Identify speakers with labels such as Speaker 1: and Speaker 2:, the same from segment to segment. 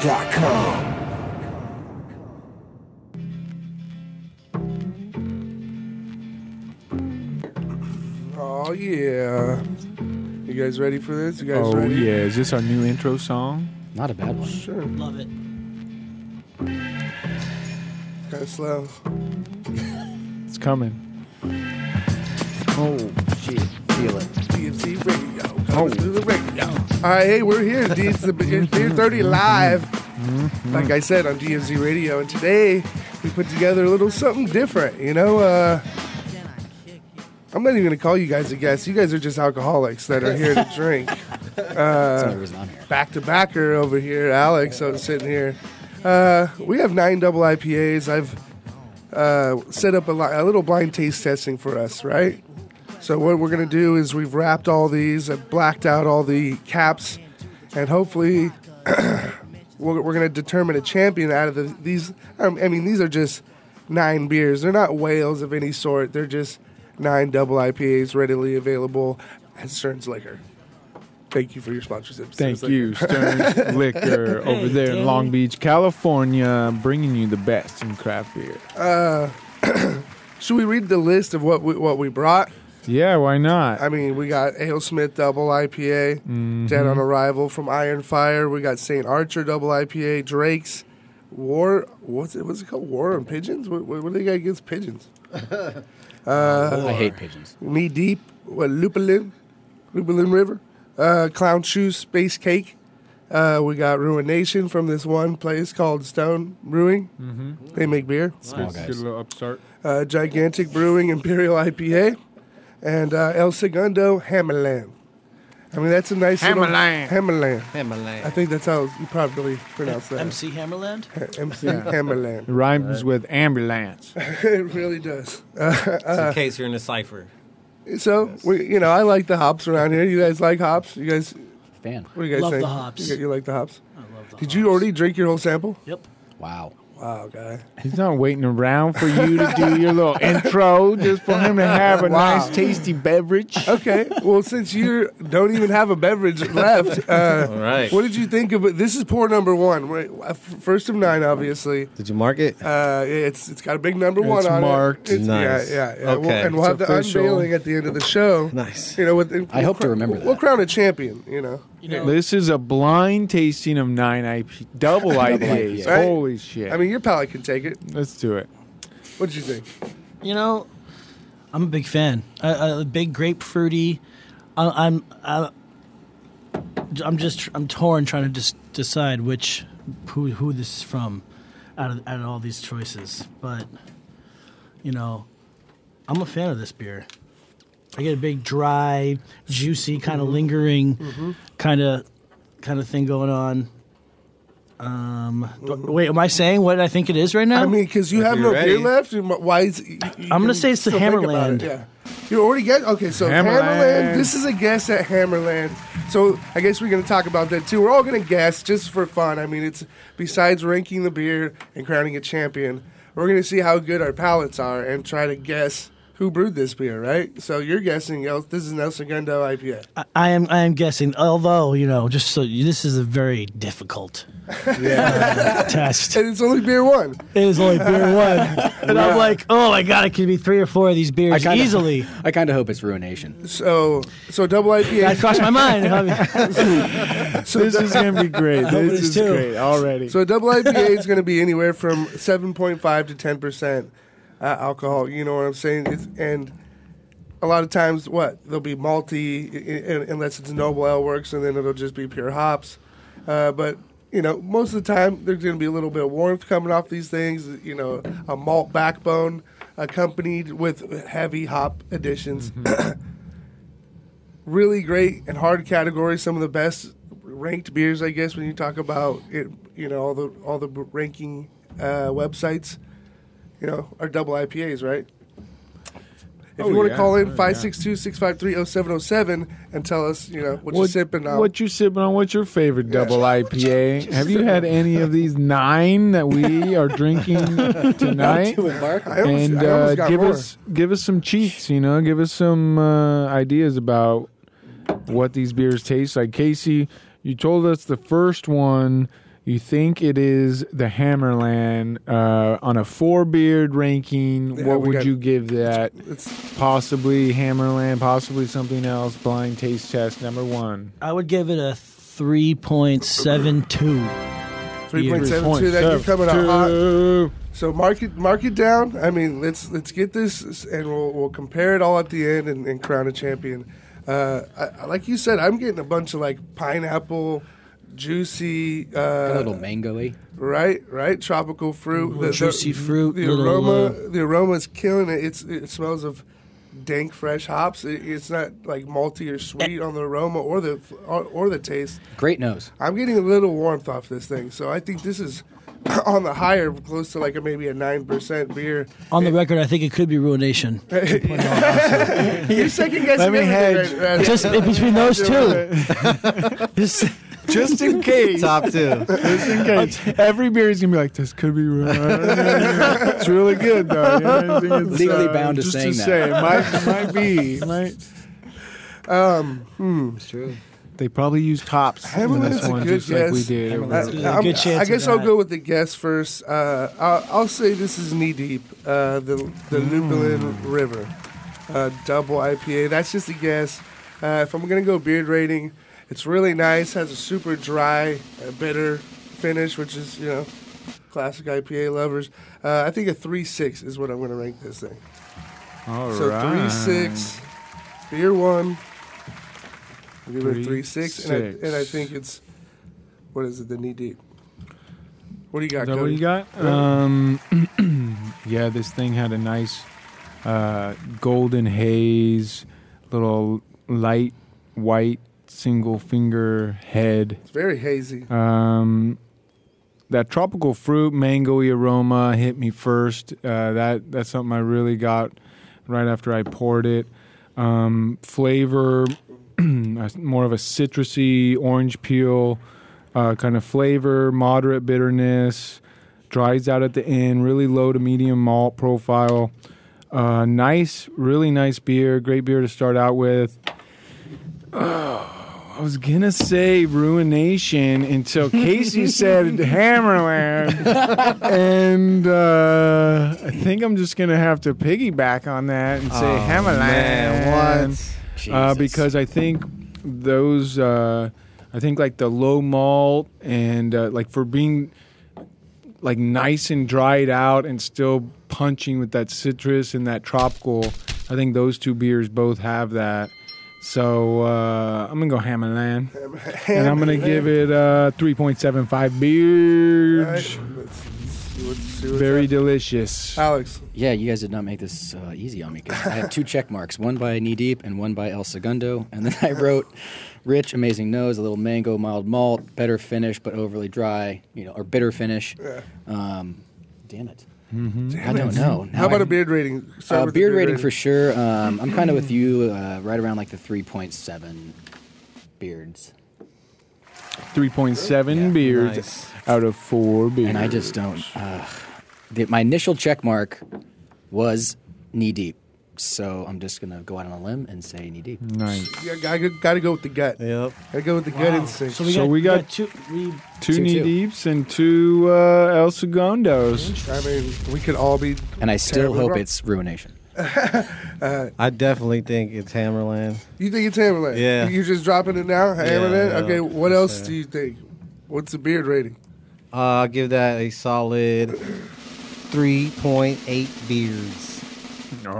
Speaker 1: DFCRadio.com.
Speaker 2: Oh yeah. You guys ready for this? You guys
Speaker 3: oh
Speaker 2: ready? Oh,
Speaker 3: yeah, is this our new intro song?
Speaker 4: Not a bad one.
Speaker 2: Sure.
Speaker 5: Love it.
Speaker 2: Kind of slow.
Speaker 3: It's coming.
Speaker 4: Oh, shit. Feel it. Oh.
Speaker 2: DFC Radio. Coming through the radio. All right, hey, we're here. It's the
Speaker 4: Mm-hmm.
Speaker 2: Beer 30 live. Like I said on DFC Radio, and today we put together a little something different. You know, uh, I'm not even gonna call you guys a guest. You guys are just alcoholics that are here to drink.
Speaker 4: That's the only reason I'm here.
Speaker 2: back to backer over here, Alex. I'm sitting here. Uh, we have nine double IPAs. I've uh, set up a, li- a little blind taste testing for us, right? So what we're gonna do is we've wrapped all these, I've blacked out all the caps, and hopefully we're, we're gonna determine a champion out of the, these. um, I mean, these are just nine beers. They're not whales of any sort. They're just nine double IPAs readily available at Stern's Liquor. Thank you for your sponsorship.
Speaker 3: Thank
Speaker 2: Stern's Liquor.
Speaker 3: you, Stern's Liquor, over there in Long Beach, California, bringing you the best in craft beer.
Speaker 2: Uh, Should we read the list of what we, what we brought?
Speaker 3: Yeah, why not?
Speaker 2: I mean, we got Ale Smith Double IPA,
Speaker 4: Mm-hmm.
Speaker 2: Dead
Speaker 3: Mm-hmm.
Speaker 2: on Arrival from Iron Fire. We got St. Archer Double IPA, Drake's War. What's it? What's it called? War on Pigeons? What, what, what do they got against pigeons? Uh,
Speaker 4: I hate pigeons.
Speaker 2: Knee Deep, what, Lupulin, Lupulin River, uh, Clown Shoes, Space Cake. Uh, we got Ruination from this one place called Stone Brewing. Mm-hmm. They make beer.
Speaker 4: Small
Speaker 3: Let's
Speaker 4: guys.
Speaker 3: Get a little upstart.
Speaker 2: uh, Gigantic Brewing Imperial IPA, and uh, El Segundo Hammerland. I mean, that's a nice
Speaker 3: Hammerland.
Speaker 2: Little, Hammerland. I think that's how you probably pronounce that.
Speaker 5: MC Hammerland?
Speaker 2: MC Hammerland.
Speaker 3: It rhymes with ambulance.
Speaker 2: it really does.
Speaker 6: Just
Speaker 2: Uh,
Speaker 6: in case you're in a cipher.
Speaker 2: So, we, you know, I like the hops around here. You guys like hops? You guys,
Speaker 4: Fan.
Speaker 2: what do you guys
Speaker 5: Love
Speaker 2: think?
Speaker 5: the hops.
Speaker 2: You, you like the hops?
Speaker 5: I love the
Speaker 2: Did you
Speaker 5: hops.
Speaker 2: already drink your whole sample?
Speaker 5: Yep.
Speaker 4: Wow.
Speaker 2: Wow, guy.
Speaker 3: He's not waiting around for you to do your little intro just for him to have a
Speaker 2: Wow.
Speaker 3: nice, tasty beverage.
Speaker 2: Okay. Well, since you don't even have a beverage left, uh,
Speaker 6: All right.
Speaker 2: what did you think of it? This is pour number one. We're- uh, First of nine, obviously.
Speaker 6: Did you mark it?
Speaker 2: Uh, it's it's got a big number one on
Speaker 3: marked.
Speaker 2: it. It's
Speaker 6: Nice.
Speaker 2: Yeah, yeah. yeah.
Speaker 6: Okay.
Speaker 2: We'll, and we'll
Speaker 3: It's
Speaker 2: have the
Speaker 3: official.
Speaker 2: unveiling at the end of the show.
Speaker 6: Nice.
Speaker 2: You know, with, we'll
Speaker 4: I hope to
Speaker 2: crown-
Speaker 4: remember
Speaker 2: We'll
Speaker 4: that.
Speaker 2: crown a champion. You know.
Speaker 5: You know,
Speaker 3: This is a blind tasting of nine IP, double IPAs.
Speaker 2: Right?
Speaker 3: Holy shit!
Speaker 2: I mean, your palate can take it.
Speaker 3: let's do it.
Speaker 2: What did you think?
Speaker 5: you know, I'm a big fan. A, a big grapefruity. I, I'm I, I'm just I'm torn trying to dis- decide which who who this is from out of out of all these choices. But you know, I'm a fan of this beer. I get a big dry, juicy kind
Speaker 2: Mm-hmm.
Speaker 5: of lingering kind of kind of thing going on. Um, do- wait, am I saying what I think it is right now?
Speaker 2: Mm-hmm. I mean, because you have
Speaker 6: you're
Speaker 2: no
Speaker 6: ready.
Speaker 2: beer left. you mu- Why is? You, you
Speaker 5: I'm gonna
Speaker 2: can
Speaker 5: say it's the
Speaker 2: still think about
Speaker 5: Hammerland.
Speaker 2: it, Yeah. You're already guess. Okay, so Hammerland.
Speaker 3: Hammerland.
Speaker 2: This is a guess at Hammerland. So I guess we're gonna talk about that too. We're all gonna guess just for fun. I mean, it's besides ranking the beer and crowning a champion, we're gonna see how good our palates are and try to guess who brewed this beer. Right. So you're guessing. El, this is an El Segundo IPA.
Speaker 5: I- I am I am guessing, although you know, just so you, this is a very difficult uh, test. It
Speaker 2: And it's only beer one.
Speaker 5: is only beer one, and I'm like, oh my god, it could be three or four of these beers
Speaker 4: kinda-
Speaker 5: easily.
Speaker 4: I kind of hope it's ruination.
Speaker 2: So so double
Speaker 5: That
Speaker 2: IPA.
Speaker 5: crossed my mind. I
Speaker 2: so
Speaker 3: This is gonna be great.
Speaker 5: it
Speaker 3: This
Speaker 5: is
Speaker 3: is
Speaker 5: too.
Speaker 3: great already.
Speaker 2: So a double IPA is going to be anywhere from 7.5 to 10% uh, alcohol. You know what I'm saying? It's, and a lot of times, what? They'll be malty i- i- unless it's Noble Ale Works, and then it'll just be pure hops. Uh, but, you know, most of the time, there's going to be a little bit of warmth coming off these things, you know, a malt backbone accompanied with heavy hop additions. really great and hard category. Some of the best ranked beers, I guess, when you talk about it, you know all the all the ranking uh, websites, you know, are double IPAs, right? If you
Speaker 3: Oh,
Speaker 2: want to
Speaker 3: yeah.
Speaker 2: call in
Speaker 3: Oh,
Speaker 2: 562-653-0707 and tell us, you know, what, you're sipping on.
Speaker 3: What you sipping on? What's your favorite double IPA? Have you had any of these nine that we are drinking tonight?
Speaker 2: I almost,
Speaker 3: and
Speaker 2: I almost
Speaker 3: uh,
Speaker 2: got
Speaker 3: give
Speaker 2: more.
Speaker 3: us give us some cheats. You know, give us some uh, ideas about what these beers taste like. Casey, You told us the first one. You think it is the Hammerland uh, on a four beard ranking.
Speaker 2: Yeah,
Speaker 3: what
Speaker 2: we
Speaker 3: would
Speaker 2: got-
Speaker 3: you give that?
Speaker 2: It's
Speaker 3: Possibly Hammerland, possibly something else. Blind taste test number one.
Speaker 5: I would give it a 3.72.
Speaker 2: three point seven two. That you're coming out hot. So mark it, mark it down. I mean, let's let's get this, and we'll we'll compare it all at the end and, and crown a champion. Uh, I, I- like you said, I'm getting a bunch of like pineapple, juicy,
Speaker 4: A
Speaker 2: uh,
Speaker 4: little mango-y.
Speaker 2: right, right, tropical fruit, the, the-
Speaker 5: juicy fruit,
Speaker 2: The
Speaker 5: little,
Speaker 2: aroma,
Speaker 5: uh,
Speaker 2: the aroma is killing it. It's it smells of dank fresh hops. It, it's not like malty or sweet on the aroma or the or, or the taste.
Speaker 4: Great nose.
Speaker 2: I'm getting a little warmth off this thing, so I think this is on the higher, close to like a, maybe a nine percent beer.
Speaker 5: On the record, I think it could be ruination.
Speaker 2: You're second guessing.
Speaker 3: Let me
Speaker 2: everything
Speaker 3: hedge.
Speaker 2: right- right-
Speaker 5: Just in between those two. Just-
Speaker 3: Just in case.
Speaker 6: Top two.
Speaker 3: Just in case. Every beer is gonna be like, this could be wrong. it's really good though. You know, I think it's, uh,
Speaker 4: Legally bound
Speaker 2: uh,
Speaker 4: to
Speaker 3: just
Speaker 4: saying
Speaker 3: to
Speaker 4: that.
Speaker 3: Say, it might, it might be. It might. Um, hmm.
Speaker 6: It's true.
Speaker 3: They probably use tops in
Speaker 2: Hammerland's
Speaker 3: this
Speaker 2: a
Speaker 3: one,
Speaker 2: good
Speaker 3: just like we
Speaker 2: guess.
Speaker 3: did. over
Speaker 2: I,
Speaker 3: there.
Speaker 5: Good
Speaker 2: I'm-
Speaker 5: chance
Speaker 2: I
Speaker 5: of
Speaker 2: guess I'll
Speaker 5: that.
Speaker 2: go with the guess first. Uh, I'll, I'll say this is knee deep. Uh, the the
Speaker 3: Mm.
Speaker 2: Lupulin River, uh, double IPA. That's just a guess. Uh, if I'm gonna go beard rating, it's really nice. Has a super dry, uh, bitter finish, which is you know, classic IPA lovers. Uh, I think a three six is what I'm gonna rank this thing.
Speaker 3: All
Speaker 2: so three
Speaker 3: right.
Speaker 2: six, beer one. I'll give it a three
Speaker 3: Three,
Speaker 2: six, and
Speaker 3: six.
Speaker 2: I and I think it's what is it? The knee deep. What do you got?
Speaker 3: Is that
Speaker 2: Cody?
Speaker 3: what you got? Um, yeah, this thing had a nice uh, golden haze, little light white single finger head.
Speaker 2: It's very hazy.
Speaker 3: Um, that tropical fruit, mangoey aroma hit me first. Uh, that that's something I really got right after I poured it. Um, flavor, more of a citrusy orange peel uh, kind of flavor, moderate bitterness. Dries out at the end. Really low to medium malt profile. Uh, nice, really nice beer. Great beer to start out with. I was gonna say ruination until Casey said Hammerland, and uh, I think I'm just gonna have to piggyback on that and say Uh, Hammerland. Uh,
Speaker 4: Jesus.
Speaker 3: because I think those, uh, I think like the low malt and uh, like for being like nice and dried out and still punching with that citrus and that tropical, I think those two beers both have that. So uh, I'm gonna go Hammerland, and I'm gonna give it uh, 3.75
Speaker 2: All
Speaker 3: beers.
Speaker 2: right, let's- let's see what- see what's
Speaker 3: Very
Speaker 2: up.
Speaker 3: delicious.
Speaker 2: Alex.
Speaker 4: Yeah, you guys did not make this uh, easy on me because I have two check marks, one by Knee Deep and one by El Segundo. And then I wrote rich, amazing nose, a little mango, mild malt, better finish, but overly dry, you know, or bitter finish. Um, damn it. I don't know. Now
Speaker 2: Mm-hmm. How about
Speaker 4: I-
Speaker 2: a beard rating? Start
Speaker 4: uh,
Speaker 2: with the
Speaker 4: beard rating for sure. Um, I'm kind of with you uh, right around like the 3.7 beards.
Speaker 3: 3.7
Speaker 4: Yeah,
Speaker 3: beers
Speaker 6: nice.
Speaker 3: out of four beers.
Speaker 4: And I just don't. Uh, the, my initial check mark was knee deep. So I'm just going to go out on a limb and say knee deep.
Speaker 3: nice.
Speaker 2: Yeah, gotta, gotta go with the gut.
Speaker 6: Yep.
Speaker 2: Gotta go with the gut instinct.
Speaker 5: So we got,
Speaker 3: So we
Speaker 5: we
Speaker 3: got-
Speaker 5: got two. We,
Speaker 3: two,
Speaker 4: Two,
Speaker 3: knee
Speaker 4: two.
Speaker 3: deeps and two uh, El Segundos.
Speaker 2: I mean, we could all be.
Speaker 4: And I still
Speaker 2: terribly
Speaker 4: hope
Speaker 2: wrong.
Speaker 4: it's ruination.
Speaker 6: I definitely think it's Hammerland.
Speaker 2: Uh, You think it's Hammerland?
Speaker 6: Yeah.
Speaker 2: You're just dropping it now, Hammerland.
Speaker 6: yeah.
Speaker 2: okay. What else
Speaker 6: Yeah.
Speaker 2: do you think? What's the beard rating?
Speaker 6: Uh, I'll give that a solid 3.8 beards.
Speaker 2: Hey.
Speaker 3: all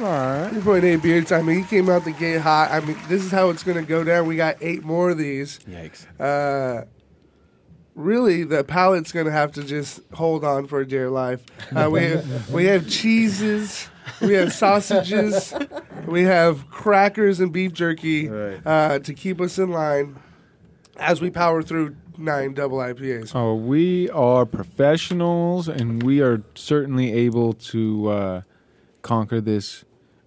Speaker 3: right.
Speaker 2: 3.8 beards. I mean, he came out the gate hot. I mean, this is how it's going to go down. We got eight more of these.
Speaker 4: Yikes.
Speaker 2: Uh, really, the palate's going to have to just hold on for dear life. Uh, we, have, we have cheeses, we have sausages, we have crackers and beef jerky
Speaker 3: Right.
Speaker 2: uh, to keep us in line as we power through nine double IPAs.
Speaker 3: Oh, we are professionals, and we are certainly able to uh, conquer this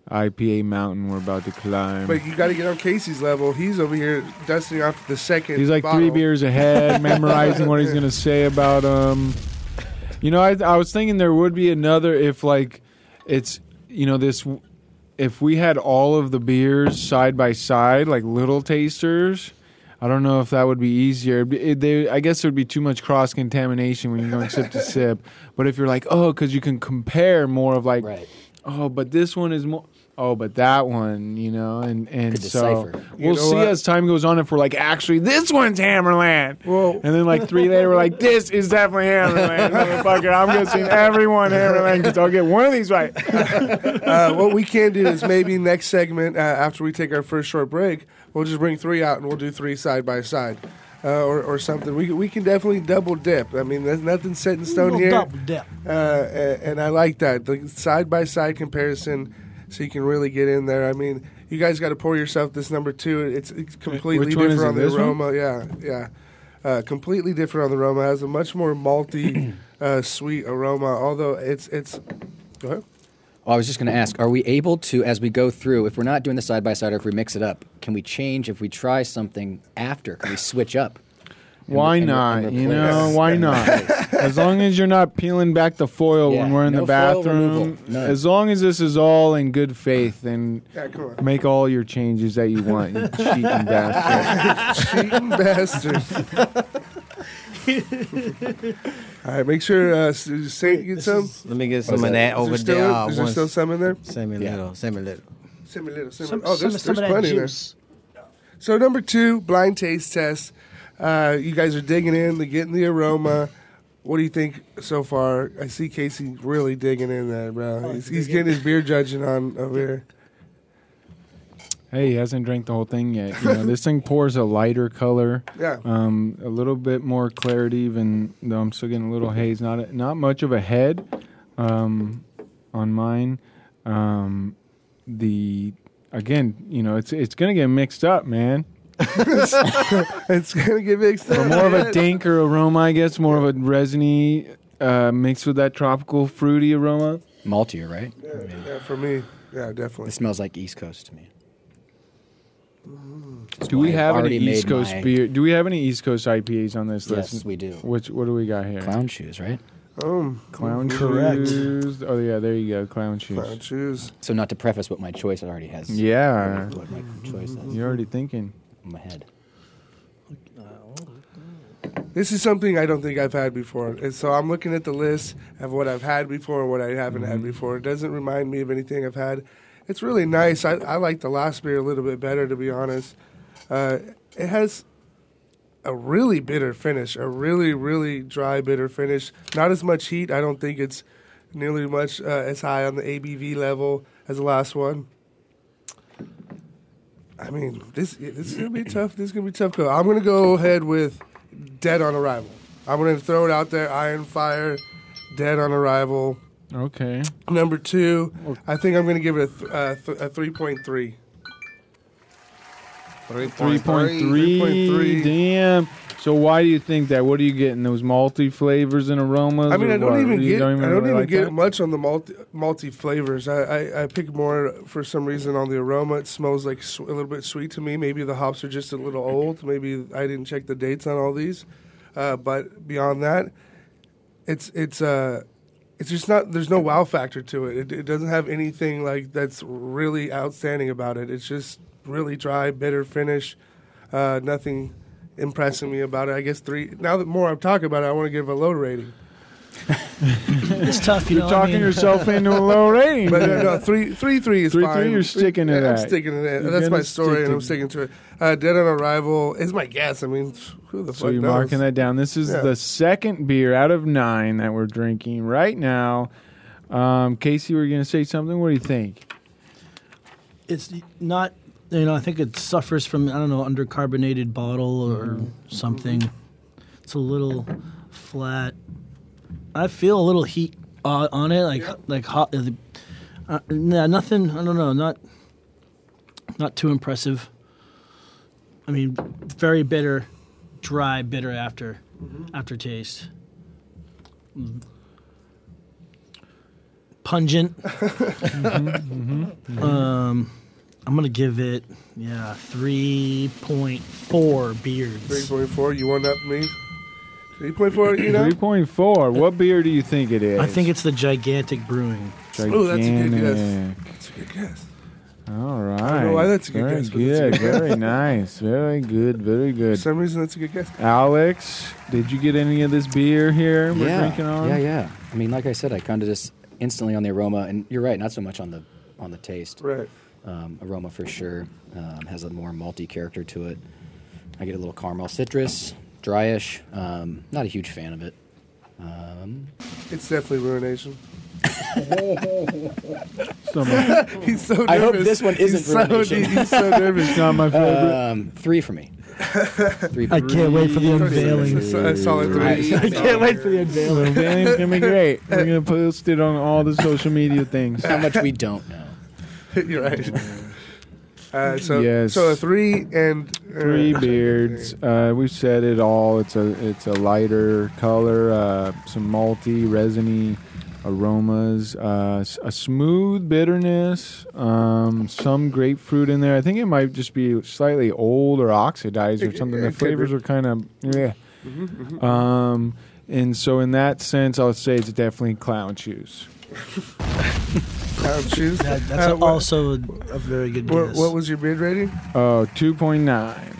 Speaker 3: IPA mountain we're about to climb.
Speaker 2: But you got to get on Casey's level. He's over here dusting off the second.
Speaker 3: He's like three
Speaker 2: bottle.
Speaker 3: beers ahead, memorizing what he's going to say about um. You know, I I was thinking there would be another if like it's you know this if we had all of the beers side by side like little tasters. I don't know if that would be easier. It'd be- It, they, I guess there would be too much cross contamination when you're going sip to sip. But if you're like, oh, because you can compare more of like,
Speaker 4: Right.
Speaker 3: oh, but this one is more. Oh, but that one, you know, and and
Speaker 4: Could
Speaker 3: so
Speaker 4: decipher.
Speaker 3: we'll
Speaker 2: You know
Speaker 3: see
Speaker 2: what?
Speaker 3: as time goes on if we're like, actually, this one's Hammerland.
Speaker 2: Well-
Speaker 3: and then like three later, we're like, this is definitely Hammerland, motherfucker. I'm gonna sing everyone Hammerland because I'll get one of these right.
Speaker 2: uh, what we can do is maybe next segment uh, after we take our first short break, we'll just bring three out and we'll do three side by side. Uh, or, or something. We, we can definitely double dip. I mean, there's nothing set in stone
Speaker 5: Little
Speaker 2: here.
Speaker 5: double dip.
Speaker 2: Uh, and, and I like that the side by side comparison, so you can really get in there. I mean, you guys got to pour yourself this number two. It's, it's completely
Speaker 3: which one
Speaker 2: different
Speaker 3: is it,
Speaker 2: on the
Speaker 3: this one?
Speaker 2: aroma. Yeah, yeah, uh, completely different on the aroma. It has a much more malty, uh, sweet aroma. Although it's it's. Go ahead.
Speaker 4: Oh, I was just going to ask: Are we able to, as we go through, if we're not doing the side by side or if we mix it up, can we change? If we try something after, can we switch up? And
Speaker 3: Why
Speaker 4: re- and re-
Speaker 3: not?
Speaker 4: and
Speaker 3: you
Speaker 4: replace.
Speaker 3: know, why not? as long as you're not peeling back the foil when
Speaker 4: Yeah,
Speaker 3: we're in the
Speaker 4: no foil
Speaker 3: bathroom,
Speaker 4: removal, none.
Speaker 3: as long as this is all in good faith, then
Speaker 2: Yeah, come on.
Speaker 3: make all your changes that you want, you cheating bastard.
Speaker 2: cheating bastard. All right, make sure uh, S- Saint get some. Is
Speaker 6: Let me get some
Speaker 4: that?
Speaker 6: of that over
Speaker 2: there, still,
Speaker 6: there. Uh,
Speaker 2: is there
Speaker 6: one-
Speaker 2: still some in there?
Speaker 6: Send me a
Speaker 4: Yeah.
Speaker 6: little. Send me a little.
Speaker 2: Some, a little, some,
Speaker 5: Some,
Speaker 2: oh,
Speaker 5: some,
Speaker 2: there's,
Speaker 5: some
Speaker 2: there's
Speaker 5: of that
Speaker 2: plenty in there.
Speaker 5: juice.
Speaker 2: So number two, blind taste test. Uh, you guys are digging in, the getting the aroma. What do you think so far? I see Casey really digging in there,
Speaker 5: Oh,
Speaker 2: bro. He's, he's getting his beer judging on over here.
Speaker 3: hey, he hasn't drank the whole thing yet. You know, this thing pours a lighter color,
Speaker 2: Yeah.
Speaker 3: um, a little bit more clarity, even though I'm still getting a little haze. Not a, not much of a head um, on mine. Um, the again, you know, it's it's gonna get mixed up, man.
Speaker 2: It's gonna get mixed up.
Speaker 3: more of a
Speaker 2: man.
Speaker 3: danker aroma, I guess, more of a resiny uh, mixed with that tropical fruity aroma.
Speaker 4: Maltier, right?
Speaker 2: Yeah, for me. Yeah, definitely.
Speaker 4: It smells like East Coast to me.
Speaker 3: Do we
Speaker 4: I've
Speaker 3: have any
Speaker 4: already made
Speaker 3: East Coast
Speaker 4: my-
Speaker 3: beer? Do we have any East Coast IPAs on this list?
Speaker 4: Yes, we do.
Speaker 3: Which what do we got here?
Speaker 4: Clown shoes, right?
Speaker 2: Um,
Speaker 3: Clown
Speaker 5: Correct.
Speaker 3: shoes. Oh yeah, there you go. Clown shoes.
Speaker 2: I choose.
Speaker 4: So not to preface what my choice already has.
Speaker 3: Yeah,
Speaker 4: What my choice is in
Speaker 3: you're already thinking.
Speaker 4: my head.
Speaker 2: This is something I don't think I've had before. And so I'm looking at the list of what I've had before and what I haven't had before. It doesn't remind me of anything I've had. It's really nice. I, I like the last beer a little bit better, to be honest. Uh, it has a really bitter finish, a really, really dry, bitter finish. Not as much heat. I don't think it's nearly much uh, as high on the ABV level as the last one. I mean, this this is gonna be tough. This is gonna be tough. Call. I'm gonna go ahead with Dead on Arrival. I'm gonna throw it out there. Iron Fire, Dead on Arrival.
Speaker 3: Okay.
Speaker 2: Number two, I think I'm gonna give it a, th- uh, th- a three point three.
Speaker 3: Three point three.
Speaker 2: 3.3.
Speaker 3: Damn. So why do you think that? What are you getting? Those malty flavors and aromas?
Speaker 2: I mean,
Speaker 3: or
Speaker 2: I don't
Speaker 3: what?
Speaker 2: even
Speaker 3: You
Speaker 2: get I don't
Speaker 3: really
Speaker 2: even
Speaker 3: like
Speaker 2: get
Speaker 3: that?
Speaker 2: much on the multi multi flavors. I, I I pick more for some reason on the aroma. It smells like sw- a little bit sweet to me. Maybe the hops are just a little old. Maybe I didn't check the dates on all these. Uh, but beyond that, it's it's uh it's just not there's no wow factor to it. it it doesn't have anything like that's really outstanding about it it's just really dry bitter finish uh nothing impressing me about it i guess three now that more i'm talking about it i want to give it a low rating
Speaker 5: It's tough, you
Speaker 3: You're
Speaker 5: know.
Speaker 3: talking
Speaker 5: I mean,
Speaker 3: yourself into a low rating.
Speaker 2: But
Speaker 3: there.
Speaker 2: uh, no, three, three, three is
Speaker 3: Three, three,
Speaker 2: fine.
Speaker 3: you're sticking to
Speaker 2: Yeah, I'm
Speaker 3: that.
Speaker 2: sticking to that.
Speaker 3: You're
Speaker 2: That's my
Speaker 3: gonna
Speaker 2: story,
Speaker 3: stick
Speaker 2: and
Speaker 3: to-
Speaker 2: I'm sticking to it. Uh, Dead on Arrival is my guess. I mean, who the
Speaker 3: So
Speaker 2: fuck
Speaker 3: you're
Speaker 2: knows?
Speaker 3: marking that down. This is
Speaker 2: Yeah.
Speaker 3: the second beer out of nine that we're drinking right now. Um, Casey, were you going to say something? What do you think?
Speaker 5: it's not. You know, I think it suffers from I don't know undercarbonated bottle or something. It's a little flat. I feel a little heat uh, on it, like like hot. Uh, uh, nah, nothing. I don't know. Not not too impressive. I mean, very bitter, dry, bitter after aftertaste. Mm. Pungent.
Speaker 2: Mm-hmm,
Speaker 5: Um, I'm gonna give it yeah three point four
Speaker 2: Three
Speaker 5: beards.
Speaker 2: point four. You one up me. Three point four. You know.
Speaker 3: Three point four. What beer do you think it is?
Speaker 5: I think it's the gigantic brewing.
Speaker 3: gigantic.
Speaker 2: Oh, that's a good guess. That's a good guess.
Speaker 3: All right.
Speaker 2: know why that's a good
Speaker 3: very
Speaker 2: guess, but that's a
Speaker 3: Good.
Speaker 2: good guess.
Speaker 3: very nice. Very good. Very
Speaker 2: For
Speaker 3: good.
Speaker 2: some reason, that's a good guess.
Speaker 3: Alex, did you get any of this beer here we're
Speaker 4: yeah,
Speaker 3: drinking on?
Speaker 4: yeah, yeah. I mean, like I said, I kind of just instantly on the aroma, and you're right, not so much on the on the taste.
Speaker 2: Right.
Speaker 4: Um, aroma for sure um, has a more malty character to it. I get a little caramel, citrus, dryish. Um, not a huge fan of it. Um,
Speaker 2: It's definitely ruination.
Speaker 3: Some of-
Speaker 2: He's so nervous.
Speaker 4: I hope this one isn't
Speaker 2: he's so,
Speaker 4: ruination.
Speaker 2: He's so nervous.
Speaker 3: it's not my favorite.
Speaker 4: um, three for me. Three.
Speaker 5: I can't wait for the
Speaker 2: I
Speaker 5: unveiling.
Speaker 2: saw- I saw it. three.
Speaker 4: I can't wait for the
Speaker 3: So Van's gonna be great. We're gonna post it on all the social media things.
Speaker 4: How much we don't know.
Speaker 2: You're right. Uh, so,
Speaker 3: Yes.
Speaker 2: so a three and uh,
Speaker 3: Three beards. Uh, we've said it all. It's a it's a lighter color, uh, some malty, resiny aromas, uh, s- a smooth bitterness, um, some grapefruit in there. I think it might just be slightly old or oxidized or
Speaker 2: It-
Speaker 3: something.
Speaker 2: it
Speaker 3: The
Speaker 2: could be. Mm-hmm,
Speaker 3: flavors are kind of yeah. Um, and so in that sense, I would say it's definitely clown shoes.
Speaker 2: Clown shoes.
Speaker 5: That, that's
Speaker 2: Uh, what-
Speaker 5: also a, a very good
Speaker 2: What,
Speaker 5: guess.
Speaker 2: what was your bid rating?
Speaker 3: Oh, 2.9.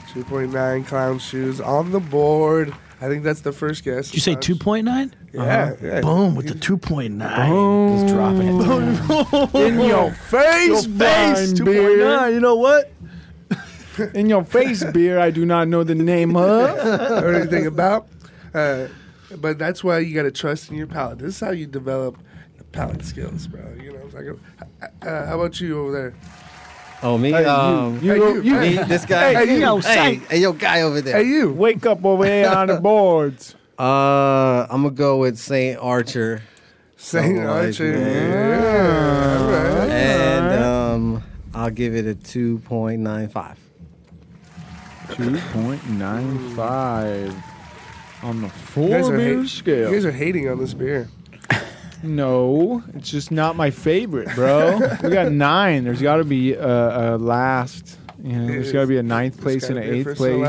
Speaker 2: 2.9 clown shoes on the board. I think that's the first guess.
Speaker 5: Did you say
Speaker 2: Uh,
Speaker 5: 2.9?
Speaker 2: Yeah. yeah.
Speaker 5: uh-huh. Boom with the 2.9.
Speaker 4: Just dropping it.
Speaker 3: In your face, face, beer.
Speaker 5: You know what?
Speaker 3: In your face, beer. I do not know the name of.
Speaker 2: or anything about. Uh, but that's why you got to trust in your palate. This is how you develop palate skills, bro. You know, what I'm talking about? Uh, how about you over there?
Speaker 6: Oh me, um,
Speaker 3: You,
Speaker 2: Hey,
Speaker 3: you,
Speaker 2: you-
Speaker 6: me, this guy.
Speaker 2: Hey, you.
Speaker 5: Yo,
Speaker 6: hey,
Speaker 5: sight.
Speaker 6: hey, yo, guy over there.
Speaker 2: Hey, you.
Speaker 3: wake up over there on the boards.
Speaker 6: Uh, I'm gonna go with Saint Archer,
Speaker 2: Saying
Speaker 6: Oh,
Speaker 2: Archer.
Speaker 6: I see.
Speaker 2: Yeah, all right.
Speaker 6: and um, I'll give it a two point nine five.
Speaker 3: Two point nine five on the
Speaker 2: You guys
Speaker 3: four
Speaker 2: are
Speaker 3: beer
Speaker 2: hate- You
Speaker 3: scale.
Speaker 2: guys are hating on this beer.
Speaker 3: no, it's just not my favorite, bro. we got nine. There's got to be a, a last. You know, there's got to be a ninth place
Speaker 2: It's
Speaker 3: and an
Speaker 2: gotta be a
Speaker 3: eighth
Speaker 2: first and a
Speaker 3: place.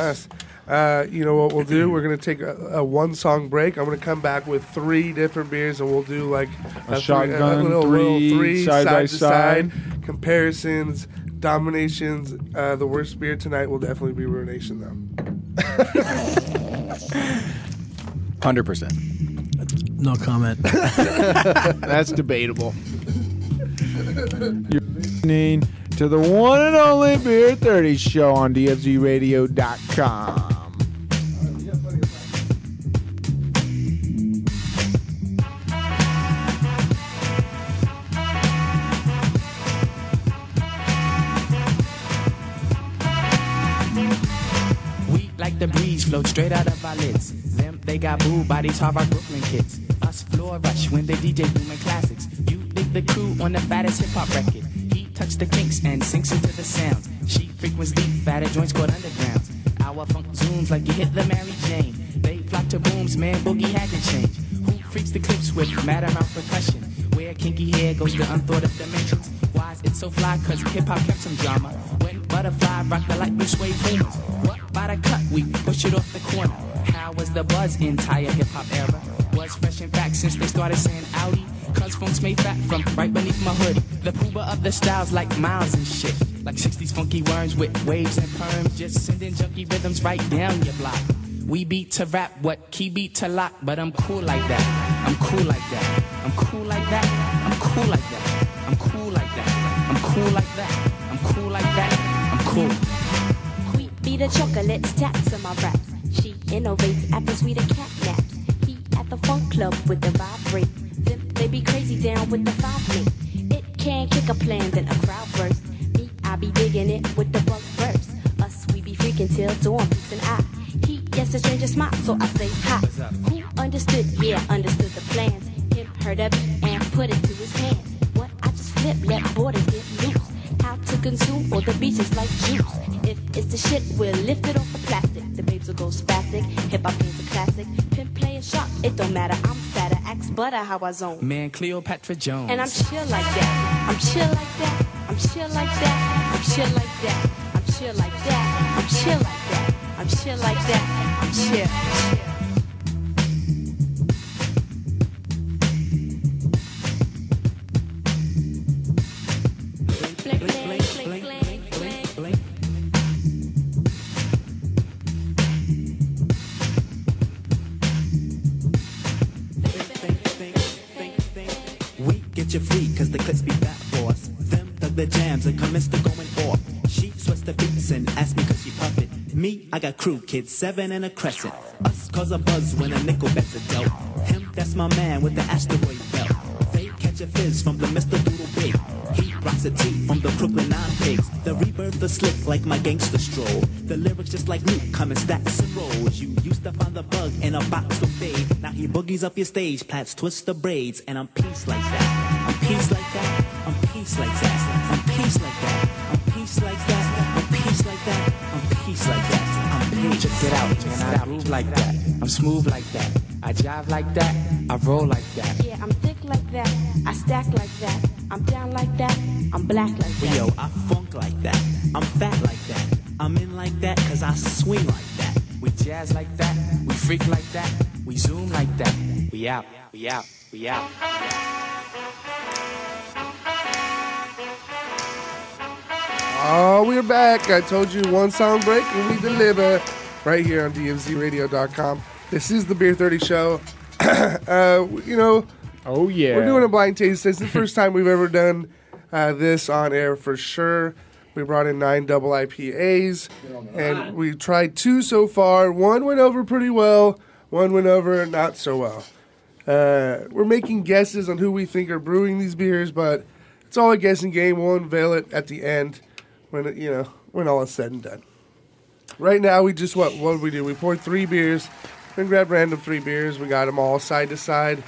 Speaker 2: last. Uh, you know what we'll do? We're gonna take a, a one-song break. I'm gonna come back with three different beers, and we'll do like
Speaker 3: A shotgun, three, side by side.
Speaker 2: comparisons, dominations. Uh, the worst beer tonight will definitely be Ruination, though.
Speaker 4: Hundred percent.
Speaker 5: No comment.
Speaker 3: That's debatable. You're listening to the one and only Beer 30 show on DFZRadio.com.
Speaker 7: Weak like the breeze, float straight out of our lids. Limp, they got boo bodies, Harvard Brooklyn kids. Us floor rush when they DJ booming classics. You dig the crew on the fattest hip hop record. He touched the kinks and sinks into the sounds. She frequents deep, fatter joints called undergrounds. Our funk zooms like you hit the Mary Jane. They flock to booms, man, boogie hacking change. Who freaks the clips with mad amount percussion? Where kinky hair goes to unthought of dimensions. Why is it so fly? Cause hip hop kept some drama. When butterfly rock the light blue suede boomers. What by the cut? We push it off the corner. How was the buzz entire hip hop era? Was fresh in fact since they started saying Audi. Cause funk's made fat from right beneath my hood. The pooba of the styles like miles and shit. Like 60s funky worms with waves and perms. Just sending junky rhythms right down your block. We beat to rap, what key beat to lock, but I'm cool like that. I'm cool like that. I'm cool like that. I'm cool like that. I'm cool like that. I'm cool like that. I'm cool like that. I'm cool.
Speaker 8: Queen be the chocolates, taps on my raps. She innovates after sweeter catnaps. He at the funk club with the vibrate. Them they be crazy down with the five link. It can kick a plan, then a crowd burst. Me, I be digging it with the bug burst. Us, we be freaking till dawn peaks and I. He gets a stranger smile, so I say hi. Who understood? Yeah, understood the plans. Him heard of it and put it to his hands. What I just flip, let borders get loose. How to consume all the beach is like juice. If it's the shit, we'll lift it off the plastic. The babes will go spastic. Hip hop is a classic. Pimp playin' sharp, it don't matter. I'm fatter, axe butter, how I zone.
Speaker 7: Man, Cleopatra Jones.
Speaker 8: And I'm chill like that. I'm chill like that. I'm chill like that. I'm chill like that. I'm chill like that. I'm chill like that. I'm chill like that. I'm chill. chill. Blink, blink, blink, blink,
Speaker 7: get your feet, cause the clips be fat for us. Them thug the jams and commence to going off. She sweats the beats and ask me cause she puffin'. Me, I got crew kids, seven and a crescent. Us cause a buzz when a nickel bets a dope. Him, that's my man with the asteroid belt. They catch a fizz from the Mr. Doodle Big. He rocks a tee from the Brooklyn Nine Pigs. The rebirth the slick like my gangster stroll. The lyrics just like me, come in stacks and rolls. You used to find the bug in a box to fade. Now he boogies up your stage, plats twist the braids, and I'm peace like that. I'm peace like that. I'm peace like that. I'm peace like that. I'm peace like that. I'm peace like that. I'm peace like that. I'm peace.
Speaker 9: Check it out, man. I groove like that. I'm smooth like that. I jive like that. I roll like that.
Speaker 8: Yeah, I'm thick like that. I stack like that. I'm down like that. I'm black like that.
Speaker 7: Yo, I funk like that. I'm fat like that. I'm in like that cause I swing like that.
Speaker 9: We jazz like that. We freak like that. We zoom like that. We out. We out. We out.
Speaker 2: Oh, we're back. I told you one sound break and we deliver right here on DMZRadio.com. This is the Beer 30 show. uh, you know,
Speaker 3: Oh yeah.
Speaker 2: we're doing a blind taste. It's the first time we've ever done uh, this on air for sure. We brought in nine double IPAs, and we tried two so far. One went over pretty well. One went over not so well. Uh, we're making guesses on who we think are brewing these beers, but it's all a guessing game. We'll unveil it at the end when it- you know when all is said and done. Right now, we just what what did we do? We poured three beers, then grabbed random three beers. We got them all side to side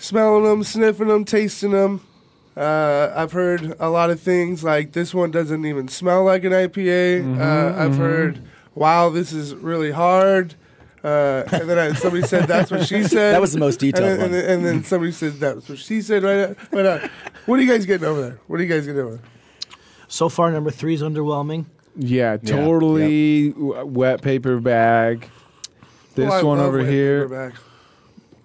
Speaker 2: smelling them, sniffing them, tasting them. Uh, I've heard a lot of things like this one doesn't even smell like an IPA.
Speaker 4: Mm-hmm,
Speaker 2: uh, I've heard, wow, this is really hard. Uh, and then I, somebody said, that's what she said.
Speaker 4: That was the most
Speaker 2: and
Speaker 4: detailed
Speaker 2: then, and
Speaker 4: one.
Speaker 2: then, and then somebody said, that's what she said. Right, now. right now. What are you guys getting over there? What are you guys getting over there?
Speaker 5: So far, number three is underwhelming.
Speaker 3: Yeah, totally w- wet paper bag. This
Speaker 2: Well, I
Speaker 3: one
Speaker 2: love
Speaker 3: over
Speaker 2: white
Speaker 3: here,
Speaker 2: paperback.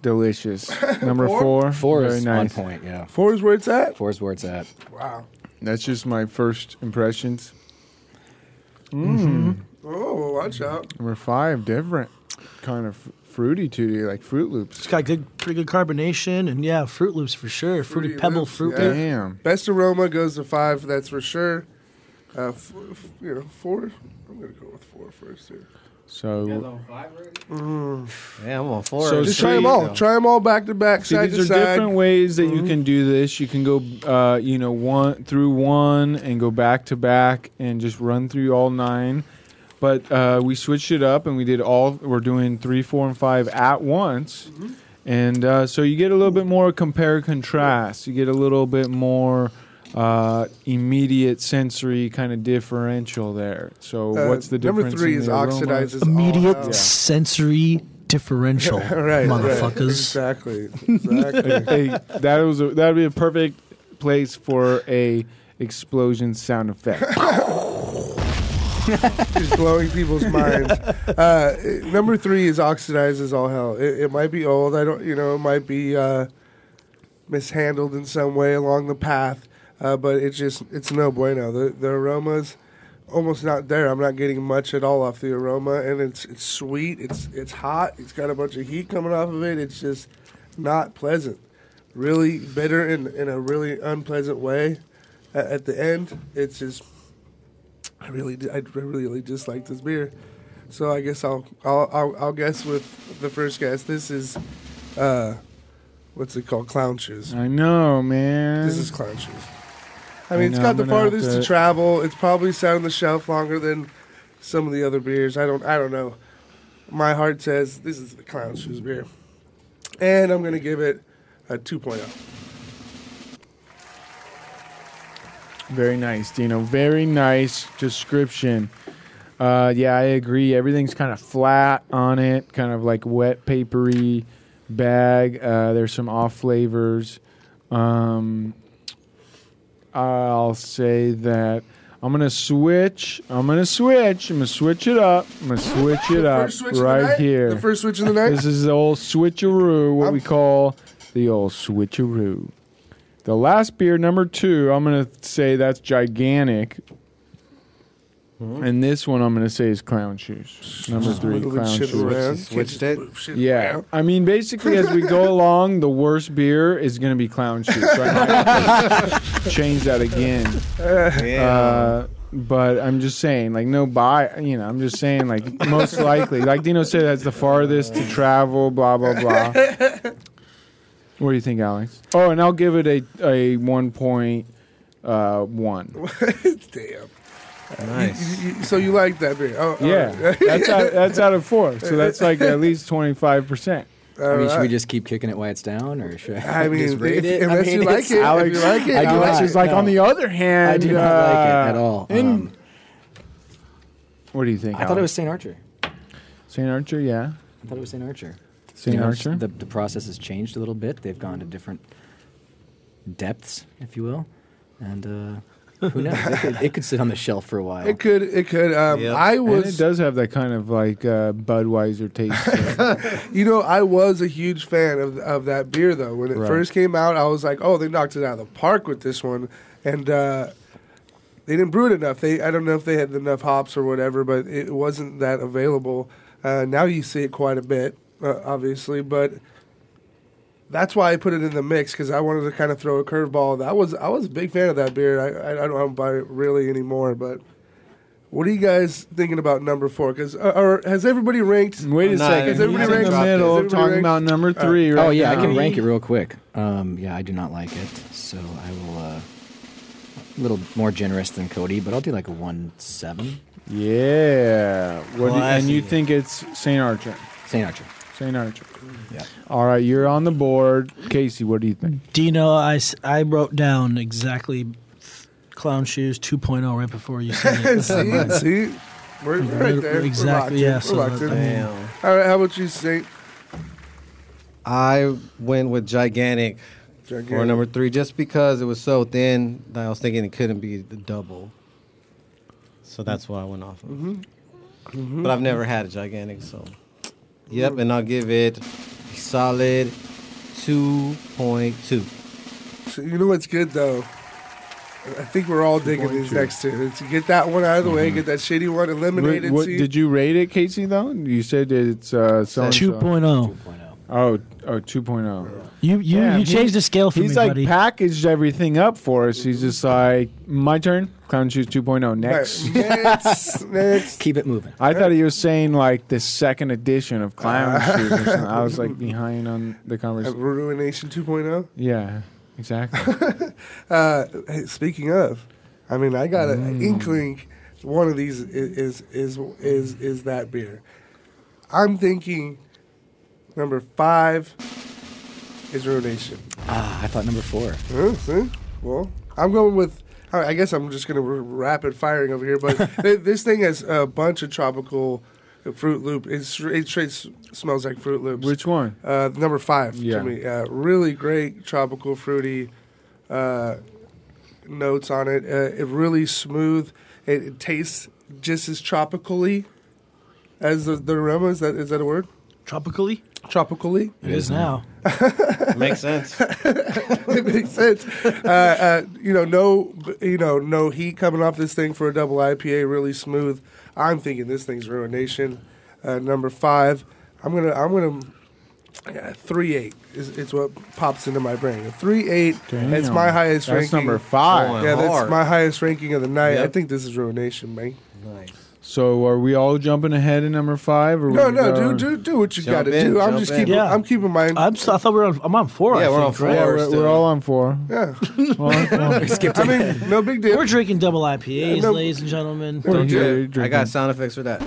Speaker 3: delicious. Number
Speaker 2: Four?
Speaker 3: four,
Speaker 4: Four
Speaker 3: very
Speaker 4: is
Speaker 3: nice.
Speaker 4: on point, yeah.
Speaker 2: Four is where it's at.
Speaker 4: Four is where it's at.
Speaker 2: Wow.
Speaker 3: That's just my first impressions.
Speaker 4: Mm-hmm.
Speaker 2: Oh, watch out.
Speaker 3: Number five, different kind of f- fruity to you, like Fruit Loops.
Speaker 5: It's got good, pretty good carbonation, and yeah, Fruit Loops for sure. Fruity,
Speaker 2: Fruity
Speaker 5: Pebble
Speaker 2: Loops,
Speaker 5: Fruit.
Speaker 2: yeah.
Speaker 5: Loop.
Speaker 3: Damn.
Speaker 2: Best aroma goes to five, that's for sure. Uh, f- f- you know, four. I'm gonna go with four first here.
Speaker 3: So Mm.
Speaker 6: Yeah, I'm on four.
Speaker 3: So
Speaker 2: Just
Speaker 3: Three,
Speaker 2: try them all. Try them all back to back,
Speaker 3: see,
Speaker 2: side
Speaker 3: these
Speaker 2: to
Speaker 3: are
Speaker 2: side. Mm-hmm.
Speaker 3: different ways that you can do this. You can go, uh, you know, one through one and go back to back and just run through all nine. But uh, we switched it up and we did all. We're doing three, four, and five at once,
Speaker 2: Mm-hmm.
Speaker 3: and uh, so you get a little bit more compare contrast. You get a little bit more. Uh, immediate sensory kind of differential there. So
Speaker 2: Uh,
Speaker 3: what's the difference?
Speaker 2: Number three
Speaker 3: in
Speaker 2: is
Speaker 3: the aroma?
Speaker 2: oxidizes
Speaker 5: Immediate
Speaker 2: All out.
Speaker 5: sensory differential,
Speaker 2: Right, right.
Speaker 5: motherfuckers.
Speaker 2: Exactly. Exactly.
Speaker 3: hey, that was a, that'd be a perfect place for a explosion sound effect.
Speaker 2: Just blowing people's minds. Uh, it- number three is oxidizes all hell. It, it might be old. I don't. You know, it might be uh, mishandled in some way along the path. Uh, but it's just it's no bueno. The the aromas almost not there. I'm not getting much at all off the aroma, and it's it's sweet. It's it's hot. It's got a bunch of heat coming off of it. It's just not pleasant. Really bitter in in a really unpleasant way. A- at the end, it's just I really di- I really dislike this beer. So I guess I'll I'll I'll, I'll guess with the first guess. This is uh, what's it called? Clown shoes.
Speaker 3: I know, man.
Speaker 2: This is clown shoes. I mean,
Speaker 3: I
Speaker 2: it's
Speaker 3: know,
Speaker 2: got
Speaker 3: I'm
Speaker 2: the
Speaker 3: gonna have
Speaker 2: farthest to...
Speaker 3: to-
Speaker 2: travel. It's probably sat on the shelf longer than some of the other beers. I don't, I don't know. My heart says this is the clown shoes beer, and I'm gonna give it a oh. 2.0.
Speaker 3: very nice, Dino. Very nice description. Uh, yeah, I agree. Everything's kind of flat on it, kind of like wet, papery bag. Uh, there's some off flavors. Um, I'll say that I'm gonna switch. I'm gonna switch. I'm gonna switch it up. I'm gonna switch it up
Speaker 2: First switch of the
Speaker 3: right
Speaker 2: night?
Speaker 3: here.
Speaker 2: The first switch of the night.
Speaker 3: This is the old switcheroo, what
Speaker 2: I'm-
Speaker 3: we call the old switcheroo. The last beer, number two, I'm going to say that's gigantic.
Speaker 4: Mm-hmm.
Speaker 3: And this one I'm going to say is clown shoes. Number
Speaker 2: Just
Speaker 3: three,
Speaker 2: moving
Speaker 3: clown
Speaker 2: shit
Speaker 3: shoes.
Speaker 2: around.
Speaker 6: Switched
Speaker 2: Can't
Speaker 6: it?
Speaker 2: move shit
Speaker 3: Yeah,
Speaker 2: around.
Speaker 3: I mean, basically, as we go along, the worst beer is going to be clown shoes. So I might have to change that again. Uh, but I'm just saying, like, no buy. You know, I'm just saying, like, most likely, like Dino said, that's the farthest to travel. Blah blah blah. what do you think, Alex? Oh, and I'll give it a a one point uh, one. Uh,
Speaker 2: Damn.
Speaker 6: nice.
Speaker 2: You- you- so you like that beer? Oh, all
Speaker 3: Yeah,
Speaker 2: right.
Speaker 3: that's out, that's out of four. So that's like at least twenty five percent.
Speaker 4: I mean,
Speaker 2: All
Speaker 4: should we
Speaker 2: right.
Speaker 4: just keep kicking it while it's down, or should I,
Speaker 2: I mean,
Speaker 4: just rate
Speaker 2: if-
Speaker 4: it?
Speaker 2: unless
Speaker 4: I mean,
Speaker 2: you like
Speaker 4: it's-
Speaker 2: it,
Speaker 3: Alex,
Speaker 2: if you like it,
Speaker 3: I do
Speaker 2: Alex
Speaker 4: not.
Speaker 2: is
Speaker 3: is like,
Speaker 4: no.
Speaker 3: on the other hand,
Speaker 4: I do not like it
Speaker 3: uh,
Speaker 4: at all.
Speaker 3: in-
Speaker 4: Um,
Speaker 3: what do you think?
Speaker 4: I thought it was
Speaker 3: Alex?
Speaker 4: St. Archer.
Speaker 3: Saint Archer. Yeah,
Speaker 4: I thought it was St. Archer.
Speaker 3: Saint
Speaker 4: You know,
Speaker 3: Archer.
Speaker 4: The, the process has changed a little bit. They've gone to different depths, if you will, and uh, who knows? it, could, it could sit on the shelf for a while.
Speaker 2: It could. It could. Um,
Speaker 6: Yep.
Speaker 2: I
Speaker 3: and it
Speaker 2: was.
Speaker 3: does have that kind of like uh, Budweiser taste. to it.
Speaker 2: You know, I was a huge fan of of that beer though. When it
Speaker 3: Right.
Speaker 2: first came out, I was like, "Oh, they knocked it out of the park with this one," and uh, they didn't brew it enough. They I don't know if they had enough hops or whatever, but it wasn't that available. Uh, now you see it quite a bit, uh, obviously, but that's why I put it in the mix because I wanted to kind of throw a curveball. That was I was a big fan of that beer. I I, I don't buy it really anymore, but. What are you guys thinking about number four? Because or has everybody ranked?
Speaker 3: Wait a
Speaker 6: Nah,
Speaker 3: second.
Speaker 6: is everybody
Speaker 3: He's in the
Speaker 6: ranked?
Speaker 3: middle
Speaker 2: Is everybody
Speaker 3: talking
Speaker 2: ranked? Uh,
Speaker 3: about number three.
Speaker 4: oh
Speaker 3: right
Speaker 4: yeah, I
Speaker 3: now.
Speaker 4: can rank it real quick. Um, yeah, I do not like it, so I will. Uh, a little more generous than Cody, but I'll do like a one seven.
Speaker 3: Yeah. What do you, and you
Speaker 6: Classy.
Speaker 3: think it's Saint Archer?
Speaker 4: St. Archer.
Speaker 3: Saint Archer.
Speaker 4: Yeah.
Speaker 3: All right, you're on the board, Casey. What do you think?
Speaker 5: Dino, I, s- I wrote down exactly Clown Shoes 2.0 right before you said it.
Speaker 2: see, see, we're we're right there. We're
Speaker 5: Exactly,
Speaker 2: locked in.
Speaker 5: yeah,
Speaker 2: We're
Speaker 5: so
Speaker 2: locked in.
Speaker 5: that-
Speaker 6: Damn.
Speaker 2: All right, how about you, Saint?
Speaker 6: I went with gigantic, for
Speaker 2: Gigantic.
Speaker 6: number three just because it was so thin that I was thinking it couldn't be the double. So that's what I went off of. But I've never had a gigantic, so yep. And I'll give it a solid two point two.
Speaker 2: So you know what's good though? I think we're all digging these next two. It's- get that one out of the way, get that shitty one eliminated.
Speaker 3: What, what-
Speaker 2: see?
Speaker 3: did you rate it, Casey? Though you said it's uh, so
Speaker 5: 2.0.
Speaker 4: 2.0.
Speaker 3: Oh, oh, 2.0.
Speaker 5: You you,
Speaker 3: Damn,
Speaker 5: you changed
Speaker 3: he-
Speaker 5: the scale for
Speaker 3: He's
Speaker 5: me,
Speaker 3: like
Speaker 5: buddy.
Speaker 3: packaged everything up for us. He's just like, my turn. Clown Shoes 2.0
Speaker 2: All right,
Speaker 3: next.
Speaker 2: next, next.
Speaker 4: Keep it moving.
Speaker 3: I thought he was saying like the second edition of Clown Shoes. Or something. I was like behind on the
Speaker 2: Uh,
Speaker 3: conversation.
Speaker 2: Ruination 2.0.
Speaker 3: Yeah, exactly.
Speaker 2: Uh, hey, speaking of, I mean, I got a- an
Speaker 3: Mm.
Speaker 2: inkling one of these is is is is, is that beer. I'm thinking number five is Ruination.
Speaker 4: Ah, I thought number four.
Speaker 2: Huh, see? Well, I'm going with. I I guess I'm just going to r- rapid firing over here, but th- this thing has a bunch of tropical Fruit Loop. It's, it straight s- smells like Fruit Loops.
Speaker 3: Which one?
Speaker 2: uh, number five
Speaker 3: Yeah.
Speaker 2: to me. Uh, really great tropical fruity uh, notes on it. Uh, it really smooth. It, it tastes just as tropically as the, the aroma. Is that is that a word?
Speaker 5: Tropically?
Speaker 2: Tropically.
Speaker 5: It is now.
Speaker 6: Makes sense.
Speaker 2: it makes sense. Uh, uh, you know, no, you know, no heat coming off this thing for a double IPA, really smooth. I'm thinking this thing's ruination. Uh, number five, I'm gonna, I'm gonna yeah, three eight is it's what pops into my brain. A three eight, it's my highest
Speaker 3: That's
Speaker 2: ranking.
Speaker 3: number five.
Speaker 2: Yeah, that's
Speaker 6: Hard.
Speaker 2: my highest ranking of the night. I
Speaker 6: Yep.
Speaker 2: think this is ruination, man.
Speaker 6: nice.
Speaker 3: So are we all jumping ahead in number five? Or
Speaker 2: No,
Speaker 3: we
Speaker 2: no,
Speaker 3: go-
Speaker 2: do do do what you got
Speaker 6: Jump
Speaker 2: to
Speaker 6: in,
Speaker 2: do. I'm
Speaker 6: jump
Speaker 2: just
Speaker 6: in.
Speaker 2: keeping,
Speaker 5: Yeah.
Speaker 2: I'm keeping mine.
Speaker 5: I'm, s- I thought we were on, I'm on four.
Speaker 6: Yeah,
Speaker 5: I
Speaker 6: we're
Speaker 5: think,
Speaker 6: on four.
Speaker 5: right?
Speaker 3: Yeah, we're,
Speaker 6: Forrest,
Speaker 3: we're
Speaker 6: uh,
Speaker 3: all on four.
Speaker 2: yeah,
Speaker 3: All on
Speaker 2: I
Speaker 3: four.
Speaker 2: mean, no big deal.
Speaker 5: We're drinking double IPAs,
Speaker 2: No.
Speaker 5: ladies and gentlemen.
Speaker 3: Don't you dare
Speaker 6: I
Speaker 3: drink
Speaker 6: got
Speaker 3: it.
Speaker 6: sound effects for that.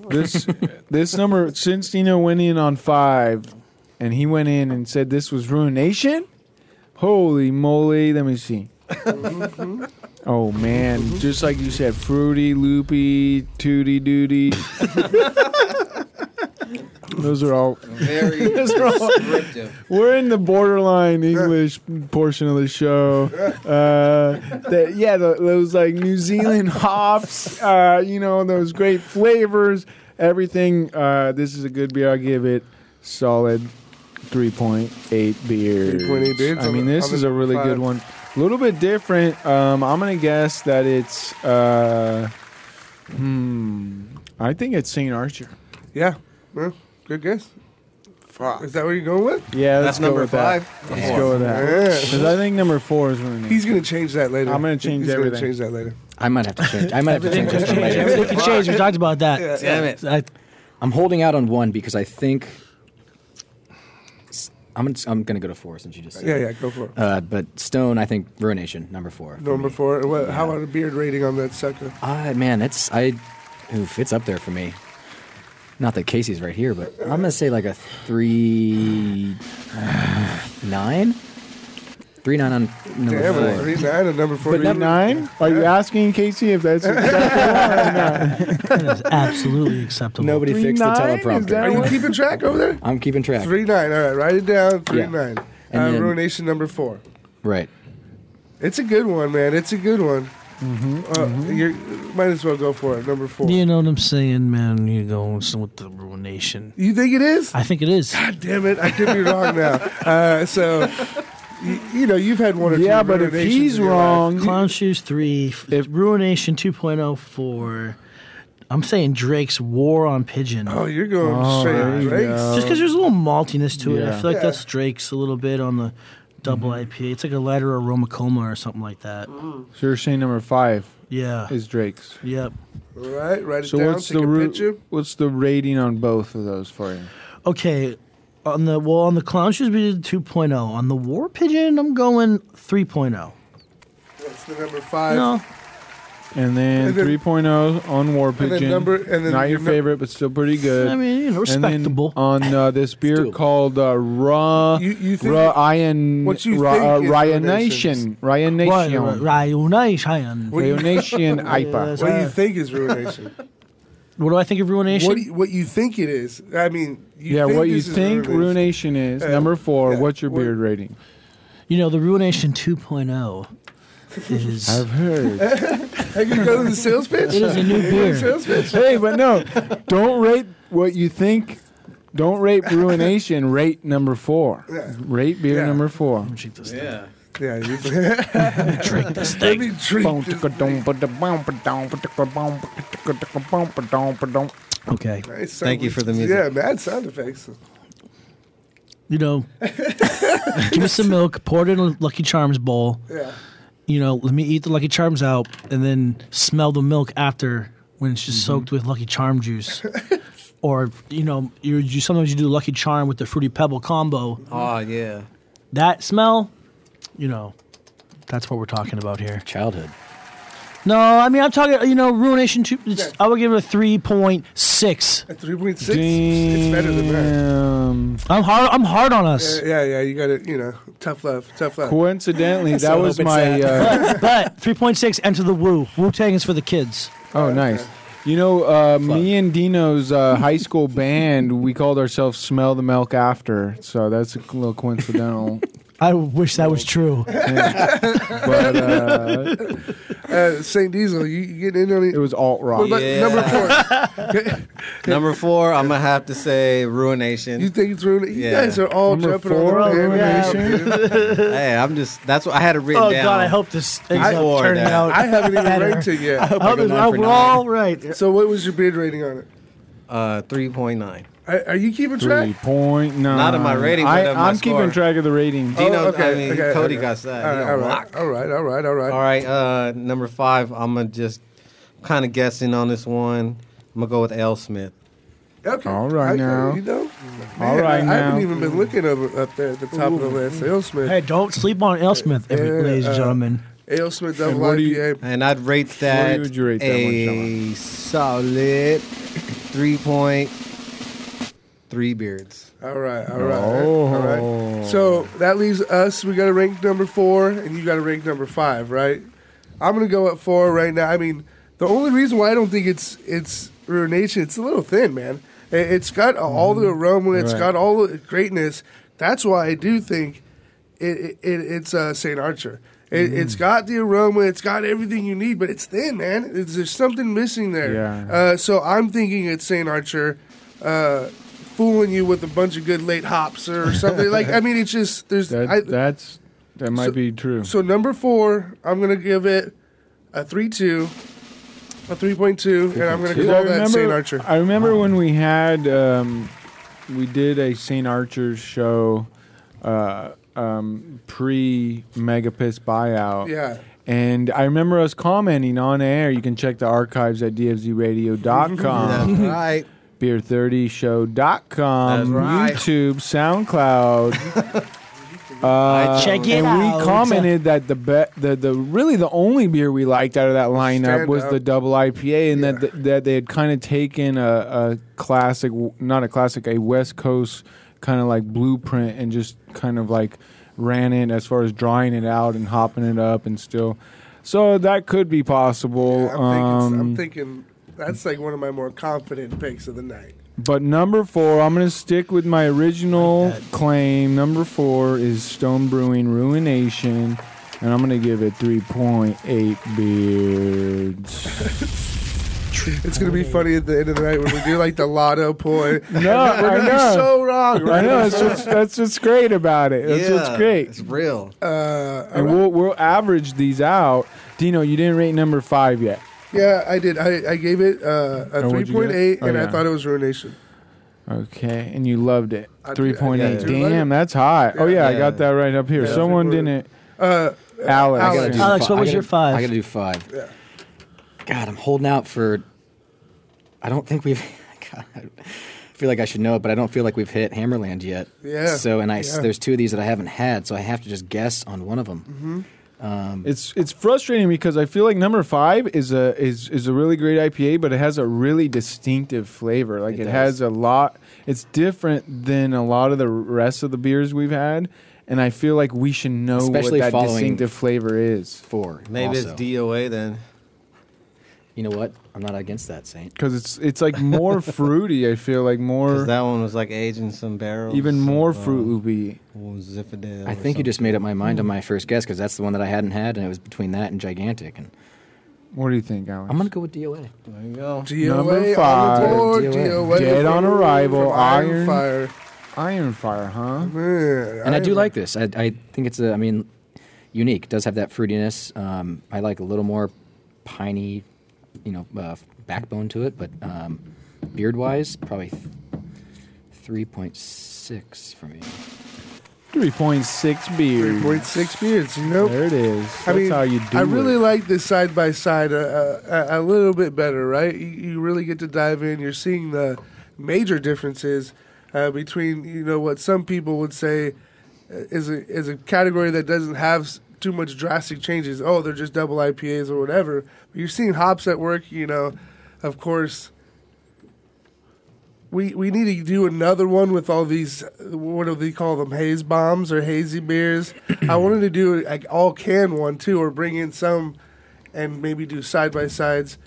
Speaker 3: this this number since Dino went in on five, and he went in and said this was ruination. Holy moly! Let me see.
Speaker 2: Mm-hmm.
Speaker 3: oh man, just like you said, fruity, loopy, tooty dooty. Those are all.
Speaker 6: Very descriptive.
Speaker 3: We're in the borderline English portion of the show. Uh, that yeah, tho- those like New Zealand hops. Uh, you know those great flavors. Everything. Uh, this is a good beer. I give it solid three point eight beers.
Speaker 2: 3.8 beers
Speaker 3: I
Speaker 2: on
Speaker 3: mean,
Speaker 2: the-
Speaker 3: this
Speaker 2: on
Speaker 3: is
Speaker 2: the
Speaker 3: a really
Speaker 2: five.
Speaker 3: good one. A little bit different. Um, I'm gonna guess that it's. Uh, hmm, I think it's St. Archer.
Speaker 2: Yeah. yeah. Good guess.
Speaker 6: Fuck.
Speaker 2: Is that what you're going with?
Speaker 3: Yeah,
Speaker 6: That's number five.
Speaker 3: Let's go with that.
Speaker 2: Yeah.
Speaker 3: 'Cause I think number four is when
Speaker 2: He's gonna change that later.
Speaker 3: I'm gonna change
Speaker 2: He's
Speaker 3: everything.
Speaker 2: Gonna change that later.
Speaker 4: I might have to change. I might have to change this one
Speaker 5: Change.
Speaker 4: later.
Speaker 5: Everything can change. We talked about that.
Speaker 6: Damn it.
Speaker 5: I,
Speaker 4: I'm holding out on one because I think I'm gonna, I'm gonna go to four since you just said.
Speaker 2: Yeah,
Speaker 4: it.
Speaker 2: yeah. Go for it.
Speaker 4: Uh, but Stone, I think Ruination number four. for
Speaker 2: Number
Speaker 4: me.
Speaker 2: four. What, How about a beard rating on that sucker?
Speaker 4: Ah, man, it's I, oof, it's up there for me. Not that Casey's right here, but I'm gonna say like a three nine, three nine on number
Speaker 2: Damn it.
Speaker 4: four.
Speaker 2: Three nine and number four.
Speaker 3: But
Speaker 2: reading.
Speaker 3: nine? Are you asking Casey if that's
Speaker 5: that is absolutely acceptable.
Speaker 4: Nobody
Speaker 3: Three
Speaker 4: fixed
Speaker 3: nine?
Speaker 4: the
Speaker 3: Is that
Speaker 2: Are
Speaker 4: teleprompter.
Speaker 2: you keeping track over there?
Speaker 4: I'm keeping track.
Speaker 2: Three nine. All right. Write it down. Three
Speaker 4: Yeah.
Speaker 2: nine.
Speaker 4: And
Speaker 2: uh,
Speaker 4: then-
Speaker 2: Ruination number four.
Speaker 4: Right.
Speaker 2: It's a good one, man. It's a good one. Uh, You might as well go for it. Number four.
Speaker 5: You know what I'm saying, man? You go with the ruination.
Speaker 2: You think it is?
Speaker 5: I think it is.
Speaker 2: God damn it! I could be wrong now. Uh, so, you, you know, you've had one or two.
Speaker 3: yeah, but if
Speaker 2: ruinations
Speaker 3: he's
Speaker 2: in your life.
Speaker 3: wrong,
Speaker 5: Clown Shoes 3, f-
Speaker 3: If-
Speaker 5: Ruination 2.0 for, I'm saying Drake's War on Pigeon.
Speaker 2: oh, you're going
Speaker 3: Oh,
Speaker 2: straight
Speaker 3: there you
Speaker 2: Drake's.
Speaker 3: go.
Speaker 5: Just because there's a little maltiness to it.
Speaker 3: Yeah. Mm-hmm.
Speaker 5: I feel like
Speaker 2: Yeah.
Speaker 5: that's Drake's a little bit on the double IPA. It's like a lighter aroma coma or something like that.
Speaker 2: Mm-hmm.
Speaker 3: so you're saying number five
Speaker 5: Yeah.
Speaker 3: is Drake's.
Speaker 5: yep.
Speaker 2: All right, write it
Speaker 3: So
Speaker 2: down.
Speaker 3: what's
Speaker 2: Take
Speaker 3: the
Speaker 2: a
Speaker 3: ru-
Speaker 2: picture.
Speaker 3: what's the rating on both of those for you?
Speaker 5: Okay. On the well, on the clown shoes we did 2.0. On the war pigeon, I'm going oh. 3.0.
Speaker 2: That's the number five.
Speaker 5: No,
Speaker 3: And then,
Speaker 2: And then-
Speaker 3: 3.0 on War
Speaker 2: then
Speaker 3: Pigeon.
Speaker 2: number- and then
Speaker 3: Not your
Speaker 2: your num-
Speaker 3: favorite, but still pretty good.
Speaker 5: I mean, you know,
Speaker 3: And then
Speaker 5: respectable.
Speaker 3: on uh, this beer
Speaker 4: doable.
Speaker 3: called uh, Ra,
Speaker 2: You- you think-
Speaker 3: Ra Iron,
Speaker 2: what you
Speaker 3: Ra,
Speaker 2: think
Speaker 3: uh,
Speaker 2: is
Speaker 3: Ryan
Speaker 2: donations.
Speaker 3: Nation, Ryan
Speaker 5: Right,
Speaker 3: Nation,
Speaker 5: right, right, right, right.
Speaker 2: What you-
Speaker 3: Ryan Nation IPA.
Speaker 5: Yes.
Speaker 2: What do you
Speaker 5: Uh,
Speaker 2: think is ruination?
Speaker 5: What do I think of ruination?
Speaker 2: what do you, what you think it is? I mean, you
Speaker 3: yeah,
Speaker 2: think
Speaker 3: what you
Speaker 2: this is
Speaker 3: think ruination is
Speaker 2: Uh,
Speaker 3: number four.
Speaker 2: yeah,
Speaker 3: what's your
Speaker 2: what-
Speaker 3: beard rating?
Speaker 5: You know, the Ruination 2.0 is
Speaker 3: I've heard.
Speaker 2: I can go to the sales pitch.
Speaker 5: it is a new beer.
Speaker 2: Sales pitch.
Speaker 3: hey, but no, don't rate what you think. Don't rate ruination. Rate number four.
Speaker 2: Yeah.
Speaker 3: Rate beer
Speaker 2: Yeah.
Speaker 3: number four.
Speaker 5: Drink this thing.
Speaker 6: Yeah.
Speaker 2: Yeah, you drink this thing. Let me drink this.
Speaker 5: Okay.
Speaker 2: Nice sound
Speaker 6: Thank you for the music.
Speaker 2: Yeah, mad sound effects.
Speaker 5: You know, give me some milk, pour it in a Lucky Charms bowl.
Speaker 2: Yeah.
Speaker 5: You know, let me eat the Lucky Charms out and then smell the milk after when it's just
Speaker 2: Mm-hmm.
Speaker 5: soaked with Lucky Charm juice. or, you know, you, you sometimes you do Lucky Charm with the Fruity Pebble combo.
Speaker 2: Ah,
Speaker 6: Oh, yeah.
Speaker 5: That smell, you know, that's what we're talking about here.
Speaker 4: Childhood.
Speaker 5: No, I mean, I'm talking, you know, Ruination 2. it's- I would give it a 3.6.
Speaker 2: At 3.6, it's better than that.
Speaker 3: Damn.
Speaker 5: I'm hard. I'm hard on us.
Speaker 2: Yeah, yeah, you got to, you know, tough love, tough love.
Speaker 3: Coincidentally, that was
Speaker 4: hope it's
Speaker 3: my. Uh,
Speaker 5: but 3.6 enter the Wu. Wu Tang is for the kids.
Speaker 3: oh, nice. You know, uh, me and Dino's uh, high school band, we called ourselves "Smell the Milk After," so that's a little coincidental.
Speaker 5: I wish that was true.
Speaker 3: but uh,
Speaker 2: Uh, St. Diesel, you, you getting in on it?
Speaker 3: it was alt rock.
Speaker 2: What about
Speaker 6: Yeah.
Speaker 2: number four?
Speaker 6: Number four, I'm going to have to say Ruination.
Speaker 2: You think it's ruination? You
Speaker 6: Yeah.
Speaker 2: guys are all
Speaker 3: Number
Speaker 2: jumping
Speaker 3: four,
Speaker 2: on the
Speaker 3: ruination.
Speaker 2: ruination.
Speaker 6: hey, I'm just, that's what I had it written
Speaker 5: oh
Speaker 6: down.
Speaker 5: God, I hope this ends
Speaker 6: I-
Speaker 5: up
Speaker 6: Four,
Speaker 5: turning
Speaker 6: yeah.
Speaker 5: out.
Speaker 2: I haven't even
Speaker 5: better.
Speaker 2: ranked it yet.
Speaker 5: I hope
Speaker 6: Like a
Speaker 5: it's-
Speaker 6: nine for
Speaker 5: we're
Speaker 6: nine.
Speaker 5: all right.
Speaker 2: So what was your beard rating on it?
Speaker 6: Uh, 3.9.
Speaker 2: Are, are you keeping track?
Speaker 3: Three point nine.
Speaker 6: Not of my rating, but
Speaker 3: I,
Speaker 6: of my
Speaker 3: I'm
Speaker 6: score.
Speaker 3: keeping track of the rating.
Speaker 2: Oh,
Speaker 6: Dino,
Speaker 2: okay,
Speaker 6: I mean,
Speaker 2: okay,
Speaker 6: Cody
Speaker 2: okay.
Speaker 6: got that.
Speaker 2: All
Speaker 6: He
Speaker 2: right,
Speaker 6: got
Speaker 2: all right,
Speaker 6: rocked.
Speaker 2: all right, all right, all right.
Speaker 6: All right, uh, number five, I'm going to just kind of guessing on this one. I'm going to go with L. Smith.
Speaker 2: Okay.
Speaker 3: All right
Speaker 2: I-
Speaker 3: now.
Speaker 2: You know,
Speaker 3: All
Speaker 2: man,
Speaker 3: right
Speaker 2: I, I
Speaker 3: now.
Speaker 2: haven't even been looking over, up there at the top of the list. Ale Smith.
Speaker 5: Hey, don't sleep on L. Smith, every,
Speaker 2: Yeah,
Speaker 5: ladies and
Speaker 2: uh,
Speaker 5: gentlemen.
Speaker 2: Ale Smith double
Speaker 3: what do you-
Speaker 2: IPA.
Speaker 6: And I'd rate that
Speaker 3: What would you rate that one,
Speaker 6: a solid three point three beards.
Speaker 2: All right, all right, all
Speaker 3: Oh.
Speaker 2: right. So that leaves us. We got to rank number four, and you got to rank number five, right? I'm gonna go at four right now. I mean, the only reason why I don't think it's it's ruination, it's a little thin, man. I- It's got all the aroma, it's
Speaker 3: Mm-hmm. Right.
Speaker 2: got all the greatness. That's why I do think it, it, it's uh, Saint Archer. It,
Speaker 3: Mm-hmm.
Speaker 2: It's got the aroma, it's got everything you need, but it's thin, man. It's, there's something missing there.
Speaker 3: Yeah.
Speaker 2: Uh, so I'm thinking it's Saint Archer. Uh, fooling you with a bunch of good late hops or something. like I mean, it's just there's.
Speaker 3: That,
Speaker 2: I,
Speaker 3: that's that might be true.
Speaker 2: so number four, I'm gonna give it a three two. A 3.2, and I'm going to
Speaker 3: Dude,
Speaker 2: call
Speaker 3: I
Speaker 2: that
Speaker 3: remember-
Speaker 2: St. Archer.
Speaker 3: I remember when we had um, we did a St. Archer's show uh, um, pre Megapiss buyout.
Speaker 2: Yeah.
Speaker 3: And I remember us commenting on air. You can check the archives at dfzradio.com,
Speaker 6: right.
Speaker 3: beer30show.com,
Speaker 6: That's right.
Speaker 3: YouTube, SoundCloud. Uh,
Speaker 5: Check it
Speaker 3: and
Speaker 5: out.
Speaker 3: we commented that the be- the the really the only beer we liked out of that lineup
Speaker 2: Stand
Speaker 3: was
Speaker 2: up.
Speaker 3: the double IPA, and that th- that they had kind of taken a, a classic, not a classic, a West Coast kind of like blueprint, and just kind of like ran it as far as drying it out and hopping it up, and still. So that could be possible.
Speaker 2: I'm, thinking, I'm
Speaker 3: um,
Speaker 2: thinking that's like one of my more confident picks of the night.
Speaker 3: But number four, I'm going to stick with my original claim. Number four is Stone Brewing Ruination, and I'm going to give it 3.8 beards.
Speaker 2: It's going to be funny at the end of the night when we do like the lotto poi.
Speaker 3: No,
Speaker 2: We're
Speaker 3: I
Speaker 2: going to be
Speaker 3: know.
Speaker 2: so wrong,
Speaker 3: I
Speaker 2: right?
Speaker 3: know that's what's, that's what's great about it. That's what's
Speaker 6: It's
Speaker 3: great,
Speaker 6: real.
Speaker 2: Uh,
Speaker 3: and we'll we'll average these out. Dino, you didn't rate number five yet.
Speaker 2: yeah, I did. I, I gave it uh, a
Speaker 3: Oh, what'd you give
Speaker 2: 3.8,
Speaker 3: it? Oh,
Speaker 2: and I
Speaker 3: yeah.
Speaker 2: thought it was Ruination.
Speaker 3: Okay, and you loved it.
Speaker 2: I do- I
Speaker 3: Three point eight.
Speaker 6: do
Speaker 2: love
Speaker 3: Damn,
Speaker 2: it.
Speaker 3: that's hot. oh yeah, I
Speaker 6: Yeah.
Speaker 3: got that right up here.
Speaker 2: Yeah.
Speaker 3: Someone
Speaker 2: 3.8.
Speaker 3: didn't.
Speaker 2: Uh,
Speaker 3: Alex.
Speaker 2: Alex.
Speaker 4: gotta do
Speaker 5: Alex,
Speaker 4: fi-
Speaker 5: what
Speaker 4: I
Speaker 5: was
Speaker 4: gotta-
Speaker 5: your five?
Speaker 4: I got to do five.
Speaker 2: Yeah.
Speaker 4: God, I'm holding out for. I don't think we've. God, I feel like I should know it, but I don't feel like we've hit Hammerland yet.
Speaker 2: Yeah,
Speaker 4: So, and I s-
Speaker 2: yeah.
Speaker 4: there's two of these that I haven't had, so I have to just guess on one of them. Um,
Speaker 3: It's it's frustrating because I feel like number five is a is is a really great IPA, but it has a really distinctive flavor. Like it,
Speaker 4: It does.
Speaker 3: has a lot. It's different than a lot of the rest of the beers we've had, and I feel like we should know
Speaker 4: Especially
Speaker 3: what that
Speaker 4: following-
Speaker 3: distinctive flavor is
Speaker 4: Four.
Speaker 6: Maybe
Speaker 4: also.
Speaker 6: it's DOA then.
Speaker 4: You know what? I'm not against that, Saint.
Speaker 3: because it's it's like more fruity. I feel like
Speaker 6: 'Cause
Speaker 3: more
Speaker 6: that one was like aging some barrels.
Speaker 3: even more
Speaker 6: of, uh,
Speaker 3: fruit loopy.
Speaker 6: what was it, Zinfandel
Speaker 4: I
Speaker 6: or Hmm.
Speaker 4: think you just made up my mind on my first guess because that's the one that I hadn't had, and it was between that and Gigantic. And
Speaker 3: What do you think, Alex?
Speaker 4: I'm gonna go with DOA.
Speaker 6: something. There you go.
Speaker 2: DOA
Speaker 3: Number
Speaker 2: on the
Speaker 3: five.
Speaker 2: board,
Speaker 4: DOA.
Speaker 2: DOA
Speaker 3: Dead on
Speaker 2: from-
Speaker 3: arrival,
Speaker 2: from
Speaker 3: iron.
Speaker 2: Fire.
Speaker 3: Iron Fire, huh?
Speaker 2: Man,
Speaker 4: and I do
Speaker 2: Iron-
Speaker 4: like this. I, I think it's, a, I mean, unique. It does have that fruitiness. Um, I like a little more piney, you know, uh, backbone to it. But um, beard wise, probably th- three point six for me.
Speaker 3: Three point six beers.
Speaker 2: 3.6 beards, you know?
Speaker 3: There it is. That's
Speaker 2: I mean,
Speaker 3: how you do
Speaker 2: I really
Speaker 3: it.
Speaker 2: like this side by side a, a, little bit better, right? You, you really get to dive in. You're seeing the major differences uh, between you know what some people would say is a is a category that doesn't have s- too much drastic changes. Oh, they're just double IPAs or whatever. But you're seeing hops at work. You know, of course. We, we need to do another one with all these what do they call them haze bombs or hazy beers. I wanted to do like all can one too, or bring in some and maybe do side by sides.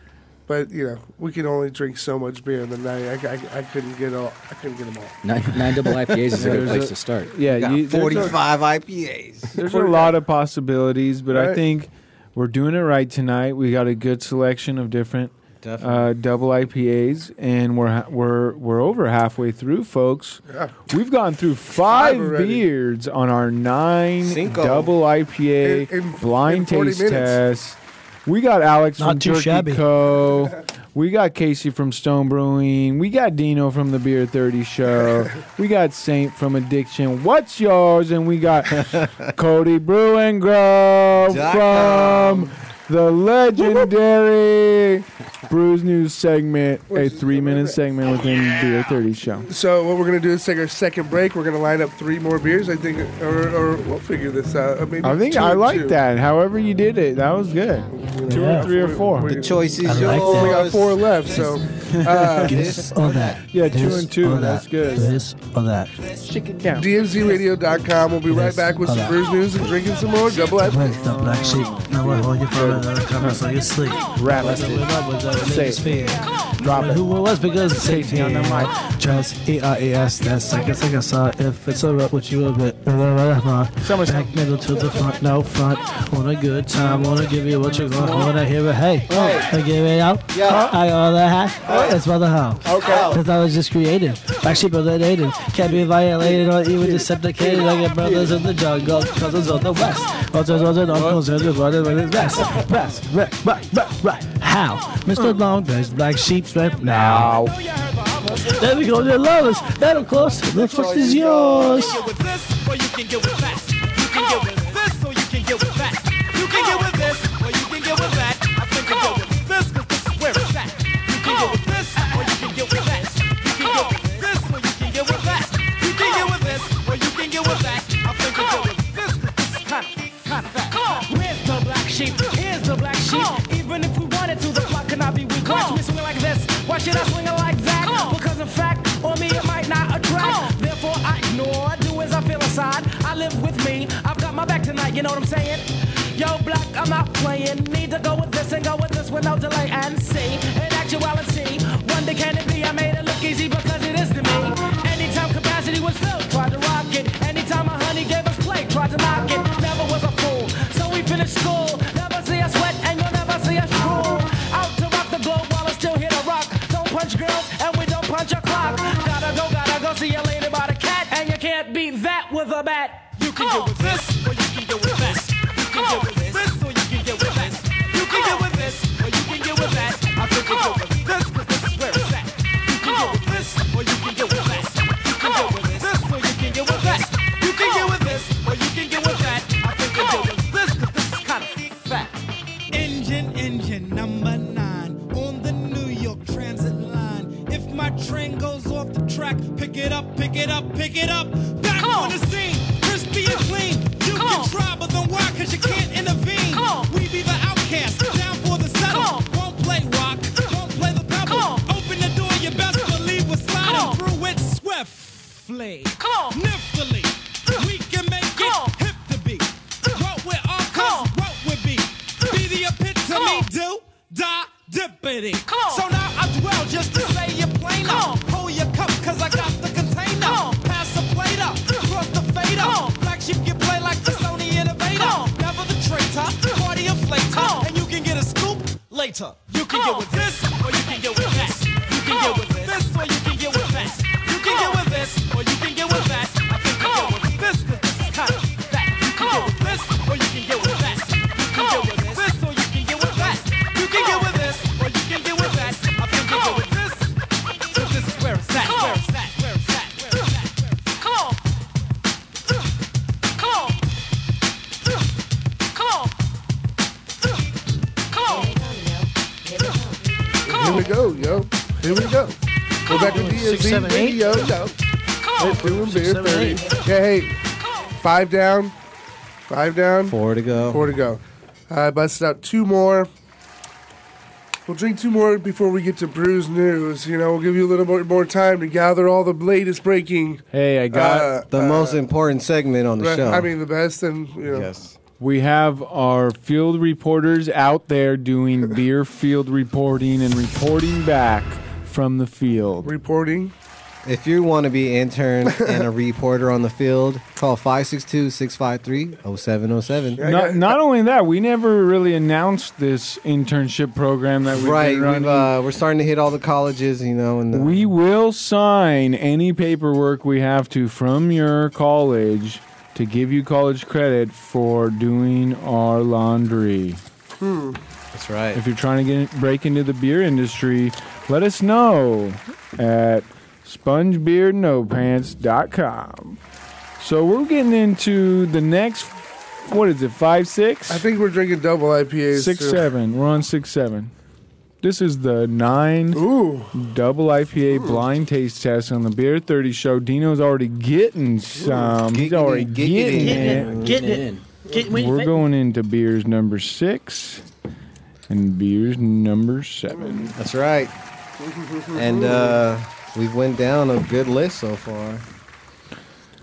Speaker 2: But you know we can only drink so much beer in the night. I, I, I couldn't get all I couldn't get them all.
Speaker 4: Nine, nine double IPAs is a good
Speaker 3: There's
Speaker 4: place
Speaker 3: a-
Speaker 4: to start.
Speaker 3: Yeah,
Speaker 6: Got
Speaker 3: you, there's a-
Speaker 6: 45 IPAs.
Speaker 3: There's a lot of possibilities, but I
Speaker 2: Right.
Speaker 3: think we're doing it right tonight. We got a good selection of different
Speaker 6: Definitely.
Speaker 3: uh, double IPAs, and we're ha- we're we're over halfway through, folks. We've gone through five,
Speaker 2: Five already.
Speaker 3: beards on our nine
Speaker 6: Cinco.
Speaker 3: double IPA
Speaker 2: In- in- in
Speaker 3: blind
Speaker 2: 40
Speaker 3: taste
Speaker 2: minutes.
Speaker 3: test. We got Alex
Speaker 5: Not
Speaker 3: from
Speaker 5: too
Speaker 3: Turkey
Speaker 5: shabby.
Speaker 3: Co. We got Casey from Stone Brewing. We got Dino from the Beer 30 Show. we got Saint from Addiction. What's yours? And we got Cody Brewing Grove
Speaker 6: Dot
Speaker 3: from the legendary Brews News segment, a
Speaker 2: Which is
Speaker 3: three minute
Speaker 2: amazing.
Speaker 3: segment within Beer 30 Show.
Speaker 2: So what we're gonna do is take our second break. We're gonna line up three more beers. I think, or, or we'll figure this out. Or maybe
Speaker 3: I think
Speaker 2: two
Speaker 3: I
Speaker 2: and
Speaker 3: like
Speaker 2: two.
Speaker 3: that. However, you did it, that was good. Two
Speaker 5: Yeah.
Speaker 3: or three or four.
Speaker 2: We,
Speaker 6: Choice is
Speaker 5: I like that.
Speaker 6: yours.
Speaker 2: we got four left. So uh,
Speaker 5: this or that.
Speaker 3: Yeah, two
Speaker 5: This
Speaker 3: and two,
Speaker 5: or that.
Speaker 3: that's good.
Speaker 5: This or that.
Speaker 3: Chicken count.
Speaker 2: DMZRadio.com. We'll be right
Speaker 5: Yes.
Speaker 2: back with some
Speaker 5: Hold
Speaker 2: brews news and drinking some more. Double up.
Speaker 5: Where's the black sheep? No one hold you for another cover so you sleep.
Speaker 3: Rap
Speaker 5: What's the
Speaker 3: it.
Speaker 5: up with that
Speaker 3: Say
Speaker 5: religious fear?
Speaker 3: Drop
Speaker 5: But
Speaker 3: it.
Speaker 5: who it was because it's
Speaker 3: Safety on the mic.
Speaker 5: Just E-I-A-S, that's I guess I guess uh, if it's alright with you a bit.
Speaker 3: Someone's-
Speaker 5: Back middle to the front, no front. Want a good time, wanna give you what you want, wanna hear it, hey, I give it out.
Speaker 6: Yeah.
Speaker 5: I all the hat, that's what the hell.
Speaker 6: Okay.
Speaker 5: Cause I was just created, actually related. Can't be violated or even decepticated. I got brothers in the jungle, cousins on the west. Altars, altars, uncles, and the brothers in the west. West, right, right, right, right. How? Mr. Long, there's black sheep right now. There we go, they love us. That'll close. The choice is yours.
Speaker 10: get with this, or you can get with that. You can get with this, or you can get with that. You can get with this, or you can get with that. I think you get with this, 'cause this is where it's at. You can get with this, or you can get with that. You can get with this, or you can get with that. You can get with this, or you can get with that. I think you get with this, 'cause this is kind of, kind of that. Where's the black sheep? Here's the black sheep. Even if we wanted to, the flock cannot be weak. Watch me swing like this. Why should I swing like that? Because in fact, on me it might not attract. Therefore, I ignore. I do as I feel inside. I live with me. I've got my back tonight. You know what I'm saying? Yo, black, I'm not playing. Need to go with this and go with this with no delay and see. In actuality, wonder can it be? I made it look easy because it is to me. Anytime capacity was filled, tried to rock it. Anytime a honey gave us play, tried to knock it. Never was a fool. So we finished school. Never see us sweat and you'll never see us drool. Out to rock the globe while it's still here to rock. Don't punch girls and we don't punch a clock. Gotta go, gotta go see you later by the cat. And you can't beat that with a bat. You can get with this or you can get with that. You can get with this or you can get with that. You can get with this or you can get with that. I think you get with this 'cause this is where it's at. You can get with this or you can get with that. You can get with this or you can get with that. You can get with this or you can get with that. I think you get with this 'cause this is kind of fat. Engine, engine number nine on the New York Transit line. If my train goes off the track, pick it up, pick it up, pick it up. Back on. the scene, crispy and clean. You can try, but then why? Cause you can't intervene. We be the outcast, down for the settle. Won't play rock, won't play the pebble. Open the door, you best believe we're sliding through it swiftly. Niftily, we can make it hip to be. What would all cause? What would be? Be the epitome. Do, da, dippity. So now I dwell just to say you're plain up. Hold your cup, cause I got the container. Pass the plate up, cross the fader. Black sheep get play like the Sony innovator. Never the traitor, party inflator. And you can get a scoop later. You can get with this, or you can get with that. You can get with this, or you can get with that. You can get with this, or you can get with that. I think you get with this, cause this is kind of fat. You can get with this, or you can get with that. You can get with this, or you can get with that. You can get with this, or you can get with that. I think you get with this, cause this is where it's at. Where it's at. Where it's at. Where it's at. Come on. Come on. Come on. Come on.
Speaker 2: Here we go, yo. Here we go. We're back with
Speaker 5: Six,
Speaker 2: DSC
Speaker 5: seven, eight?
Speaker 2: Radio. Yo. It's Brewing Beer
Speaker 5: seven,
Speaker 2: 30.
Speaker 5: eight.
Speaker 2: Yeah, hey. Five down. Five down.
Speaker 6: Four to go.
Speaker 2: Four to go. I busted out two more. We'll drink two more before we get to Brews News. You know, we'll give you a little more, more time to gather all the latest breaking.
Speaker 3: Hey, I got.
Speaker 2: Uh,
Speaker 6: the most important segment on the
Speaker 2: but,
Speaker 6: show.
Speaker 2: I mean, the best and, you know.
Speaker 6: yes.
Speaker 3: We have our field reporters out there doing beer field reporting and reporting back from the field.
Speaker 2: Reporting.
Speaker 6: If you want to be intern and a reporter on the field, call 562-653-0707.
Speaker 3: Not, not only that, we never really announced this internship program that we've
Speaker 6: Right,
Speaker 3: been
Speaker 6: we've,
Speaker 3: running.
Speaker 6: uh, we're starting to hit all the colleges, you know, and the,
Speaker 3: we will sign any paperwork we have to from your college to give you college credit for doing our laundry.
Speaker 2: Hmm.
Speaker 6: that's right.
Speaker 3: If you're trying to get break into the beer industry, let us know at spongebeardnopants.com. So we're getting into the next, what is it, five, six?
Speaker 2: I think we're drinking double IPAs.
Speaker 3: six,
Speaker 2: too.
Speaker 3: seven. We're on six, seven. This is the nine
Speaker 2: Ooh.
Speaker 3: double IPA blind taste test on the Beer 30 show. Dino's already getting some. He's
Speaker 6: Giggity,
Speaker 3: already
Speaker 6: giggity.
Speaker 3: getting it.
Speaker 5: Getting it, getting it. Get, wait,
Speaker 3: We're
Speaker 5: wait.
Speaker 3: going into beers number six and beers number seven.
Speaker 6: That's right. and uh, we went down a good list so far.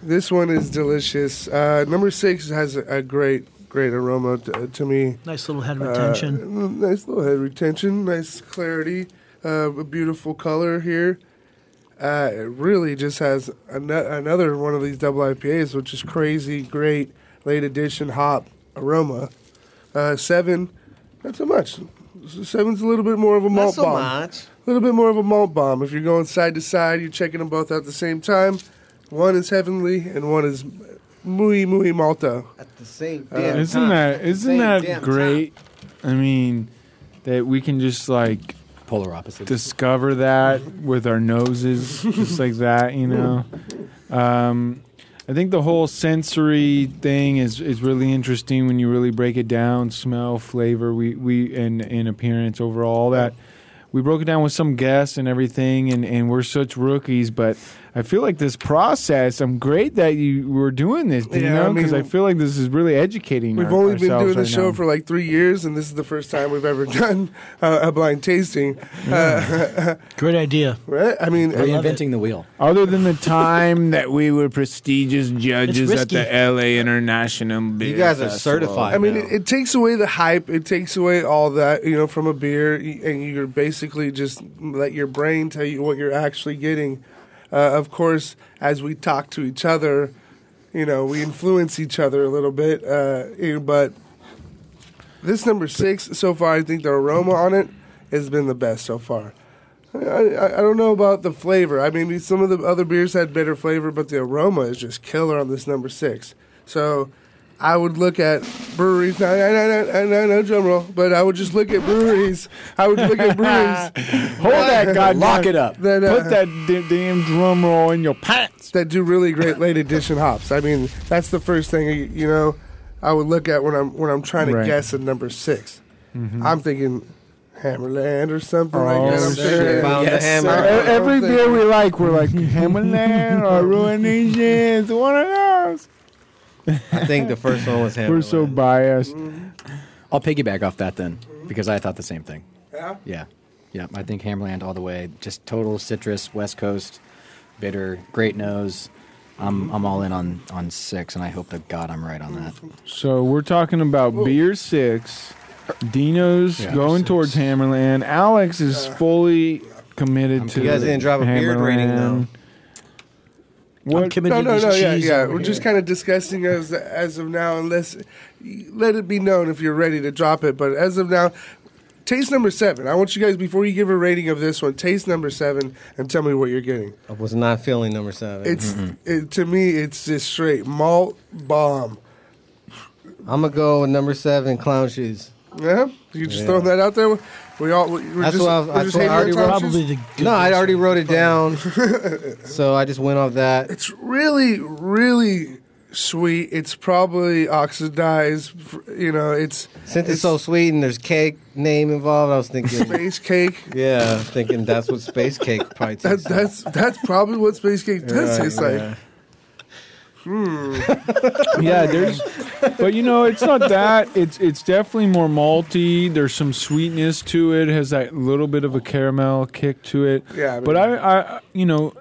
Speaker 2: This one is delicious. Uh, number six has a, a great, great aroma to, to me.
Speaker 5: Nice little head
Speaker 2: Uh,
Speaker 5: retention.
Speaker 2: nice little head retention, nice clarity, uh, a beautiful color here. Uh, it really just has an- another one of these double IPAs, which is crazy, great late edition hop aroma. Uh, seven, not so much. Seven's a little bit more of a malt bomb. A little bit more of a malt bomb. If you're going side to side, you're checking them both out at the same time. One is heavenly and one is muy muy malta.
Speaker 3: Uh,
Speaker 2: Uh,
Speaker 6: At the same damn
Speaker 3: isn't that isn't that great? I mean, that we can just like
Speaker 4: Polar opposites.
Speaker 3: discover that with our noses, just like that, you know. Um, I think the whole sensory thing is, is really interesting when you really break it down. Smell, flavor, we, we and, and appearance overall, all that. We broke it down with some guests and everything, and, and we're such rookies. But I feel like this process. I'm great that you were doing this, you
Speaker 2: Yeah, I
Speaker 3: know, because I,
Speaker 2: mean,
Speaker 3: feel like this is really educating.
Speaker 2: We've
Speaker 3: our-
Speaker 2: only been
Speaker 3: ourselves
Speaker 2: doing this
Speaker 3: right
Speaker 2: show
Speaker 3: now.
Speaker 2: for like three years, and this is the first time we've ever done uh, a blind tasting. Uh,
Speaker 5: Great idea.
Speaker 2: right? I mean, uh,
Speaker 4: Reinventing the wheel.
Speaker 3: Other than the time that we were prestigious judges
Speaker 5: It's
Speaker 3: at the
Speaker 5: risky.
Speaker 3: LA International Beer
Speaker 6: You guys are
Speaker 3: Festival.
Speaker 6: certified.
Speaker 2: I mean,
Speaker 6: now.
Speaker 2: it, it takes away the hype. It takes away all that, you know, from a beer, y- and you're basically just let your brain tell you what you're actually getting. Uh, of course, as we talk to each other, you know, we influence each other a little bit. Uh, you know, but this number six so far, I think the aroma on it has been the best so far. I, I, I don't know about the flavor. I mean, some of the other beers had better flavor, but the aroma is just killer on this number six. So I would look at breweries. No, no, no, no, no, no drum roll. But I would just look at breweries. I would look at breweries
Speaker 3: Hold that goddamn.
Speaker 4: Lock it up.
Speaker 2: That, uh,
Speaker 3: Put that d- damn drum roll in your pants.
Speaker 2: that do really great late edition hops. I mean, that's the first thing you- you know I would look at when I'm when I'm trying to
Speaker 3: Right.
Speaker 2: guess a number 6 i I'm thinking Hammerland or something
Speaker 3: Oh,
Speaker 2: like that. I'm
Speaker 3: shit.
Speaker 2: thinking-
Speaker 6: Found the hammer.
Speaker 3: E-
Speaker 2: sir.
Speaker 3: Every beer we like, we're like Hammerland or Ruinations, one of those.
Speaker 6: I think the first one was Hammer.
Speaker 3: We're so biased.
Speaker 4: I'll piggyback off that then because I thought the same thing.
Speaker 2: Yeah?
Speaker 4: Yeah. Yeah. I think Hammerland all the way. Just total citrus, West Coast, bitter, great nose. I'm I'm all in on on six, and I hope to God I'm right on that.
Speaker 3: So we're talking about beer six. Dino's
Speaker 4: Yeah.
Speaker 3: going towards Hammerland. Alex is fully committed to.
Speaker 6: You guys didn't drop a beard rating, though.
Speaker 3: Hammerland. What?
Speaker 5: I'm committed
Speaker 2: No, no,
Speaker 5: to
Speaker 2: no,
Speaker 5: the
Speaker 2: yeah,
Speaker 5: cheese
Speaker 2: yeah.
Speaker 5: over
Speaker 2: We're
Speaker 5: here.
Speaker 2: just kind of discussing as as of now, unless let it be known if you're ready to drop it. But as of now, taste number seven. I want you guys before you give a rating of this one, taste number seven, and tell me what you're getting.
Speaker 6: I was not feeling number seven. Mm-hmm.
Speaker 2: It's it, to me, it's just straight malt bomb.
Speaker 6: I'm gonna go with number seven, clown shoes.
Speaker 2: Yeah, you just
Speaker 6: Yeah.
Speaker 2: throwing that out there. We all we- we're
Speaker 6: That's
Speaker 2: just,
Speaker 6: what I was-
Speaker 2: we're
Speaker 6: that's
Speaker 2: just
Speaker 6: what I
Speaker 2: hating on
Speaker 6: already wrote.
Speaker 2: Tom
Speaker 5: Probably
Speaker 2: Cruise.
Speaker 5: the good
Speaker 6: No, I
Speaker 5: ones.
Speaker 6: already wrote it down, so I just went off that.
Speaker 2: It's really, really sweet. It's probably oxidized. fr- You know, it's
Speaker 6: Since it's so sweet and there's cake name involved, I was thinking,
Speaker 2: space cake.
Speaker 6: yeah, I was thinking that's what space cake probably
Speaker 2: That's
Speaker 6: tastes.
Speaker 2: that's that's probably what space cake does
Speaker 6: Yeah,
Speaker 2: taste
Speaker 6: yeah.
Speaker 2: like. Hmm.
Speaker 3: yeah, there's, but you know, it's not that. It's it's definitely more malty. There's some sweetness to it. Has that little bit of a caramel kick to it.
Speaker 2: Yeah, I
Speaker 3: but
Speaker 2: mean-
Speaker 3: I, I, you know,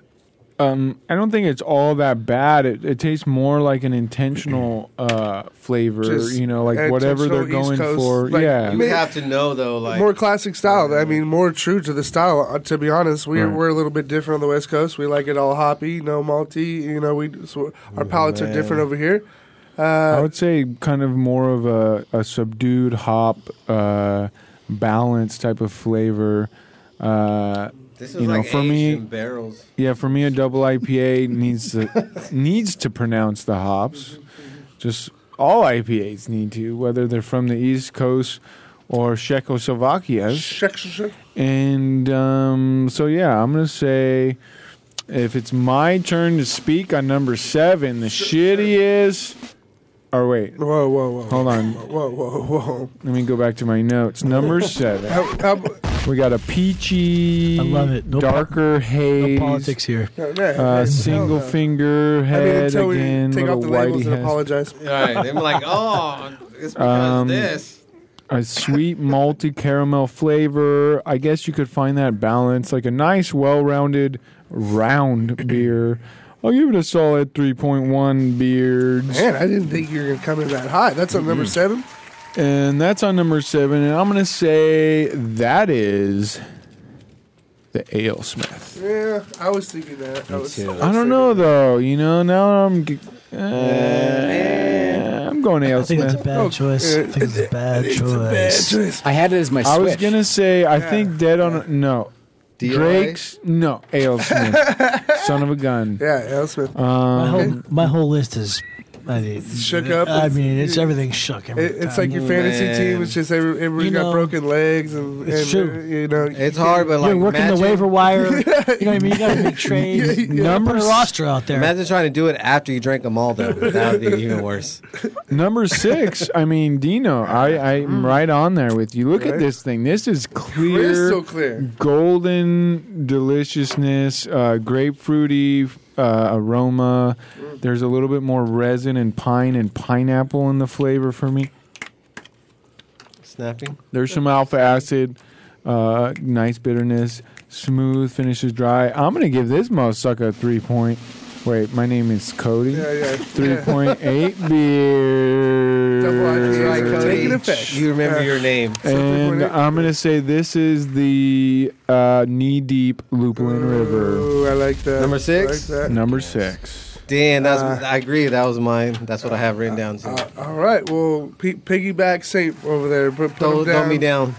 Speaker 3: um, I don't think it's all that bad. It, it tastes more like an intentional uh, flavor.
Speaker 2: Just
Speaker 3: you know, like whatever they're
Speaker 2: intentional
Speaker 3: going
Speaker 2: East Coast,
Speaker 3: for.
Speaker 2: like,
Speaker 3: yeah,
Speaker 6: You would have to know though, like
Speaker 2: more classic style. I mean, more true to the style. Uh, To be honest, we are
Speaker 3: Right.
Speaker 2: we're a little bit different on the West Coast. We like it all hoppy, no malty. You know, we so our palates are
Speaker 3: Oh,
Speaker 6: man.
Speaker 2: different over here. uh,
Speaker 3: I would say kind of more of a, a subdued hop, uh, balance type of flavor. Uh,
Speaker 6: this is
Speaker 3: you know,
Speaker 6: like
Speaker 3: for
Speaker 6: Asian
Speaker 3: me,
Speaker 6: barrels.
Speaker 3: Yeah, for me, a double IPA needs to needs to pronounce the hops. Just all IPAs need to, whether they're from the East Coast or Czechoslovakia.
Speaker 2: Shek- shek- shek.
Speaker 3: And um, so, yeah, I'm gonna say if it's my turn to speak on number seven, the shittiest. Or wait,
Speaker 2: Whoa, whoa, whoa!
Speaker 3: hold on.
Speaker 2: Whoa, whoa, whoa!
Speaker 3: Let me go back to my notes. Number seven,
Speaker 2: How- how-
Speaker 3: we got a peachy,
Speaker 5: I love it. No po-
Speaker 3: darker haze,
Speaker 5: No politics here.
Speaker 2: no, no, hell
Speaker 3: uh,
Speaker 2: no.
Speaker 3: single finger
Speaker 2: I mean,
Speaker 3: head
Speaker 2: until
Speaker 3: again.
Speaker 2: we take off
Speaker 3: little
Speaker 2: the
Speaker 3: whitey
Speaker 2: labels and
Speaker 3: head.
Speaker 2: apologize.
Speaker 6: All right, they're like, oh, it's because
Speaker 3: Um,
Speaker 6: this.
Speaker 3: A sweet malty caramel flavor. I guess you could find that balance, like a nice, well-rounded round beer. I'll give it a solid 3.1 beards,
Speaker 2: Man, I didn't think you were gonna come in that high. That's on number seven.
Speaker 3: and that's on number seven. And I'm gonna say that is the AleSmith.
Speaker 2: Yeah, I was thinking that. I, was,
Speaker 4: too.
Speaker 2: was
Speaker 3: I don't
Speaker 2: thinking-
Speaker 3: know though. You know, now I'm g- uh, I'm going
Speaker 5: I think it's a
Speaker 3: AleSmith.
Speaker 5: bad choice. I think it's a bad
Speaker 2: Oh, It's a bad
Speaker 5: choice.
Speaker 2: choice.
Speaker 4: I had it as my
Speaker 3: I
Speaker 4: switch.
Speaker 3: was gonna say I think Dead on no
Speaker 6: DOA?
Speaker 3: Drake's no AleSmith, son of a gun. Um,
Speaker 2: Yeah, Al Smith.
Speaker 4: Um,
Speaker 5: My whole my whole list is I mean,
Speaker 2: Shook up.
Speaker 5: I mean, it's everything shook. Every
Speaker 2: It, it's
Speaker 5: time.
Speaker 2: like your fantasy
Speaker 6: Man.
Speaker 2: team. It's just every, everybody
Speaker 5: You
Speaker 2: got
Speaker 5: know,
Speaker 2: broken legs and,
Speaker 5: it's
Speaker 2: and,
Speaker 5: true.
Speaker 2: uh, you know
Speaker 6: It's hard, but like
Speaker 5: you're working
Speaker 6: imagine,
Speaker 5: the waiver wire. You know what I mean? You got to make trades.
Speaker 2: Yeah, yeah.
Speaker 5: Number roster out there.
Speaker 6: Imagine trying to do it after you drank them all, though. That would be even worse.
Speaker 3: Number six, I mean, Dino, I, I'm right on there with you. Look
Speaker 2: Mm. Right.
Speaker 3: at this thing. This is clear,
Speaker 2: crystal clear.
Speaker 3: golden deliciousness, uh, grapefruity uh, aroma.
Speaker 2: Mm.
Speaker 3: There's a little bit more resin and pine and pineapple in the flavor for me.
Speaker 6: Snapping.
Speaker 3: There's some alpha acid, uh, nice bitterness, smooth, finishes dry. I'm going to give this sucker a three point. Wait, my name is Cody.
Speaker 2: Yeah, yeah.
Speaker 3: Three point eight beer.
Speaker 2: IPA. Right, Cody. Taking effect.
Speaker 6: You remember your name.
Speaker 3: And
Speaker 2: 3.8.
Speaker 3: I'm gonna say this is the uh, knee deep lupulin river,
Speaker 2: Ooh, I like that.
Speaker 6: Number six?
Speaker 2: I like that.
Speaker 3: number six.
Speaker 6: Dan, that's
Speaker 2: Uh,
Speaker 6: I agree. That was mine. That's what I have written
Speaker 5: uh,
Speaker 6: down. So.
Speaker 2: All right. Well, p- piggyback Saint over there. Put, put
Speaker 6: Don't,
Speaker 2: him down.
Speaker 6: don't be down.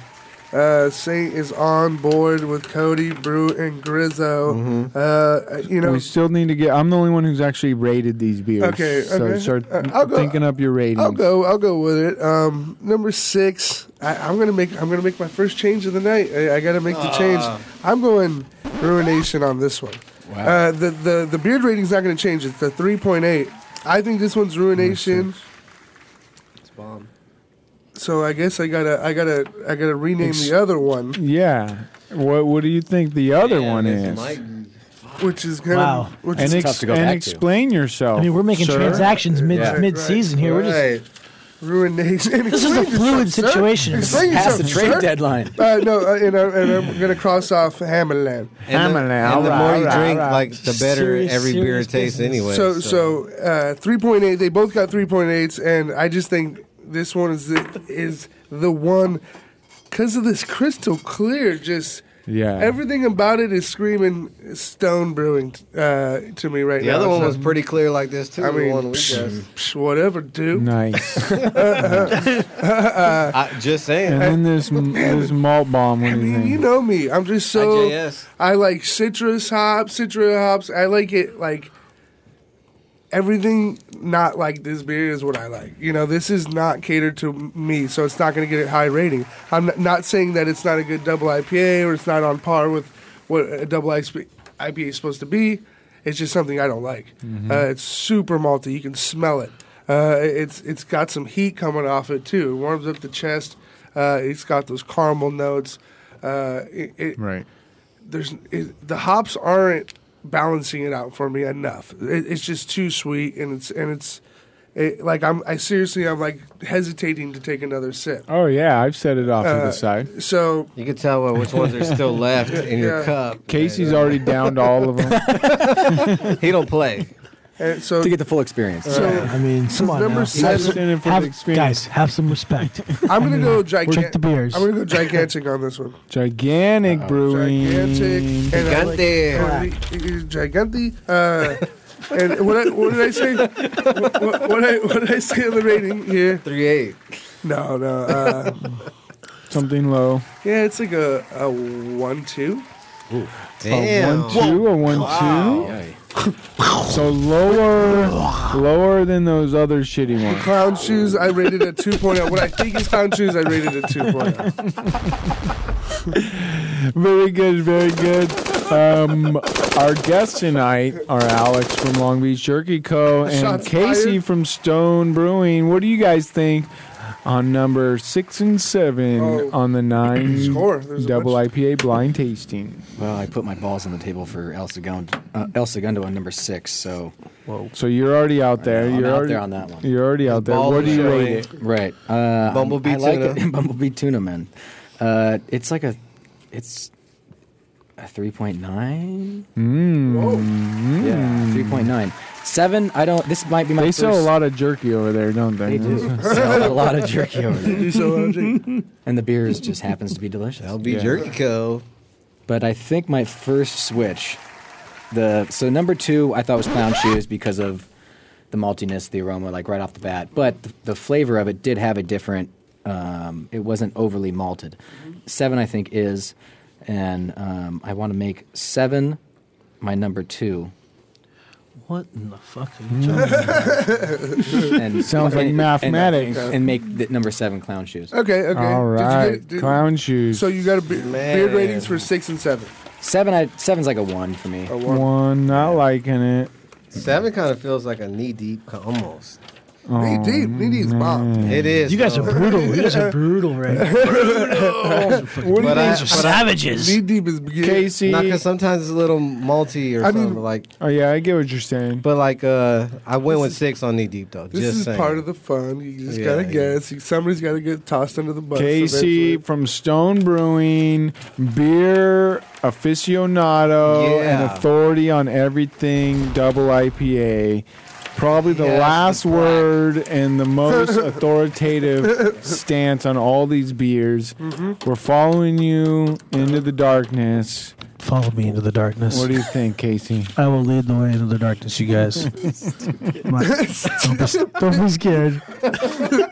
Speaker 2: Uh, Saint is on board with Cody, Brew, and Grizzo.
Speaker 6: Mm-hmm.
Speaker 2: Uh, you know,
Speaker 3: we still need to get. I'm the only one who's actually rated these beers.
Speaker 2: Okay,
Speaker 3: so
Speaker 2: okay.
Speaker 3: start
Speaker 2: Uh, I'll go-
Speaker 3: thinking up your ratings.
Speaker 2: I'll go. I'll go with it. Um, number six. I, I'm gonna make. I'm gonna make my first change of the night. I, I gotta make
Speaker 6: Ah.
Speaker 2: the change. I'm going ruination on this one. Uh, the the the beard rating's not gonna change. It's the 3.8. I think this one's ruination.
Speaker 6: It's bomb.
Speaker 2: So I guess I gotta I gotta I gotta rename the other one,
Speaker 3: Yeah. What What do you think the other
Speaker 6: Man,
Speaker 3: one
Speaker 6: this
Speaker 3: is?
Speaker 6: might-
Speaker 2: which is gonna
Speaker 5: Wow.
Speaker 2: Which
Speaker 3: And,
Speaker 2: is,
Speaker 3: ex-
Speaker 4: tough to go
Speaker 3: and
Speaker 4: back to.
Speaker 3: explain yourself.
Speaker 5: I mean, we're making
Speaker 3: sir.
Speaker 5: transactions mid
Speaker 2: Right,
Speaker 5: mid season here. We're just
Speaker 6: Right.
Speaker 2: ruination.
Speaker 5: this is a fluid situation.
Speaker 2: Explain
Speaker 4: Past
Speaker 2: yourself,
Speaker 4: the trade
Speaker 2: sir.
Speaker 4: deadline.
Speaker 2: Uh, no, uh, and, I, and I'm gonna cross off Hammerland.
Speaker 6: And the,
Speaker 3: Hammerland,
Speaker 6: and the
Speaker 3: alright,
Speaker 6: more you
Speaker 3: alright,
Speaker 6: drink,
Speaker 3: alright.
Speaker 6: like the better
Speaker 5: Serious,
Speaker 6: every beer
Speaker 5: serious
Speaker 6: tastes
Speaker 5: business.
Speaker 6: anyway.
Speaker 2: So so uh, 3.8. They both got 3.8s, and I just think this one is the, is the one because of this crystal clear. Just
Speaker 3: Yeah.
Speaker 2: everything about it is screaming Stone Brewing uh, to me right
Speaker 6: the
Speaker 2: now.
Speaker 6: other one
Speaker 2: So,
Speaker 6: was pretty clear like this too.
Speaker 2: I
Speaker 6: the
Speaker 2: mean,
Speaker 6: one we
Speaker 2: psh,
Speaker 6: got.
Speaker 2: psh, whatever, dude.
Speaker 3: nice.
Speaker 6: I, just saying.
Speaker 3: and then this m- this malt bomb. What
Speaker 2: I
Speaker 3: do you
Speaker 2: mean,
Speaker 3: think?
Speaker 2: you know me. I'm just so.
Speaker 6: IJS.
Speaker 2: I like citrus hops, citrus hops. I like it like everything. Not like this beer is what I like. You know, this is not catered to m- me, so it's not going to get a high rating. I'm n- not saying that it's not a good double IPA or it's not on par with what a double IPA is supposed to be. It's just something I don't like.
Speaker 11: Mm-hmm.
Speaker 5: Mm-hmm.
Speaker 2: Uh, it's super malty. You can smell it. Uh, it's it's got some heat coming off it too. It warms up the chest. Uh, it's got those caramel notes. Uh, it, it,
Speaker 3: Right.
Speaker 2: there's it, the hops aren't balancing it out for me enough. It, it's just too sweet, and it's and it's it, like I'm I seriously I'm like hesitating to take another sip.
Speaker 3: Oh yeah, I've set it off to
Speaker 2: Uh,
Speaker 3: the side.
Speaker 2: So
Speaker 6: You can tell well, which ones are still left in your
Speaker 2: Yeah.
Speaker 6: cup.
Speaker 3: Casey's already downed all of them.
Speaker 6: He don't play.
Speaker 2: and so
Speaker 4: To get the full experience.
Speaker 2: so
Speaker 5: I mean, come on
Speaker 2: number
Speaker 5: now.
Speaker 2: seven-
Speaker 3: Just in it for the
Speaker 5: Have,
Speaker 3: experience.
Speaker 5: guys, have some respect.
Speaker 2: I'm gonna go gigantic.
Speaker 5: Check the beers.
Speaker 2: I'm gonna go gigantic on this one.
Speaker 3: Gigantic brewing.
Speaker 2: Gigantic. And I like-
Speaker 6: Gigante.
Speaker 2: and I- Gigante. Uh, and what, I, what did I say? What, what, what I, what did I say on the rating here?
Speaker 6: Three eight.
Speaker 2: No, no. Uh,
Speaker 3: Something low.
Speaker 2: yeah, it's like a, a one two.
Speaker 3: A
Speaker 6: Damn.
Speaker 3: one two, a one
Speaker 4: Yay.
Speaker 3: two. So lower, lower than those other shitty ones.
Speaker 2: Clown shoes, I rated a 2.0. oh. What I think is clown shoes, I rated a 2.0.
Speaker 3: Very good, very good. Um, our guests tonight are Alex from Long Beach Jerky Co. and
Speaker 2: Shots
Speaker 3: Casey
Speaker 2: fired.
Speaker 3: from Stone Brewing. What do you guys think on number six and seven
Speaker 2: Oh.
Speaker 3: on the nine
Speaker 2: Score. There's a
Speaker 3: double
Speaker 2: bunch.
Speaker 3: IPA blind tasting?
Speaker 4: Well, I put my balls on the table for El Segundo, uh, El Segundo on number six, so
Speaker 3: So you're already out there.
Speaker 4: I'm
Speaker 3: you're
Speaker 4: out
Speaker 3: already
Speaker 4: there on that one.
Speaker 3: You're already out there.
Speaker 6: Ball
Speaker 3: What do you
Speaker 6: showing.
Speaker 3: rate it?
Speaker 4: Right. Uh,
Speaker 6: Bumblebee
Speaker 4: I like
Speaker 6: tuna.
Speaker 4: it. Bumblebee tuna, man. Uh, it's like a, it's a three point nine. Yeah, three point nine. Seven. I don't. This might be my.
Speaker 3: Mm. They
Speaker 4: first,
Speaker 3: sell a lot of jerky over there, don't they?
Speaker 4: They do sell a lot of jerky over there,
Speaker 2: Whoa.
Speaker 4: and the beer is, just happens to be delicious.
Speaker 6: LB
Speaker 3: Yeah.
Speaker 6: Jerky Co.
Speaker 4: but I think my first switch, the so number two I thought was clown shoes because of the maltiness, the aroma, like right off the bat. But the, the flavor of it did have a different. Um, it wasn't overly malted. Seven I think is, and um, I want to make seven my number two.
Speaker 5: What in the fuck are you talking about?
Speaker 4: and
Speaker 3: Sounds like
Speaker 4: and- and-
Speaker 3: mathematics.
Speaker 4: and, and make the number seven clown shoes.
Speaker 2: Okay, okay.
Speaker 3: All
Speaker 2: Did you
Speaker 3: right,
Speaker 2: get- did-
Speaker 3: clown shoes.
Speaker 2: So you got a be-
Speaker 6: Man.
Speaker 2: beard ratings for six and seven.
Speaker 4: Seven, I, seven's like a one for me.
Speaker 2: Or one.
Speaker 3: one, not liking it.
Speaker 6: Seven kind of feels like a knee deep, almost.
Speaker 2: Knee
Speaker 3: Oh,
Speaker 2: deep, knee deep's bomb.
Speaker 6: It is.
Speaker 5: You guys
Speaker 6: though.
Speaker 5: are brutal. You guys are brutal, right? now.
Speaker 3: What
Speaker 6: But I,
Speaker 5: You're
Speaker 6: but I,
Speaker 5: Savages.
Speaker 2: Knee deep is beginning.
Speaker 3: Casey?
Speaker 6: not because sometimes it's a little malty or
Speaker 2: I mean-
Speaker 6: something like.
Speaker 3: oh yeah, I get what you're saying.
Speaker 6: But like, uh, I went with six on knee deep though.
Speaker 2: This
Speaker 6: just
Speaker 2: is
Speaker 6: saying.
Speaker 2: part of the fun. You just
Speaker 6: Yeah,
Speaker 2: gotta
Speaker 6: yeah.
Speaker 2: guess. You- Somebody's gotta get tossed under the bus.
Speaker 3: Casey
Speaker 2: eventually.
Speaker 3: from Stone Brewing, beer aficionado and
Speaker 6: Yeah.
Speaker 3: authority on everything double IPA. Probably the
Speaker 6: Yes,
Speaker 3: last
Speaker 6: the black.
Speaker 3: word and the most authoritative stance on all these beers.
Speaker 6: Mm-hmm.
Speaker 3: We're following you into the darkness.
Speaker 5: Follow me into the darkness.
Speaker 3: What do you think, Casey?
Speaker 5: I will lead the way into the darkness, you guys. Come on. don't, be,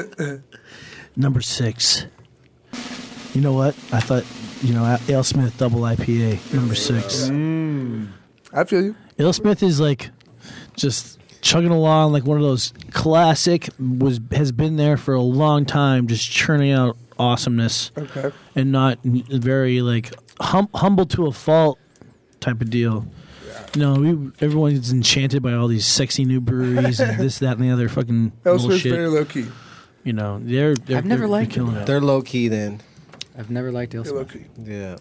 Speaker 5: don't be scared. Number six. You know what? I thought, you know, Ale Smith double IPA, number six.
Speaker 2: Mm. I feel you.
Speaker 5: Ale Smith is like just chugging along like one of those classic was has been there for a long time just churning out awesomeness
Speaker 2: Okay.
Speaker 5: and not n- very like hum- humble to a fault type of deal. No, we, everyone's enchanted by all these sexy new breweries and this, that, and the other fucking
Speaker 2: L
Speaker 5: bullshit.
Speaker 2: Smith's very low key.
Speaker 5: You know, they're, they're
Speaker 4: I've never
Speaker 5: they're
Speaker 4: liked
Speaker 5: killing
Speaker 4: it.
Speaker 5: it.
Speaker 6: They're low key then.
Speaker 4: I've never liked
Speaker 2: Very low
Speaker 4: Ilsa.
Speaker 2: key.
Speaker 6: Yeah.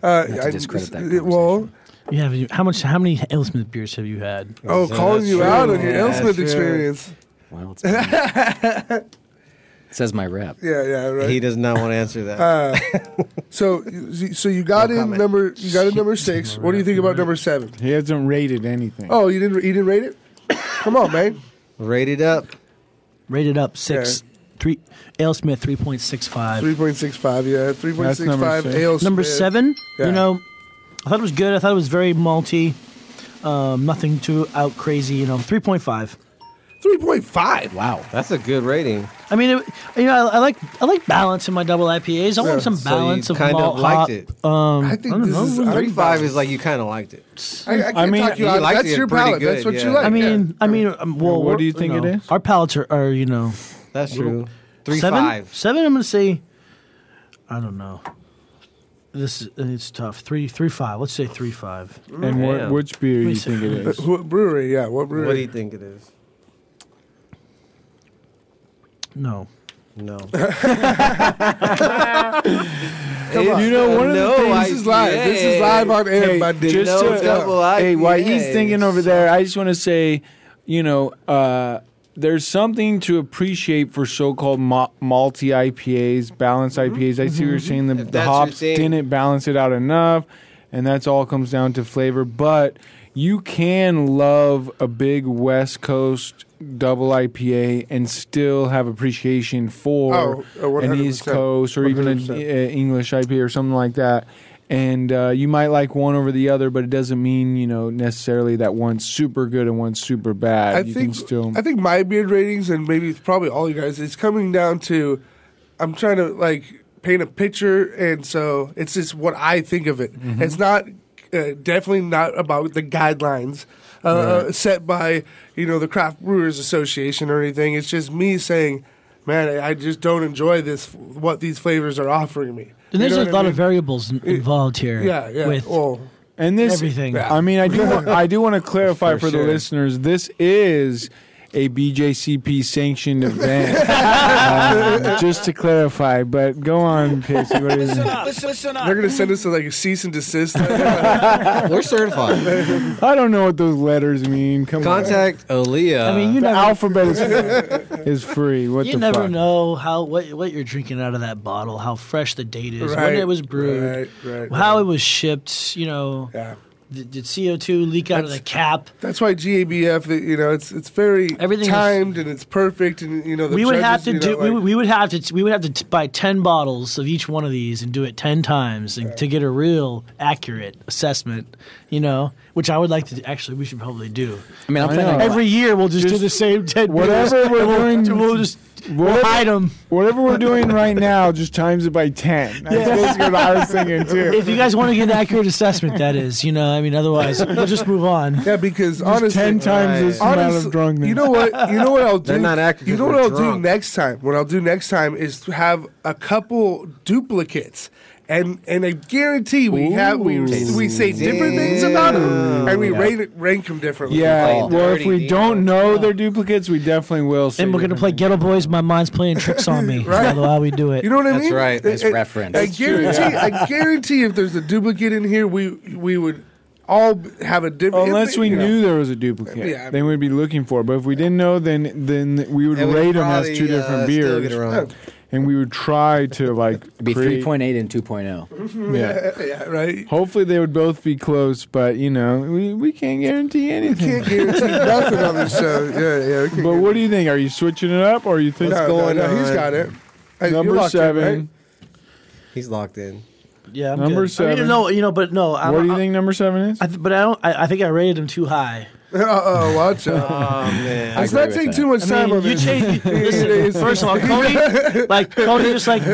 Speaker 2: Uh,
Speaker 4: to
Speaker 2: I-
Speaker 4: discredit that
Speaker 2: it- Well,
Speaker 5: You have how much? How many Ale Smith beers have you had?
Speaker 2: oh,
Speaker 6: Yeah,
Speaker 2: calling
Speaker 6: that's
Speaker 2: you
Speaker 6: true.
Speaker 2: out on your
Speaker 6: Yeah,
Speaker 2: L Smith
Speaker 6: sure.
Speaker 2: experience.
Speaker 4: Well, it's it says my rep.
Speaker 2: Yeah, yeah, right.
Speaker 6: He does not want to answer that.
Speaker 2: Uh, so, you- so you got
Speaker 6: No
Speaker 2: in
Speaker 6: comment.
Speaker 2: number. You got in number six. What do you think about number seven?
Speaker 3: He hasn't rated anything.
Speaker 2: Oh, you didn't. You didn't rate it. Come on, man.
Speaker 6: Rate it up.
Speaker 5: Rated up six, three. Ale Smith three point six five.
Speaker 2: Three point six five. Yeah, three point six five.
Speaker 3: number six.
Speaker 2: Ale
Speaker 5: Number
Speaker 2: Smith.
Speaker 5: seven.
Speaker 2: Yeah.
Speaker 5: You know, I thought it was good. I thought it was very malty. Um, nothing too out crazy. You know, three point five.
Speaker 2: Three point five.
Speaker 4: Wow.
Speaker 6: That's a good rating.
Speaker 5: I mean, it, you know, I, I like I like balance in my double IPAs. I
Speaker 2: Yeah,
Speaker 5: want some
Speaker 6: so
Speaker 5: balance
Speaker 6: you
Speaker 5: of
Speaker 6: kind
Speaker 5: malt
Speaker 6: of liked
Speaker 5: hop.
Speaker 6: it.
Speaker 5: Um,
Speaker 2: I
Speaker 5: I,
Speaker 2: think
Speaker 5: don't
Speaker 2: this
Speaker 5: know.
Speaker 2: is
Speaker 6: Three five
Speaker 2: unbalanced.
Speaker 6: is like you kind of liked it.
Speaker 2: I, I,
Speaker 3: I
Speaker 2: mean,
Speaker 3: mean,
Speaker 2: talk you
Speaker 6: he
Speaker 2: out.
Speaker 6: likes
Speaker 2: That's
Speaker 6: it
Speaker 2: your
Speaker 6: pretty
Speaker 2: palate.
Speaker 6: good,
Speaker 2: That's what you
Speaker 6: yeah.
Speaker 2: like.
Speaker 5: I mean,
Speaker 2: yeah.
Speaker 5: I mean, um, well,
Speaker 3: what
Speaker 5: we're-
Speaker 3: do you think it
Speaker 5: know,
Speaker 3: is?
Speaker 5: Our palates are, are you know,
Speaker 6: That's true. Three
Speaker 5: seven,
Speaker 6: five.
Speaker 5: seven. I'm gonna say, I don't know. This is, it's tough. Three, three, five. Let's say three, five.
Speaker 3: and what,
Speaker 6: Damn.
Speaker 3: which beer
Speaker 5: Let
Speaker 3: you
Speaker 5: me
Speaker 3: think
Speaker 5: see.
Speaker 3: it is?
Speaker 2: What Uh, brewery? Yeah, what brewery?
Speaker 6: What do you think it is?
Speaker 5: No,
Speaker 6: No.
Speaker 3: You know, one of the things-
Speaker 2: this is live. This is live on air,
Speaker 3: Hey,
Speaker 2: my dude.
Speaker 3: just
Speaker 6: No
Speaker 3: to-
Speaker 6: double
Speaker 3: hey, while he's
Speaker 6: IPAs.
Speaker 3: thinking over there, I just want to say, you know, uh, there's something to appreciate for so-called ma- multi IPAs, balanced IPAs. I see what you're saying. The,
Speaker 6: Mm-hmm. If
Speaker 3: the
Speaker 6: that's your
Speaker 3: hops
Speaker 6: thing.
Speaker 3: didn't balance it out enough, and that's all comes down to flavor. But you can love a big West Coast double IPA and still have appreciation for
Speaker 2: Oh, uh,
Speaker 3: an East
Speaker 2: 100%.
Speaker 3: Coast or even an
Speaker 2: 100%.
Speaker 3: uh, English IPA or something like that. And uh, you might like one over the other, but it doesn't mean you know necessarily that one's super good and one's super bad.
Speaker 2: I
Speaker 3: you
Speaker 2: think
Speaker 3: can still
Speaker 2: I think my beard ratings and maybe it's probably all you guys it's coming down to I'm trying to like paint a picture and so it's just what I think of it.
Speaker 3: Mm-hmm.
Speaker 2: It's not uh, definitely not about the guidelines uh, set by you know the craft brewers association or anything. It's just me saying, man, I, I just don't enjoy this what these flavors are offering me.
Speaker 5: and
Speaker 2: You
Speaker 5: there's
Speaker 2: know
Speaker 5: a
Speaker 2: what I
Speaker 5: lot of
Speaker 2: mean?
Speaker 5: variables in- involved here.
Speaker 2: yeah, yeah.
Speaker 5: With
Speaker 2: well,
Speaker 3: and this
Speaker 5: everything.
Speaker 3: I mean, I do want, I do want to clarify for,
Speaker 6: For
Speaker 3: the
Speaker 6: sure.
Speaker 3: listeners: this is a BJCP sanctioned event. Uh, just to clarify, but go on, Casey. What is it?
Speaker 2: they're gonna send us to like a cease and desist.
Speaker 6: We're certified.
Speaker 3: I don't know what those letters mean. Come on,
Speaker 6: Contact
Speaker 2: oh,
Speaker 6: Aaliyah.
Speaker 5: I mean, you
Speaker 3: the
Speaker 5: never,
Speaker 3: alphabet is, is free. What
Speaker 5: you
Speaker 3: the
Speaker 5: never
Speaker 3: fuck?
Speaker 5: know how what what you're drinking out of that bottle, how fresh the date is, when
Speaker 2: Right,
Speaker 5: it was brewed,
Speaker 2: right, right,
Speaker 5: how it was shipped. You know,
Speaker 2: yeah.
Speaker 5: did, did CO2 leak out of the cap?
Speaker 2: That's why GABF, that, you know, it's it's very
Speaker 5: Everything is-
Speaker 2: timed and it's perfect, and you know the
Speaker 5: we would
Speaker 2: judges,
Speaker 5: have to
Speaker 2: you know,
Speaker 5: do. we,
Speaker 2: like-
Speaker 5: would, we would have to. We would have to t- buy ten bottles of each one of these and do it ten times and, to get a real accurate assessment. You know, which I would like to. do- Actually, we should probably do.
Speaker 4: I mean, I'm
Speaker 3: know.
Speaker 4: playing.
Speaker 5: Every year, we'll just, do the same ten.
Speaker 3: Whatever
Speaker 5: beers,
Speaker 3: we're
Speaker 5: and we'll-
Speaker 3: doing-
Speaker 5: we'll just
Speaker 3: Whatever,
Speaker 5: Hide 'em.
Speaker 3: Whatever we're doing right now, just times it by ten. That's basically what I was thinking too.
Speaker 5: If you guys want to get an accurate assessment, that is, you know, I mean, otherwise we'll just move on.
Speaker 2: Yeah, because honestly,
Speaker 3: ten times this
Speaker 2: Right.
Speaker 3: amount
Speaker 2: honestly,
Speaker 3: of drunkenness.
Speaker 2: you know what? You know what I'll do.
Speaker 6: They're not accurate
Speaker 2: You know
Speaker 6: 'cause
Speaker 2: what
Speaker 6: we're
Speaker 2: I'll do
Speaker 6: drunk.
Speaker 2: next time. What I'll do next time is to have a couple duplicates. And and I guarantee we have we we say different things about them and we rate, rank them differently.
Speaker 3: yeah.
Speaker 6: Like
Speaker 3: Well, if
Speaker 6: dirty
Speaker 3: we
Speaker 6: deal.
Speaker 3: don't know they're duplicates, we definitely will. say
Speaker 5: And we're gonna
Speaker 3: different
Speaker 5: play
Speaker 3: things.
Speaker 5: Ghetto Boys. My mind's playing tricks on me.
Speaker 2: Right.
Speaker 5: That's how we do it.
Speaker 2: You know what I
Speaker 6: That's
Speaker 2: mean?
Speaker 6: right.
Speaker 2: I-
Speaker 4: Nice
Speaker 2: I-
Speaker 4: reference.
Speaker 2: I
Speaker 4: That's
Speaker 2: guarantee. I guarantee if there's a duplicate in here, we we would all have a different.
Speaker 3: Unless we knew there was a duplicate,
Speaker 2: Yeah.
Speaker 3: then we'd be looking for it. But if we didn't know, then then we would
Speaker 6: And we
Speaker 3: rate them as
Speaker 6: probably,
Speaker 3: two
Speaker 6: uh,
Speaker 3: different
Speaker 6: still get it
Speaker 3: beers, Oh.
Speaker 6: wrong.
Speaker 3: and we would try to like
Speaker 4: It'd be
Speaker 3: create-
Speaker 4: 3.8 and
Speaker 5: oh.
Speaker 4: 2.0.
Speaker 3: Yeah.
Speaker 2: Yeah, right.
Speaker 3: Hopefully they would both be close, but you know we, we can't guarantee anything.
Speaker 2: Can't guarantee nothing on this show. Yeah, yeah. we can-
Speaker 3: But what do you think? Are you switching it up, or you think
Speaker 2: no,
Speaker 3: going
Speaker 2: no, no, He's
Speaker 3: on?
Speaker 2: got it. Hey, you
Speaker 3: Number
Speaker 2: locked in, right?
Speaker 3: seven.
Speaker 6: He's locked in.
Speaker 5: yeah, I'm
Speaker 3: Number
Speaker 5: good. I
Speaker 3: seven.
Speaker 5: mean, no, you know, but no. I,
Speaker 3: What do you
Speaker 5: I-
Speaker 3: think number seven is?
Speaker 5: I th- but I don't. I, I think I rated him too high.
Speaker 2: Uh-oh, watch
Speaker 6: Oh
Speaker 2: out.
Speaker 6: man.
Speaker 2: Let's
Speaker 4: agree
Speaker 2: not
Speaker 4: with
Speaker 2: take
Speaker 4: that.
Speaker 2: too much
Speaker 5: I
Speaker 2: time
Speaker 5: mean,
Speaker 2: on
Speaker 5: you
Speaker 2: this.
Speaker 5: changed.
Speaker 2: It is.
Speaker 5: Listen, first of all, Cody, like Cody, just like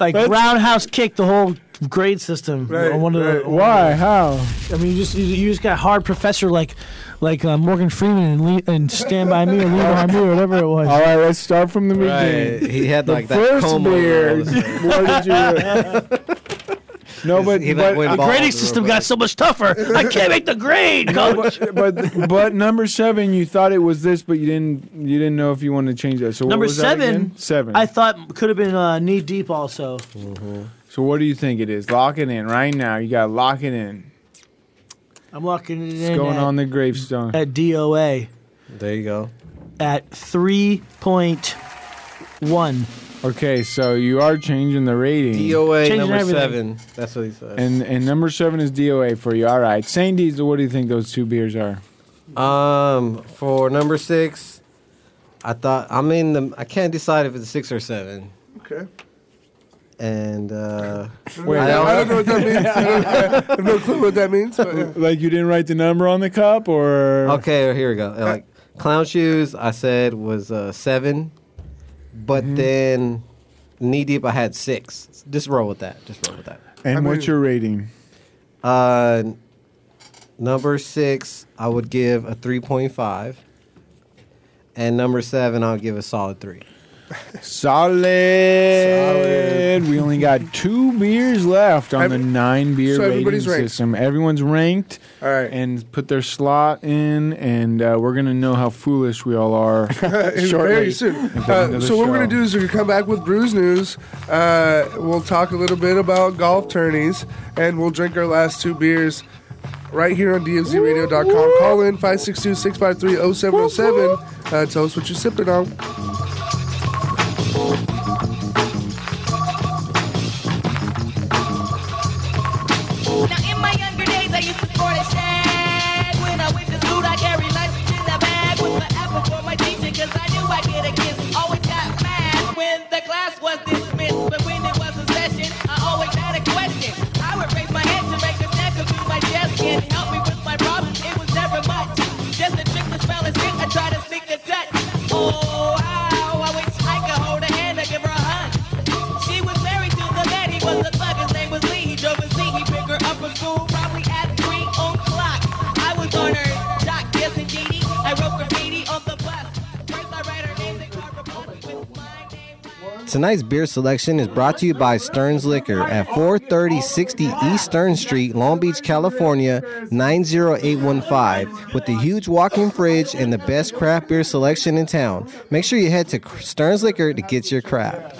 Speaker 5: like roundhouse kicked the whole grade system.
Speaker 2: Right,
Speaker 5: One of
Speaker 2: right.
Speaker 5: the,
Speaker 3: Why? How?
Speaker 5: I mean, you just you, you just got hard professor like like uh, Morgan Freeman and, Le- and Stand by Me or Lean on Me or whatever it was.
Speaker 3: All right, let's start from the
Speaker 6: Right.
Speaker 3: beginning.
Speaker 6: He had like that
Speaker 3: First
Speaker 6: coma.
Speaker 3: beer.
Speaker 6: on all this.
Speaker 3: what did you? No, but,
Speaker 6: He, like,
Speaker 3: but
Speaker 6: went
Speaker 5: the
Speaker 6: bald
Speaker 5: grading
Speaker 6: real
Speaker 5: system
Speaker 6: quick.
Speaker 5: got so much tougher. I can't make the grade. coach.
Speaker 3: but but number seven, you thought it was this, but you didn't you didn't know if you wanted to change that. So what
Speaker 5: Number
Speaker 3: was that
Speaker 5: seven,
Speaker 3: again? seven.
Speaker 5: I thought could have been uh, knee deep also.
Speaker 6: Mm-hmm.
Speaker 3: so what do you think it is? Lock it in right now. You got to lock it in.
Speaker 5: I'm locking it
Speaker 3: It's
Speaker 5: in
Speaker 3: going
Speaker 5: at,
Speaker 3: on the gravestone.
Speaker 5: at DOA
Speaker 6: There you go.
Speaker 5: at three point one.
Speaker 3: Okay, so you are changing the
Speaker 4: Hmm.
Speaker 3: rating.
Speaker 6: DOA
Speaker 5: Changing
Speaker 6: number seven.
Speaker 5: everything.
Speaker 6: That's what he said.
Speaker 3: and and number seven is DOA for you. All right, Saint Diesel. What do you think those two beers are?
Speaker 6: Um, for number six, I thought I'm in the. I can't decide if it's six or seven.
Speaker 2: Okay.
Speaker 6: And uh,
Speaker 3: Wait,
Speaker 6: I
Speaker 2: I don't
Speaker 6: don't,
Speaker 2: know what that means. I, don't, I have no clue what that means. But, yeah.
Speaker 3: like you didn't write the number on the cup, or
Speaker 6: okay, here we go. Uh, Like clown shoes, I said was uh, seven, but
Speaker 3: Mm-hmm.
Speaker 6: then knee deep, I had six. Just roll with that. Just roll with that.
Speaker 3: and
Speaker 2: I
Speaker 3: what's
Speaker 2: mean-
Speaker 3: your rating?
Speaker 6: Uh, number six, I would give a three point five, and number seven, I'll give a solid three.
Speaker 3: Solid. We only got two beers left on
Speaker 2: Every-
Speaker 3: the nine beer
Speaker 2: so
Speaker 3: rating
Speaker 2: everybody's ranked.
Speaker 3: system. Everyone's ranked
Speaker 2: All right.
Speaker 3: and put their slot in, and uh, we're gonna know how foolish we all are shortly.
Speaker 2: Very soon.
Speaker 3: another
Speaker 2: Uh, so what we're
Speaker 3: show.
Speaker 2: gonna do is we're gonna come back with Brews News. Uh, we'll talk a little bit about golf tourneys, and we'll drink our last two beers right here on DFZRadio.com. Call in 562-653-0707. Uh, tell us what you're sipping on.
Speaker 12: Now in my younger days I used to sport a shag When I went to school I carried lunch in the bag With my apple for my teacher cause I knew I'd get a kiss Always got mad when the class was dismissed But when it was a session I always had a question I would raise my hand to make a snacker through my chest Can't help me with my problems, it was never much Just a trick to spell a stick, I try to sneak a touch Oh how I wish I could hold her hand and give her a hug she was married to the man, he was a thug, his name was Lee. He drove a Z, he picked her up from school, probably at 3 o'clock. I was on her jock, yes indeedy. I wrote graffiti on the bus. First I read her name, then carved a bus with my name.
Speaker 6: Tonight's beer selection is brought to you by Stearns Liquor at 43060 East Stearns Street, Long Beach, California, 90815, with the huge walk-in fridge and the best craft beer selection in town. Make sure you head to Stearns Liquor to get your craft.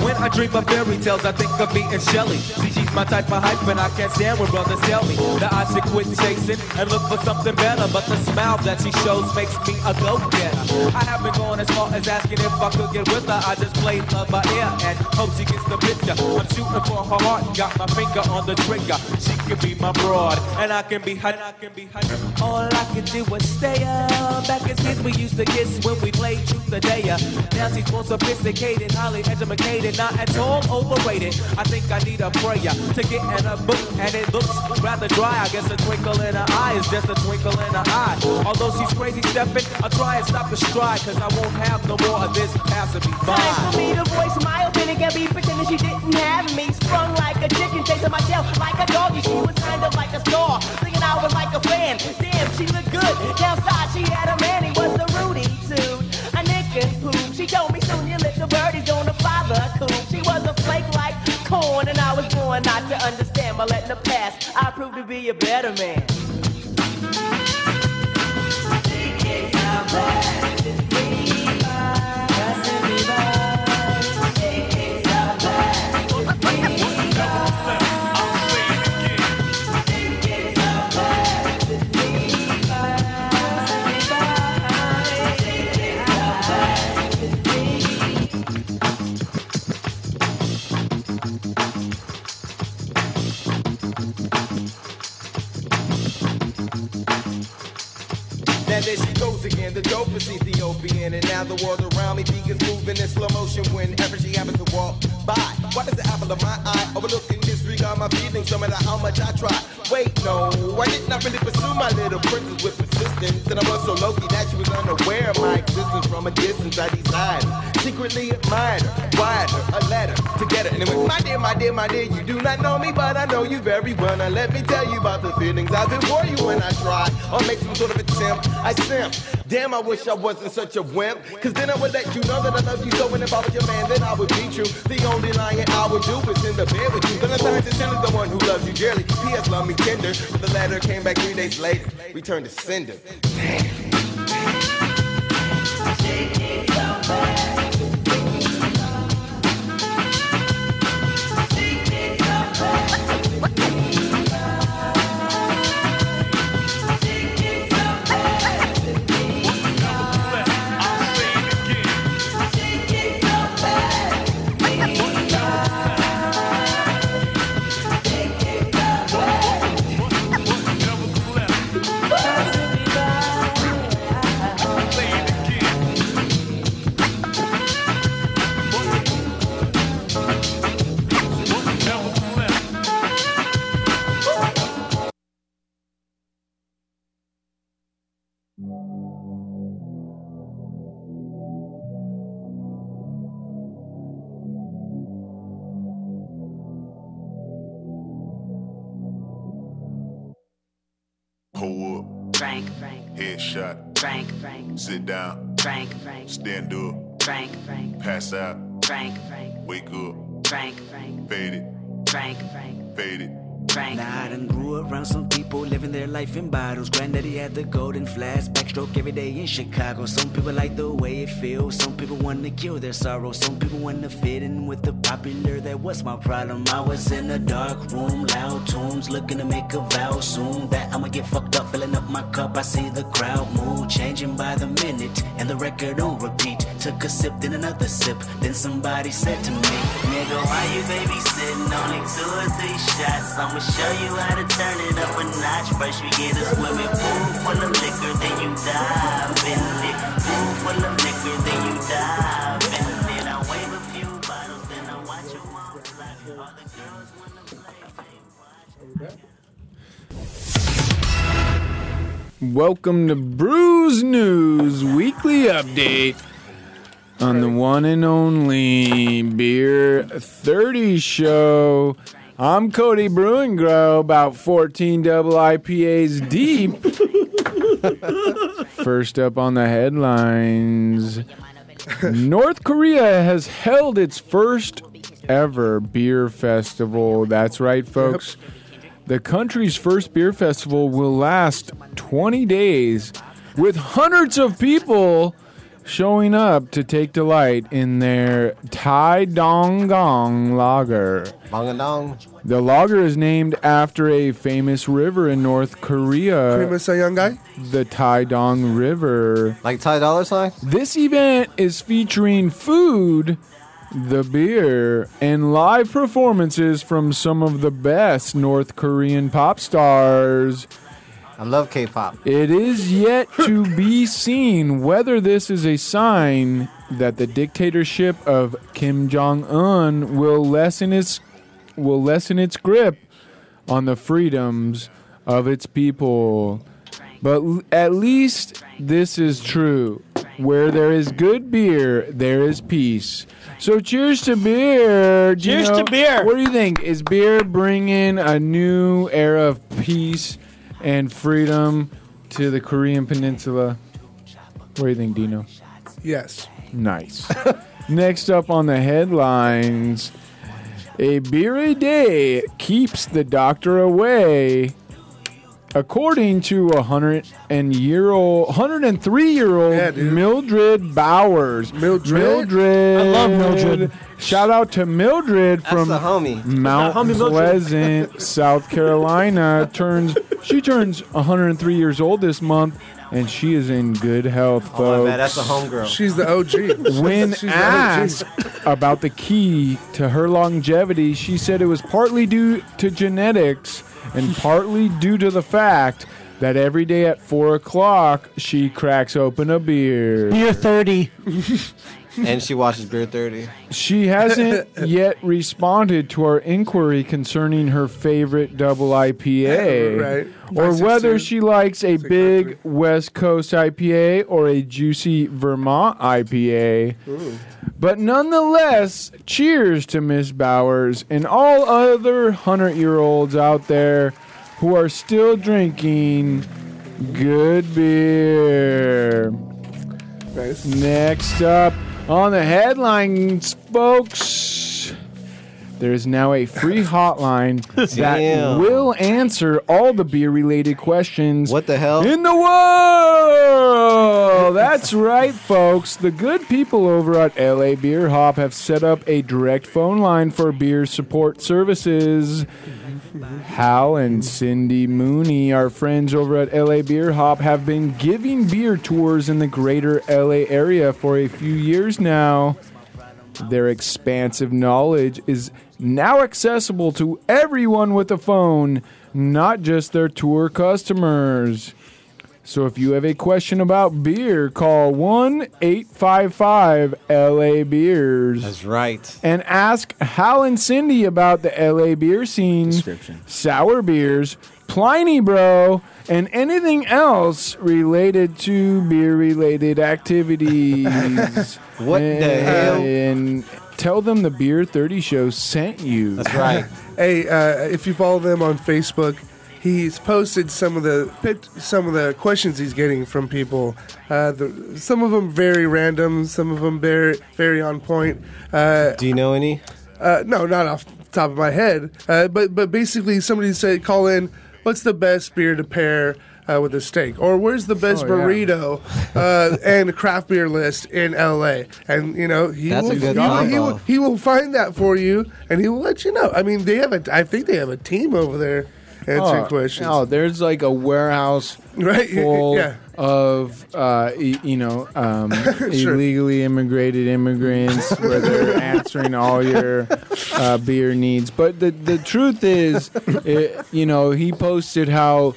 Speaker 10: When I dream of fairy tales, I think of me and Shelly. See, she's
Speaker 13: my type of hype, and I can't stand when brothers tell me that I should quit chasing and look for something better. But the smile that she shows makes me a go-getter. I haven't gone as far as asking if I could get with her. I just played love by ear and hope she gets the picture. I'm shooting for her heart, got my finger on the trigger. She can be my broad, and I can be hot. I can be hot. All I can do is stay up. Back as kids, we used to kiss when we played truth or dare. Now she's more sophisticated, highly educated, not at all overrated. I think I need a prayer to get in a book, and it looks rather dry. I guess a twinkle in her eye is just a twinkle in her eye. Although she's crazy stepping, I'll try and stop the stride, cause I won't have no more of this passing me by.
Speaker 14: Time for me to voice my opinion and be pretending she didn't have me. Sprung like a chicken, chasing my tail like a doggy. She was kind of like a star, thinking I was like a fan. Damn, she looked good. Downside, she had a man, he was a Rudy too. A nigga who she told me soon your little birdie's gonna fly the coop. She was a flake like corn, and I was born not to understand. By letting her pass, I proved to be a better man.
Speaker 13: Now there she goes again, the dope is Ethiopian, and now the world around me begins moving in slow motion whenever she happens to walk by. Why does the apple of my eye overlook and disregard my feelings no matter how much I try? Wait, no, I did not really pursue my little princess with persistence, and I was so low that she was unaware of my existence from a distance. I desired, her, secretly admired, her, wired her, a letter together, and it went, my dear, my dear, my dear, you do not know me, but I know you very well. Now let me tell you about the feelings I've been for you when I try or make some sort of attempt. I simp. Damn, I wish I wasn't such a wimp. Cause then I would let you know that I love you so. And if I was your man, then I would be true. The only lying I would do is in the bed with you. But I'm trying to tell you the one who loves you dearly. P.S. Love me tender. The letter came back three days later. Returned to sender.
Speaker 10: Hold
Speaker 11: Frank, Frank,
Speaker 10: up, headshot,
Speaker 11: Frank, Frank,
Speaker 10: sit down,
Speaker 11: Frank, Frank,
Speaker 10: stand up,
Speaker 11: Frank, Frank,
Speaker 10: pass out,
Speaker 11: Frank, Frank,
Speaker 10: wake up,
Speaker 11: Frank, Frank,
Speaker 10: fade it,
Speaker 11: Frank, Frank,
Speaker 10: fade it.
Speaker 11: Frank.
Speaker 15: Nah, I done grew around some people living their life in bottles. Granddaddy had the golden flask, backstroke every day in Chicago. Some people like the way it feels. Some people want to kill their sorrow. Some people want to fit in with the popular. That was my problem. I was in a dark room, loud tunes, looking to make a vow soon that I'ma get fucked up, filling up my cup. I see the crowd move, changing by the minute, and the record on repeat. Took a sip, then another sip. Then somebody said to me, "Nigga, why you babysitting? Only two or three shots." I'ma show you how to turn it up a notch. First we get a swimming pool full of liquor, then you dive in it. Pool full of liquor, then you dive in it. I wave a few bottles, then I watch 'em all fly. All the girls wanna play, they watch.
Speaker 3: Welcome to Brews News Weekly Update on the one and only Beer 30 show. I'm Cody Bruingrow, about 14 double IPAs deep. First up on the headlines North Korea has held its first ever beer festival. That's right, folks. The country's first beer festival will last 20 days with hundreds of people showing up to take delight in their Tai Dong Gong lager.
Speaker 6: Banganong.
Speaker 3: The lager is named after a famous river in North Korea.
Speaker 2: Famous uh, young guy?
Speaker 3: The Tai Dong River.
Speaker 6: Like Ty Dollar Sign?
Speaker 3: This event is featuring food, the beer, and live performances from some of the best North Korean pop stars.
Speaker 6: I love K-pop.
Speaker 3: It is yet to be seen whether this is a sign that the dictatorship of Kim Jong Un will lessen its will lessen its grip on the freedoms of its people. But l- at least this is true. Where there is good beer, there is peace. So cheers to beer.
Speaker 5: Cheers to
Speaker 3: Gino.
Speaker 5: beer.
Speaker 3: What do you think? Is beer bringing a new era of peace and freedom to the Korean peninsula? What do you think, Dino?
Speaker 2: Yes.
Speaker 3: Nice. Next up on the headlines A beer a day keeps the doctor away. According to a hundred and year old, hundred and three year old Mildred Bowers. Mildred, Mildred, I love Mildred. Shout out to Mildred from
Speaker 6: the homie.
Speaker 3: Mount
Speaker 6: The homie Mildred.
Speaker 3: Pleasant, South Carolina. Turns she turns hundred and three years old this month, and she is in good health, folks.
Speaker 6: Oh, my bad. That's a homegirl.
Speaker 2: She's the OG.
Speaker 3: When
Speaker 2: She's the OG.
Speaker 3: asked about the key to her longevity, she said it was partly due to genetics and partly due to the fact that every day at four o'clock she cracks open a beer.
Speaker 5: Beer 30.
Speaker 6: and she watches Beer 30.
Speaker 3: She hasn't yet responded to our inquiry concerning her favorite double IPA,
Speaker 2: Right.
Speaker 3: or
Speaker 2: Nice
Speaker 3: whether
Speaker 2: and
Speaker 3: she likes a big West Coast IPA or a juicy Vermont IPA. But nonetheless, cheers to Miss Bowers and all other hundred-year-olds out there who are still drinking good beer. Next up on the headlines, folks. There is now a free hotline that
Speaker 6: Damn.
Speaker 3: will answer all the beer related questions. What
Speaker 6: the hell?
Speaker 3: In the world! That's right, folks. The good people over at LA Beer Hop have set up a direct phone line for beer support services. Hal and Cindy Mooney, our friends over at LA Beer Hop, have been giving beer tours in the greater LA area for a few years now. Their expansive knowledge is now accessible to everyone with a phone, not just their tour customers. So if you have a question about beer, call 1 855 LA Beers.
Speaker 6: That's right.
Speaker 3: And ask Hal and Cindy about the LA beer scene, sour beers, Pliny Bro, and anything else related to beer related activities.
Speaker 6: What the hell?
Speaker 3: And tell them the Beer 30 show sent you. That's
Speaker 6: right.
Speaker 2: hey, uh, if you follow them on Facebook, he's posted some of the pic- some of the questions he's getting from people. Uh, the, some of them very random, some of them very very on point. Uh,
Speaker 6: Do you know any?
Speaker 2: Uh, no, not off the top of my head. Uh, but but basically, somebody said, call in. What's the best beer to pair? Uh, with a steak, or where's the best
Speaker 3: Oh, yeah.
Speaker 2: burrito uh, and craft beer list in LA? And you know he
Speaker 6: That's a
Speaker 2: will,
Speaker 6: good
Speaker 2: he will- he
Speaker 6: combo.
Speaker 2: will he will find that for you, and he will let you know. I mean, they have a. I think they have a team over there answering
Speaker 3: Oh,
Speaker 2: questions.
Speaker 3: No, there's like a warehouse
Speaker 2: Right,
Speaker 3: full
Speaker 2: yeah.
Speaker 3: of uh, e- you know um, illegally immigrated immigrants where they're answering all your uh, beer needs. But the the truth is, it, you know, he posted how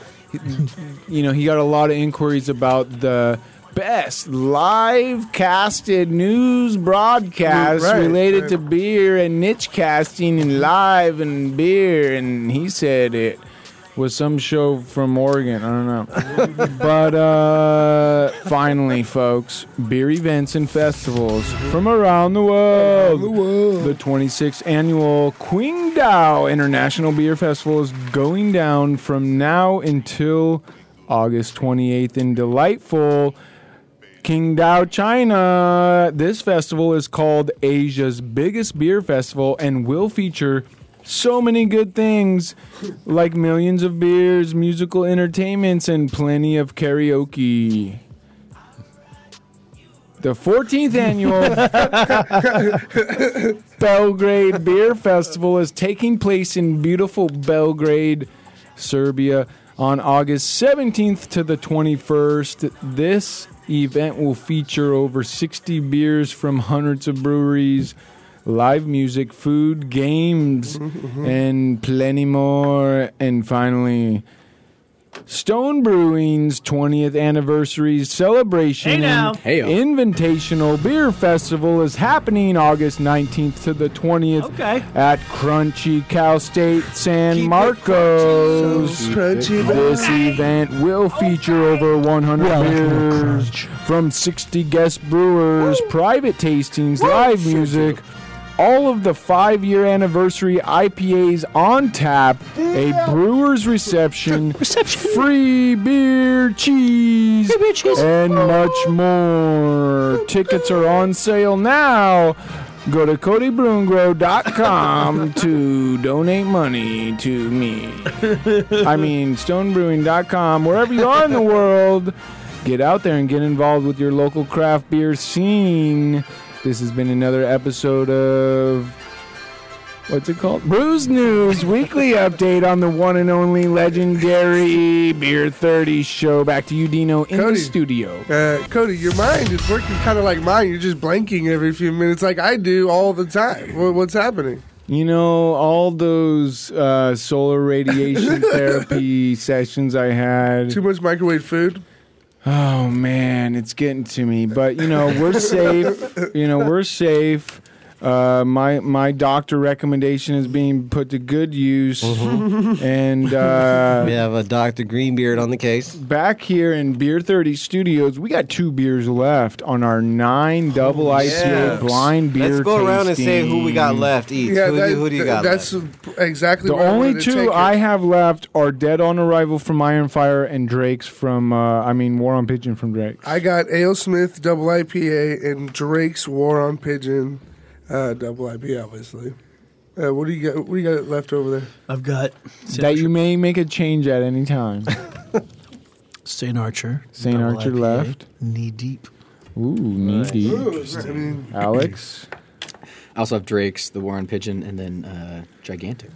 Speaker 3: you know he got a lot of inquiries about the. Best live casted news broadcast
Speaker 2: Right,
Speaker 3: related
Speaker 2: right.
Speaker 3: to beer and niche casting and live and beer and he said it was some show from Oregon. I don't know. but uh, finally, folks, beer events and festivals from around the world. the 26th annual Qingdao International Beer Festival is going down from now until August 28th in delightful Qingdao, China. This festival is called Asia's biggest beer festival and will feature so many good things like millions of beers, musical entertainments, and plenty of karaoke. the 14th annual Belgrade Beer Festival is taking place in beautiful Belgrade, Serbia on August 17th to the 21st. This event will feature over 60 beers from hundreds of breweries, live music, food, games, and plenty more. And finally, Stone Brewing's 20th anniversary celebration
Speaker 5: Hey now.
Speaker 3: and
Speaker 5: Hey-o.
Speaker 3: Invitational Beer Festival is happening August 19th to the 20th
Speaker 5: Okay.
Speaker 3: at Crunchy Cal State San Marcos.
Speaker 2: So crunchy, Oh,
Speaker 3: this event will feature over 100 beers from 60 guest brewers, private tastings, live music, all of the five year anniversary IPAs on tap, a brewer's reception, free beer, cheese, and much more. Tickets are on sale now. Go to CodyBrungro.com to donate money to me. I mean, stonebrewing.com, wherever you are in the world, get out there and get involved with your local craft beer scene. This has been another episode of. What's it called? Brews News Weekly Update on the one and only legendary Beer 30 show. Back to you, Dino, in
Speaker 2: Cody.
Speaker 3: the studio.
Speaker 2: Uh, Cody, your mind is working kind of like mine. You're just blanking every few minutes, like I do all the time. What, what's happening?
Speaker 3: You know, all those uh, solar radiation therapy sessions I had.
Speaker 2: Too much microwave food?
Speaker 3: Oh, man, it's getting to me. But, you know, we're safe. You know, we're safe. Uh, my my doctor recommendation is being put to good use,
Speaker 6: Mhm.
Speaker 3: and uh,
Speaker 6: we have a Dr. Greenbeard on the case.
Speaker 3: back here in Beer 30 Studios, we got two beers left on our nine double ICA blind beer.
Speaker 6: Let's go around and say who we got
Speaker 3: tasting.
Speaker 6: left each. who, do, who do you got
Speaker 2: That's exactly
Speaker 3: The
Speaker 2: where I
Speaker 3: only
Speaker 2: wanted to take
Speaker 3: two
Speaker 2: it.
Speaker 3: I have left are Dead on Arrival from Iron Fire and Drake's from, uh, I mean, War on Pigeon from Drake.
Speaker 2: I got Ale Smith Double IPA and Drake's War on Pigeon uh, Double IPA, obviously. Uh, what do you got? What do you got left over there?
Speaker 5: I've got
Speaker 3: That you may make a change at any time.
Speaker 5: St. Archer.
Speaker 3: St.
Speaker 5: double
Speaker 3: Archer
Speaker 5: IPA,
Speaker 3: left.
Speaker 5: Knee deep.
Speaker 3: Ooh, knee deep. Alex?
Speaker 4: I also have Drake's, the Warren Pigeon, and then uh, Gigantic.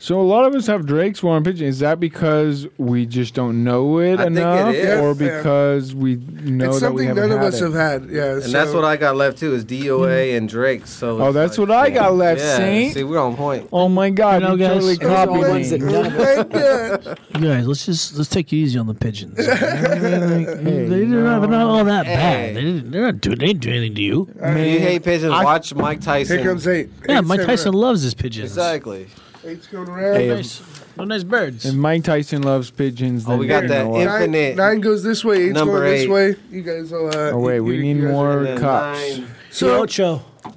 Speaker 3: So a lot of us have Drake's War on Pigeon. Is that because we just don't know it
Speaker 6: I think it
Speaker 3: enough,
Speaker 6: is.
Speaker 3: or
Speaker 6: Yeah.
Speaker 3: because we know
Speaker 6: It's
Speaker 3: that we
Speaker 6: something
Speaker 3: haven't
Speaker 6: none of
Speaker 3: had
Speaker 6: us
Speaker 3: it?
Speaker 6: have
Speaker 2: had? Yeah.
Speaker 6: And that's what I got left too is DOA and Drake. So
Speaker 3: Oh,
Speaker 6: it's
Speaker 3: that's
Speaker 6: like-
Speaker 3: what I got left,
Speaker 6: Yeah,
Speaker 3: Saint.
Speaker 6: See, we're on point.
Speaker 3: Oh my God, you,
Speaker 5: You know, guys,
Speaker 3: totally
Speaker 5: those are all
Speaker 3: copied
Speaker 5: ones
Speaker 3: me.
Speaker 5: that none of You guys, let's just let's take it easy on the pigeons. You know what I mean? Like, they, are not, they're not all that bad. They didn't, they're not do, they didn't do anything to you.
Speaker 2: Uh,
Speaker 6: If you hate pigeons,
Speaker 5: I-
Speaker 6: watch Mike Tyson.
Speaker 5: Here comes eight. Yeah, Eight's Mike coming Tyson around. loves his pigeons.
Speaker 6: Exactly.
Speaker 2: Eight's going around.
Speaker 3: Hey,
Speaker 5: nice, they're Oh, nice birds.
Speaker 3: If Mike Tyson loves pigeons,
Speaker 6: Oh,
Speaker 3: then you know what?
Speaker 2: Nine, nine goes this way. Eight's
Speaker 3: Number
Speaker 2: going
Speaker 3: eight.
Speaker 2: this way. You guys will. Uh,
Speaker 3: Oh wait, we
Speaker 2: you-
Speaker 3: need
Speaker 2: you guys
Speaker 3: more
Speaker 2: are-
Speaker 3: cups.
Speaker 2: So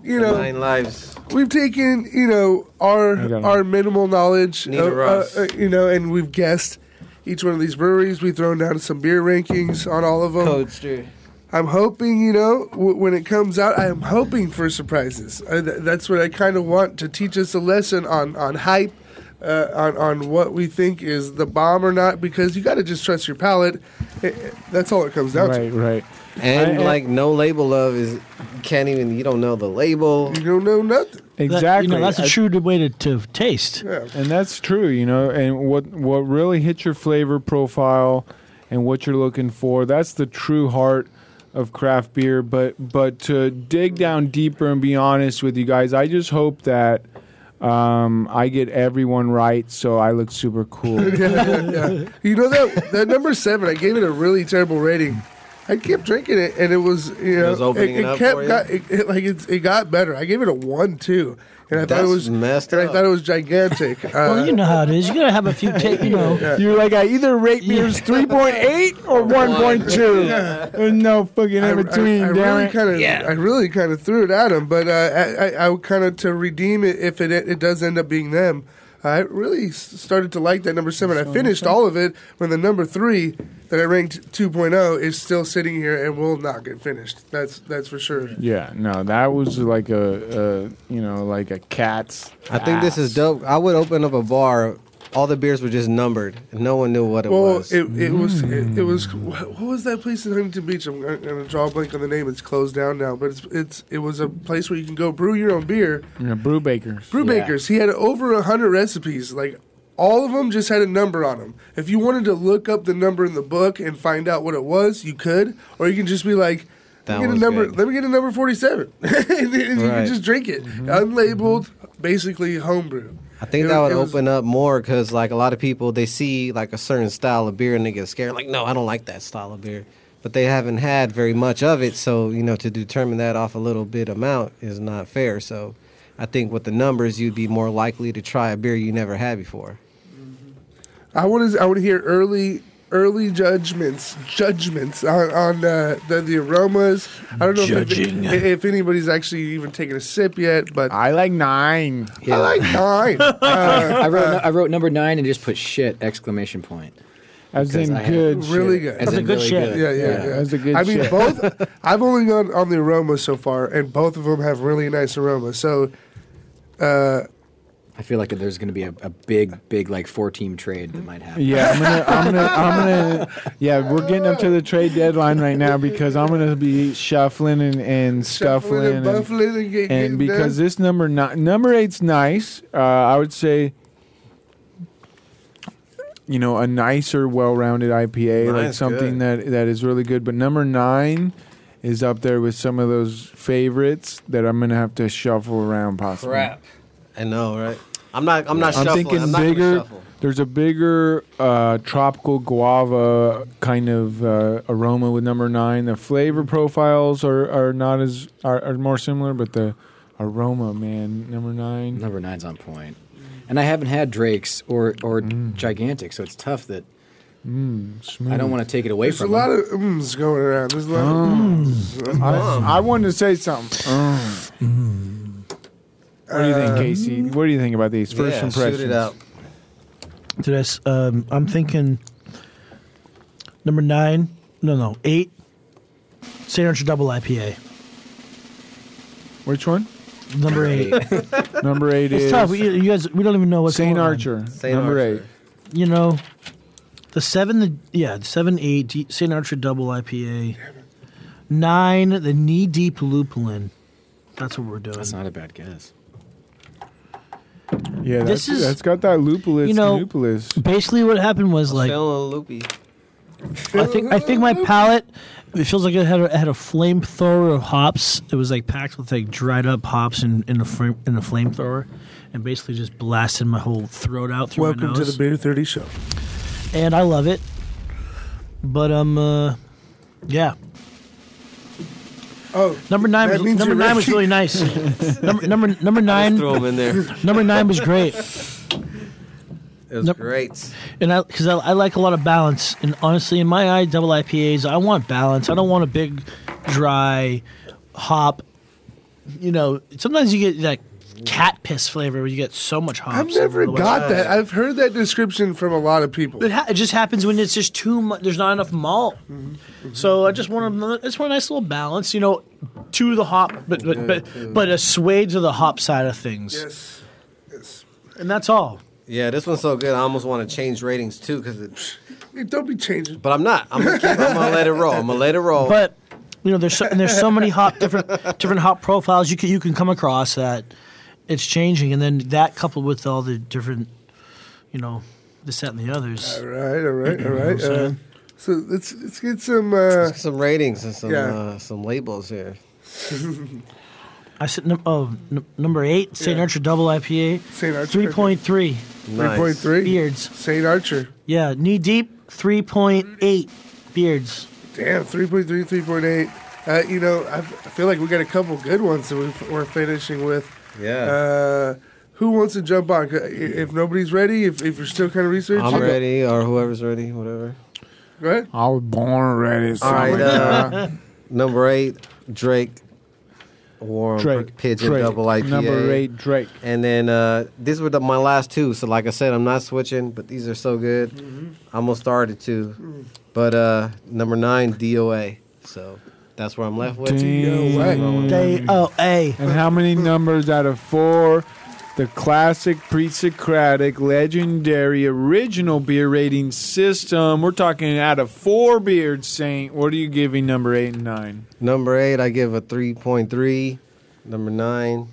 Speaker 2: You know,
Speaker 6: nine lives.
Speaker 2: we've taken you know our
Speaker 6: got
Speaker 2: our minimal knowledge
Speaker 6: Neither
Speaker 2: of,
Speaker 6: us.
Speaker 2: uh, uh, you know and we've guessed each one of these breweries we've thrown down some beer rankings on all of them
Speaker 6: Coaster.
Speaker 2: i'm hoping you know w- when it comes out i am hoping for surprises I, th- that's what i kind of want to teach us a lesson on on hype uh, on on what we think is the bomb or not because you got to just trust your palate It- it- that's all it comes down to
Speaker 3: right.
Speaker 6: And
Speaker 2: I- I-
Speaker 6: like no label love is you can't even you don't know the label.
Speaker 2: You don't know nothing.
Speaker 5: That- you know, that's a
Speaker 3: I-
Speaker 5: true way to, to taste.
Speaker 3: And that's true, you know. And what what really hits your flavor profile and what you're looking for, that's the true heart of craft beer. But but to dig down deeper and be honest with you guys, I just hope that um, I get everyone right, so I look super cool.
Speaker 2: yeah. You know that that number seven, I gave it a really terrible rating. I kept drinking it, and it was you know
Speaker 6: was opening it up
Speaker 2: kept
Speaker 6: for you?
Speaker 2: got it, it- like it, it got better. I gave it a one two, and I thought
Speaker 6: That's
Speaker 2: it was
Speaker 6: messed
Speaker 2: and I thought it was gigantic. Uh,
Speaker 5: well, you know how it is. You gotta have a few take. You know,
Speaker 3: You're like Uh, I either rate beers three point eight or one point two.
Speaker 2: Yeah.
Speaker 3: There's no fucking
Speaker 2: I,
Speaker 3: in between.
Speaker 2: I, I
Speaker 3: damn
Speaker 2: really
Speaker 3: it.
Speaker 2: kind of, I really kind of threw it at him, but uh, I, I, I kind of to redeem it if it it does end up being them. I really s- started to like that number seven. I finished all of it when the number three that I ranked 2.0 is still sitting here and will not get finished. That's that's for sure.
Speaker 3: Yeah, no, that was like a, a you know like a cat's.
Speaker 6: Oh, I think this
Speaker 3: ass.
Speaker 6: is dope. I would open up a bar all the beers were just numbered. No one knew what it
Speaker 2: well,
Speaker 6: was.
Speaker 2: it, it was it,
Speaker 3: Mm.
Speaker 2: it was what what was that place in Huntington Beach? I'm gonna- gonna draw a blank on the name. It's closed down now, but it's it's it was a place where you can go brew your own beer.
Speaker 3: Yeah, brew bakers.
Speaker 2: Brew bakers. He had over a hundred recipes. Like all of them just had a number on them. If you wanted to look up the number in the book and find out what it was, you could, or you can just be like. Let
Speaker 6: That
Speaker 2: me, get a
Speaker 6: one's
Speaker 2: number,
Speaker 6: good.
Speaker 2: let me get a number 47. and then you
Speaker 6: Right. Mm-hmm.
Speaker 2: can just drink it. Unlabeled, basically homebrew.
Speaker 6: I think
Speaker 2: It
Speaker 6: that
Speaker 2: was-
Speaker 6: would
Speaker 2: it was-
Speaker 6: open up more because like a lot of people they see like a certain style of beer and they get scared. Like, no, I don't like that style of beer. But they haven't had very much of it, so you know to determine that off a little bit amount is not fair. So, I think with the numbers, you'd be more likely to try a beer you never had before.
Speaker 2: I want to. I want to hear early, early judgments, judgments on, on uh, the the aromas. I don't know if,
Speaker 6: Judging.
Speaker 2: if, if anybody's actually even taken a sip yet, but I like nine. I like nine. Uh,
Speaker 4: I wrote I wrote number nine and just put shit exclamation point.
Speaker 3: As
Speaker 4: Because
Speaker 3: in
Speaker 4: I had
Speaker 3: good
Speaker 2: really
Speaker 4: shit.
Speaker 2: good.
Speaker 4: As in really good.
Speaker 2: Yeah, yeah, yeah.
Speaker 3: That's a good
Speaker 2: I mean,
Speaker 3: shit.
Speaker 2: both. I've only gone on the aromas so far, and both of them have really nice aromas. So, uh,
Speaker 4: I feel like there's going to be a, a big, big like four team trade that might happen.
Speaker 3: Yeah, I'm gonna, I'm gonna, I'm gonna. Yeah, we're getting up to the trade deadline right now because I'm gonna be shuffling and, and scuffling
Speaker 2: and
Speaker 3: and-
Speaker 2: buffling and get-
Speaker 3: and
Speaker 2: getting
Speaker 3: because
Speaker 2: done.
Speaker 3: this number nine, number eight's nice. Uh, I would say, you know, a nicer, well-rounded IPA, like
Speaker 6: Nine's
Speaker 3: something that that is really good. But number nine is up there with some of those favorites that I'm gonna have to shuffle around possibly.
Speaker 6: I know, right? I'm not. I'm not.
Speaker 3: I'm
Speaker 6: shuffling.
Speaker 3: thinking
Speaker 6: I'm not gonna
Speaker 3: bigger.
Speaker 6: shuffle.
Speaker 3: There's a bigger uh, tropical guava kind of uh, aroma with number nine. The flavor profiles are, are not as are, are more similar, but the aroma, man, number nine.
Speaker 4: Number nine's on point. And I haven't had Drake's or or
Speaker 5: Mm.
Speaker 4: Gigantic, so it's tough that
Speaker 3: Mm, smooth.
Speaker 4: I don't want to take it away
Speaker 2: There's
Speaker 4: from
Speaker 2: a lot
Speaker 4: them.
Speaker 2: of ums going around. There's a lot of ums.
Speaker 3: I, I wanted to say something. Oh. What do you
Speaker 5: Um,
Speaker 3: think, Casey? What do you think about these first
Speaker 6: Yeah, shoot it
Speaker 3: impressions?
Speaker 6: out.
Speaker 5: Did I s- um, I'm thinking number nine. No, no, eight. St. Archer Double IPA.
Speaker 3: Which one?
Speaker 5: Number eight.
Speaker 3: number eight
Speaker 5: it's
Speaker 3: is
Speaker 5: tough. You, you guys, we don't even know what's
Speaker 3: Saint
Speaker 5: going on.
Speaker 3: Archer, Saint number Archer.
Speaker 5: You know, the seven, the yeah, the seven, eight, D- Saint Archer Double IPA. Nine, the knee deep lupulin. That's what we're doing. That's
Speaker 4: not a bad guess.
Speaker 3: yeah.
Speaker 5: This
Speaker 3: That's,
Speaker 5: is-
Speaker 3: that's got that lupulus.
Speaker 5: you know,
Speaker 3: lupulus.
Speaker 5: Basically, what happened was like
Speaker 6: feeling loopy.
Speaker 5: I think I think my palate it feels like it had a, it had a flamethrower of hops. It was like packed with like dried up hops in in a flame, in a flamethrower, and basically just blasted my whole throat out through my
Speaker 2: Welcome
Speaker 5: nose. Oh,
Speaker 2: to the Beer Thirty Show.
Speaker 5: and I love it, but um, uh, yeah.
Speaker 2: Oh,
Speaker 5: number nine
Speaker 2: that
Speaker 5: was
Speaker 2: means
Speaker 5: number
Speaker 2: you're
Speaker 5: nine was
Speaker 2: ready.
Speaker 5: really nice. number number number nine.
Speaker 6: threw 'em in there.
Speaker 5: Number nine was great.
Speaker 6: It was
Speaker 5: Nope.
Speaker 6: great.
Speaker 5: and I because I, I like a lot of balance. And honestly, in my eye, double IPAs, I want balance. I don't want a big, dry hop. You know, sometimes you get that cat piss flavor where you get so much hops.
Speaker 2: I've never
Speaker 5: everywhere.
Speaker 2: got that. I've heard that description from a lot of people.
Speaker 5: It, ha- it just happens when it's just too much. There's not enough malt. So I just want to. It's want a nice little balance, you know, to the hop, but but but, but a sway to the hop side of things.
Speaker 2: Yes. Yes.
Speaker 5: And that's all.
Speaker 6: Yeah, this one's so good. I almost want to change ratings too because it.
Speaker 2: Hey, don't be changing.
Speaker 6: But I'm not. I'm gonna, keep, I'm gonna let it roll. I'm gonna let it roll.
Speaker 5: But you know, there's so, and there's so many hop different different hop profiles you can you can come across that it's changing, and then that coupled with all the different, you know, this that and the others.
Speaker 2: All right, all right,
Speaker 5: You
Speaker 2: all
Speaker 5: know what I'm
Speaker 2: right. Uh,
Speaker 5: saying?
Speaker 2: so let's let's get some. Uh,
Speaker 6: some ratings and some
Speaker 2: yeah.
Speaker 6: uh, some labels here.
Speaker 5: I said num- oh n- number eight Saint
Speaker 2: Yeah.
Speaker 5: Archer Double IPA
Speaker 2: Saint Archer,
Speaker 5: three point three.
Speaker 2: Nice. 3.3.
Speaker 5: beards
Speaker 2: Saint Archer
Speaker 5: yeah knee deep three point eight beards
Speaker 2: Damn, 3.3, 3.8. Uh, you know, I, I feel like we got a couple good ones that we, we're finishing with. Uh, who wants to jump on? 'Cause i- If nobody's ready, if, if you're still kind of researching,
Speaker 6: I'm ready, or whoever's ready, whatever.
Speaker 2: Go ahead.
Speaker 3: I was born ready.
Speaker 6: All right, uh, number eight, Drake, Warm
Speaker 3: Drake,
Speaker 6: Pigeon
Speaker 3: Drake.
Speaker 6: Double IPA.
Speaker 3: Number eight, Drake.
Speaker 6: And then uh, these were the, my last two. So, like I said, I'm not switching, but these are so good.
Speaker 2: Mm-hmm.
Speaker 6: I'm gonna start at
Speaker 2: Mm.
Speaker 6: two, but uh, number nine, DOA. So that's where I'm left with.
Speaker 3: Damn.
Speaker 5: They- oh, hey.
Speaker 3: And how many numbers out of four? the classic pre Socratic, legendary, original beer rating system. We're talking out of four beard saint. What are you giving number eight and nine?
Speaker 6: Number eight, I give a 3.3. Number nine,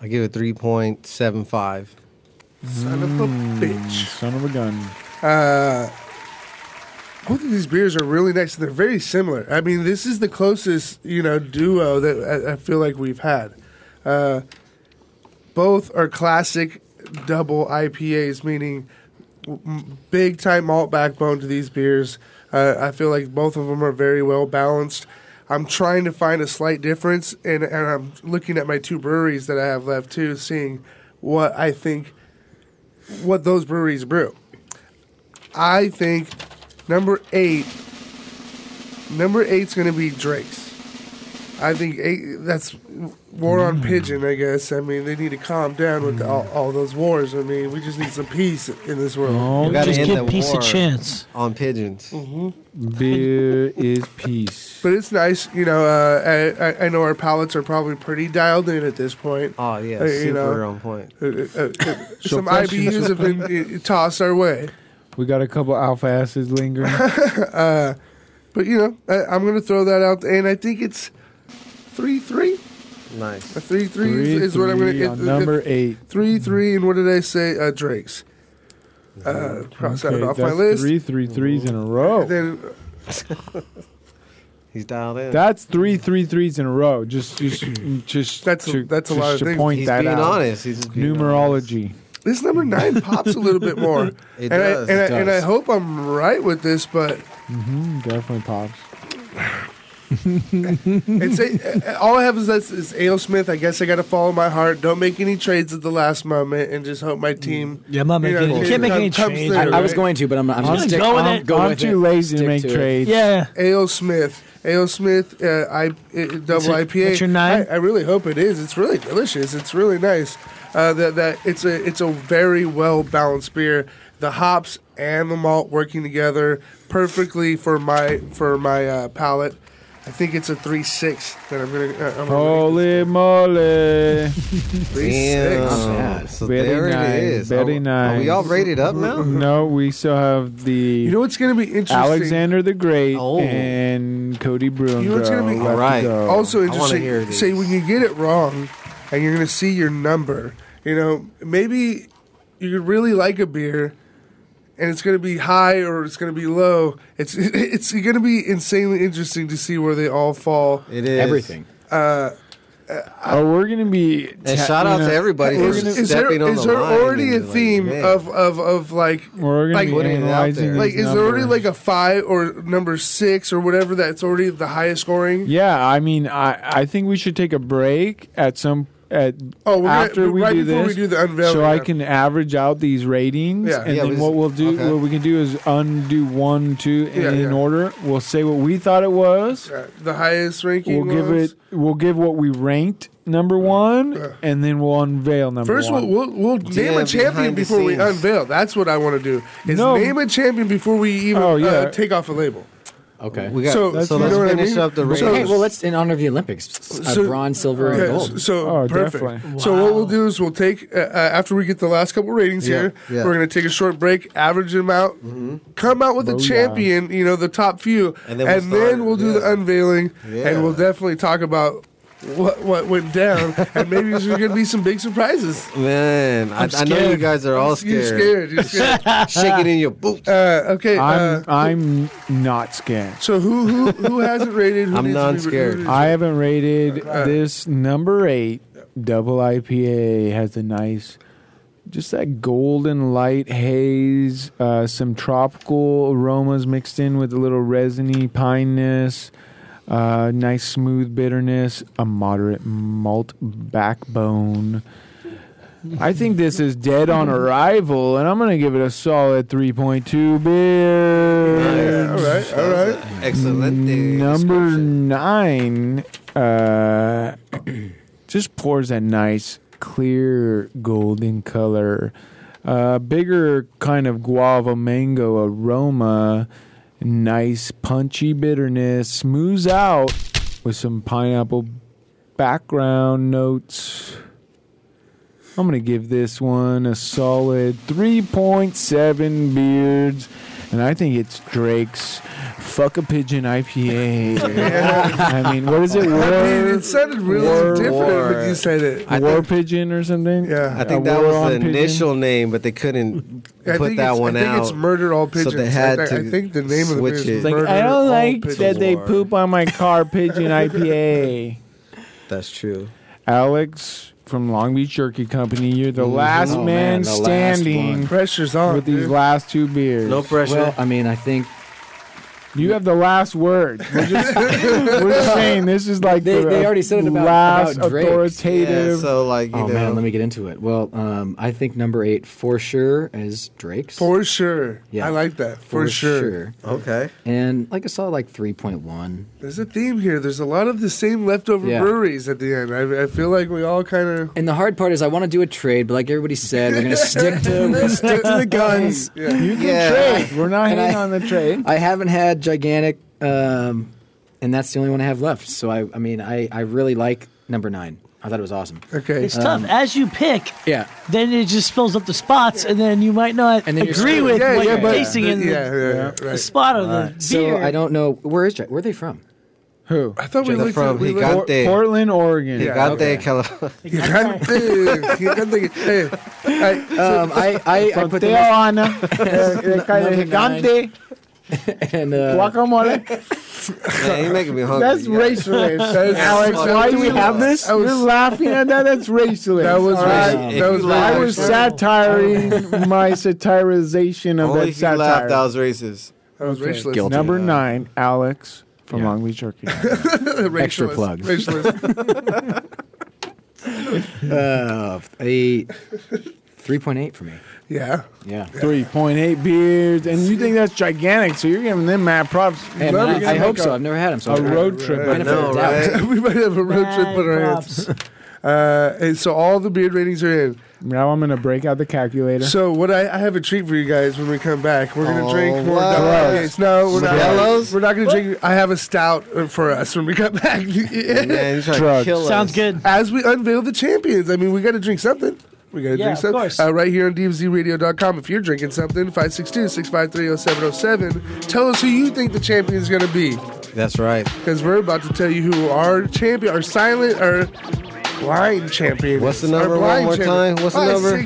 Speaker 6: I give it 3.75.
Speaker 2: Son of a bitch.
Speaker 3: Mm, Son of a gun.
Speaker 2: Uh, both of these beers are really nice. They're very similar. I mean, this is the closest you know duo that I, I feel like we've had. Uh, both are classic double IPAs, meaning m- big time malt backbone to these beers. Uh, I feel like both of them are very well balanced. I'm trying to find a slight difference, and, and I'm looking at my two breweries that I have left too, seeing what I think what those breweries brew. I think number eight, number eight's going to be Drake's. I think eight, that's war on pigeon. I guess. I mean, they need to calm down with all, all those wars. I mean, we just need some peace in this world.
Speaker 6: We gotta end the war
Speaker 5: chance.
Speaker 6: on pigeons.
Speaker 3: Beer is peace.
Speaker 2: But it's nice, you know. Uh, I- I, I know our palates are probably pretty dialed in at this point.
Speaker 6: Oh yeah,
Speaker 2: Uh,
Speaker 6: super on point.
Speaker 2: uh, uh, uh,
Speaker 3: So
Speaker 2: some
Speaker 3: fresh-
Speaker 2: IBUs have been uh, tossed our way.
Speaker 3: We got a couple alpha acids lingering.
Speaker 2: uh, but you know, I, I'm going to throw that out, and I think it's three three.
Speaker 6: Nice.
Speaker 2: A three three, is, is what I'm going to
Speaker 3: Three
Speaker 2: get.
Speaker 3: on number eight.
Speaker 2: Three three, and what did I say? Uh, Drake's. Uh, cross that
Speaker 3: Mm-hmm. Okay,
Speaker 2: off my
Speaker 3: that's
Speaker 2: list.
Speaker 3: Three three threes in a row.
Speaker 2: Then
Speaker 6: He's dialed in.
Speaker 3: That's three three threes in a row. Just just just
Speaker 2: That's a-
Speaker 3: to,
Speaker 2: that's a
Speaker 3: just
Speaker 2: lot of
Speaker 3: to
Speaker 2: things.
Speaker 3: point
Speaker 2: He's
Speaker 3: that
Speaker 2: being
Speaker 3: out.
Speaker 2: honest. He's just being
Speaker 3: Numerology.
Speaker 2: this number nine pops a little bit more.
Speaker 3: It
Speaker 2: and I,
Speaker 3: does,
Speaker 2: and,
Speaker 3: it
Speaker 2: I, and I
Speaker 3: does.
Speaker 2: hope I'm right with this, but
Speaker 3: hmm definitely pops.
Speaker 2: it's a, all I have is this is Ale Smith. I guess I got to follow my heart. Don't make any trades at the last moment, and just hope my team.
Speaker 5: Yeah, I'm not
Speaker 2: you
Speaker 5: making any- you can't make any trades.
Speaker 4: I, I was going to, but I'm not. I'm,
Speaker 2: I'm
Speaker 4: just
Speaker 2: gonna go with it. I'm too
Speaker 3: lazy
Speaker 2: to make
Speaker 3: trades.
Speaker 5: Yeah.
Speaker 2: Ale Smith. Ale Smith, uh, I, uh, double
Speaker 5: your-
Speaker 2: IPA.
Speaker 5: that's your nine?
Speaker 2: I, I really hope it is. It's really delicious. It's really nice. Uh, that that it's a it's a very well balanced beer. The hops and the malt working together perfectly for my for my uh, palate. I think it's a three six that I'm gonna. Uh, I'm gonna
Speaker 3: Holy moly!
Speaker 6: Damn. So there it is.
Speaker 3: Very
Speaker 6: Are-
Speaker 3: nice.
Speaker 6: are we all rated up now?
Speaker 3: No, we still have the. You
Speaker 2: know what's gonna be interesting?
Speaker 3: Alexander the Great
Speaker 2: Oh.
Speaker 3: and Cody Broom.
Speaker 2: You know what's gonna be also interesting? Say when you get it wrong, and you're gonna see your number. You know, maybe you could really like a beer, and it's gonna be high or it's gonna be low. It's it's gonna be insanely interesting to see where they all fall.
Speaker 6: It
Speaker 3: is. Everything.
Speaker 2: Uh,
Speaker 3: Oh, we're gonna be.
Speaker 6: And shout out to everybody for
Speaker 2: is, is there,
Speaker 6: stepping on
Speaker 2: is
Speaker 6: the
Speaker 2: there
Speaker 6: line
Speaker 2: already a
Speaker 6: and, like,
Speaker 2: theme
Speaker 6: man.
Speaker 2: of, of of like
Speaker 3: We're gonna
Speaker 2: like,
Speaker 3: be Putting it out analyzing there.
Speaker 2: like
Speaker 3: these
Speaker 2: is there already
Speaker 3: numbers.
Speaker 2: like a five or number six or whatever that's already the highest scoring?
Speaker 3: Yeah, I mean, I I think we should take a break at some at
Speaker 2: Oh, we're gonna-
Speaker 3: after we
Speaker 2: right
Speaker 3: do
Speaker 2: before
Speaker 3: this,
Speaker 2: we do the unveiling,
Speaker 3: so I
Speaker 2: yeah.
Speaker 3: can average out these ratings,
Speaker 2: Yeah.
Speaker 3: and
Speaker 2: Yeah,
Speaker 3: then
Speaker 2: we-
Speaker 3: what we'll do,
Speaker 2: okay.
Speaker 3: what we can do is undo one, two, and
Speaker 2: Yeah,
Speaker 3: in
Speaker 2: yeah.
Speaker 3: order. We'll say what we thought it was.
Speaker 2: Uh, the highest ranking.
Speaker 3: we'll give
Speaker 2: ones?
Speaker 3: it. We'll give what we ranked number one, and then we'll unveil number
Speaker 2: First,
Speaker 3: one.
Speaker 2: we'll, we'll, we'll
Speaker 3: Yeah,
Speaker 2: name a champion
Speaker 3: behind the
Speaker 2: before we
Speaker 3: scenes.
Speaker 2: unveil. That's what I want to do. Is
Speaker 3: No.
Speaker 2: name a champion before we even
Speaker 3: Oh, yeah.
Speaker 2: uh, take off a label.
Speaker 4: Okay.
Speaker 2: We got- So- that's- so
Speaker 4: you
Speaker 2: let's
Speaker 4: know what
Speaker 2: finish up the
Speaker 4: So, hey,
Speaker 2: ratings.
Speaker 4: well, let's in honor of the Olympics, s- uh,
Speaker 2: So-
Speaker 4: bronze, silver,
Speaker 2: Okay,
Speaker 4: and gold.
Speaker 2: So
Speaker 5: Oh,
Speaker 2: perfect. So what we'll do is we'll take uh, uh, after we get the last couple ratings
Speaker 4: Yeah,
Speaker 2: here.
Speaker 4: yeah.
Speaker 2: We're gonna take a short break, average them out, come out with the
Speaker 6: Booyah.
Speaker 2: champion. You know, the top few,
Speaker 6: And then we'll start it,
Speaker 2: do the
Speaker 6: yeah.
Speaker 2: unveiling,
Speaker 6: Yeah.
Speaker 2: and we'll definitely talk about what what went down, and maybe there's gonna be some big surprises.
Speaker 6: Man, I,
Speaker 2: I'm
Speaker 6: I know you
Speaker 2: scared.
Speaker 6: guys are all
Speaker 2: You're
Speaker 6: scared.
Speaker 2: scared. You're scared.
Speaker 6: Shake it in your boots.
Speaker 2: Uh, okay. uh,
Speaker 3: I'm I'm not scared.
Speaker 2: So who who who hasn't rated? Who
Speaker 3: I'm
Speaker 2: needs to be-
Speaker 3: non-scared.
Speaker 2: who-
Speaker 3: I haven't rated
Speaker 2: Uh,
Speaker 3: this number eight double IPA. Has a nice, just that golden light haze, uh, some tropical aromas mixed in with a little resiny pineness, uh, nice smooth bitterness, a moderate malt backbone. I think this is dead on arrival, and I'm gonna give it a solid 3.2 beer.
Speaker 6: Yeah, all right, all right. Excellent.
Speaker 3: Number Mm, nine, uh, just pours a nice clear golden color, uh, bigger kind of guava mango aroma, nice punchy bitterness, smooths out with some pineapple background notes. I'm going to give this one a solid 3.7 beards. And I think it's Drake's Fuck a Pigeon IPA. I mean, what is it? War,
Speaker 2: I mean, it sounded really
Speaker 3: war-
Speaker 2: different when you said it.
Speaker 3: War Pigeon or something?
Speaker 2: Yeah.
Speaker 6: I think
Speaker 3: A
Speaker 6: that
Speaker 3: war
Speaker 6: was
Speaker 3: on
Speaker 6: the
Speaker 3: pigeon?
Speaker 6: initial name, but they couldn't
Speaker 2: I
Speaker 6: put
Speaker 2: think
Speaker 6: that
Speaker 2: it's- I
Speaker 6: one
Speaker 2: think
Speaker 6: out.
Speaker 2: it's Murder All
Speaker 6: So they
Speaker 2: Pigeons. I
Speaker 6: had
Speaker 2: thi- I
Speaker 6: to
Speaker 2: think the name of the
Speaker 6: switch
Speaker 2: beer
Speaker 6: it.
Speaker 2: is Like, Murder
Speaker 3: I don't
Speaker 2: All
Speaker 3: like that
Speaker 2: Pigeons
Speaker 3: they
Speaker 2: War.
Speaker 3: poop on my car, Pigeon IPA.
Speaker 6: That's true.
Speaker 3: Alex from Long Beach Jerky Company, you're the
Speaker 6: Mm-hmm.
Speaker 4: Mhm.
Speaker 3: last
Speaker 4: Oh,
Speaker 3: man,
Speaker 4: man, the last
Speaker 3: standing.
Speaker 4: one.
Speaker 2: Pressure's on
Speaker 3: with these last two beers.
Speaker 6: No pressure.
Speaker 4: Well, I mean, I think
Speaker 3: you have the last word. We're just, we're just saying this is like
Speaker 4: they,
Speaker 3: the
Speaker 4: they already said it about,
Speaker 3: last
Speaker 4: about Drake.
Speaker 3: authoritative.
Speaker 6: like
Speaker 4: oh man, let me get into it. Well, um, I think number eight for sure is Drake's.
Speaker 2: For sure.
Speaker 4: Yeah.
Speaker 2: I like that. For, sure.
Speaker 6: Okay.
Speaker 4: And like I saw like three point one.
Speaker 2: There's a theme here. There's a lot of the same leftover
Speaker 4: Yeah.
Speaker 2: breweries at the end. I, I feel like we all kind of.
Speaker 4: And the hard part is I want to do a trade, but like everybody said, we're gonna stick to we're gonna stick to the guns.
Speaker 3: You can trade. We're not
Speaker 4: And
Speaker 3: hitting
Speaker 4: I-
Speaker 3: on the trade.
Speaker 4: I haven't had gigantic, um, and that's the only one I have left. So I, I mean, I, I really like number nine. I thought it was awesome.
Speaker 2: Okay,
Speaker 5: It's tough. As you pick,
Speaker 4: yeah,
Speaker 5: then it just fills up the spots, and then you might not
Speaker 4: And then you're
Speaker 5: agree
Speaker 4: screwed.
Speaker 5: with
Speaker 4: Yeah,
Speaker 5: what
Speaker 4: yeah,
Speaker 5: you're
Speaker 4: but-
Speaker 5: tasting in the,
Speaker 2: yeah, yeah, yeah,
Speaker 5: the
Speaker 2: right.
Speaker 5: spot of the beer.
Speaker 4: So I don't know where is Jack. Where are they from?
Speaker 3: Who?
Speaker 2: I thought we
Speaker 6: They're
Speaker 2: looked
Speaker 6: from
Speaker 2: at, we looked-
Speaker 3: Por-
Speaker 6: Gigante.
Speaker 3: Portland, Oregon.
Speaker 6: Gigante,
Speaker 4: okay.
Speaker 6: California.
Speaker 2: Gigante. Gigante. Hey, I-
Speaker 4: Um, I, I, I put them
Speaker 3: Frontera, Ana. Eh, eh, calle
Speaker 4: Number nine.
Speaker 3: Gigante.
Speaker 4: and uh,
Speaker 3: Guacamole.
Speaker 6: Man, you're making me hungry.
Speaker 3: That's
Speaker 6: Yeah.
Speaker 3: racist.
Speaker 2: That's
Speaker 3: Alex,
Speaker 6: funny.
Speaker 3: why do we have this?
Speaker 2: That was-
Speaker 3: You're laughing at that. That's racist.
Speaker 2: that was
Speaker 3: All
Speaker 2: right.
Speaker 3: right.
Speaker 6: If
Speaker 2: That
Speaker 6: you
Speaker 2: was
Speaker 6: laugh-
Speaker 3: I
Speaker 2: right.
Speaker 3: was
Speaker 5: Oh.
Speaker 3: satirizing my satirization of
Speaker 6: Only
Speaker 3: that
Speaker 6: if you
Speaker 3: satire.
Speaker 6: laughed, I was racist.
Speaker 2: That was racialist.
Speaker 4: Guilty.
Speaker 3: Number
Speaker 4: Yeah.
Speaker 3: nine, Alex from
Speaker 4: Yeah.
Speaker 3: Long Beach Jerky.
Speaker 4: Extra
Speaker 2: Racialist.
Speaker 4: plugs.
Speaker 2: Racialist.
Speaker 4: uh, a three point eight for me.
Speaker 2: Yeah.
Speaker 4: Yeah.
Speaker 3: Three point eight beards, and you think that's gigantic? So you're giving them mad props.
Speaker 4: Hey, man,
Speaker 2: Love it.
Speaker 4: I, I hope
Speaker 2: Like a-
Speaker 4: so. I've never had them. So
Speaker 3: a
Speaker 4: I'm-
Speaker 3: road trip.
Speaker 4: Right.
Speaker 3: Right.
Speaker 6: No, right?
Speaker 2: we might have a road trip
Speaker 5: Bad
Speaker 2: on our hands.
Speaker 5: props.
Speaker 2: Uh, and so all the beard ratings are in.
Speaker 3: Now I'm gonna break out the calculator.
Speaker 2: So what I, I have a treat for you guys when we come back. We're gonna
Speaker 6: Oh,
Speaker 2: drink more
Speaker 6: what?
Speaker 2: double IPAs. No, we're not.
Speaker 6: Modelo's?
Speaker 2: We're not gonna drink. I have a stout uh, for us when we come back.
Speaker 6: Man, you're trying
Speaker 3: Drugs.
Speaker 6: to kill
Speaker 5: Sounds
Speaker 6: us.
Speaker 5: good.
Speaker 2: As we unveil the champions, I mean, we got to drink something. We got to
Speaker 5: Yeah,
Speaker 2: drink
Speaker 5: of
Speaker 2: something.
Speaker 5: course.
Speaker 2: Uh, right here on dmzradio.com. If you're drinking something, 562-653-0707. Tell us who you think the champion is going to be.
Speaker 6: That's right.
Speaker 2: Because we're about to tell you who our champion, our silent, our blind champion
Speaker 6: What's the
Speaker 2: is. Our
Speaker 6: number one
Speaker 2: blind
Speaker 6: more
Speaker 2: champion.
Speaker 6: time? What's the number?
Speaker 2: oh,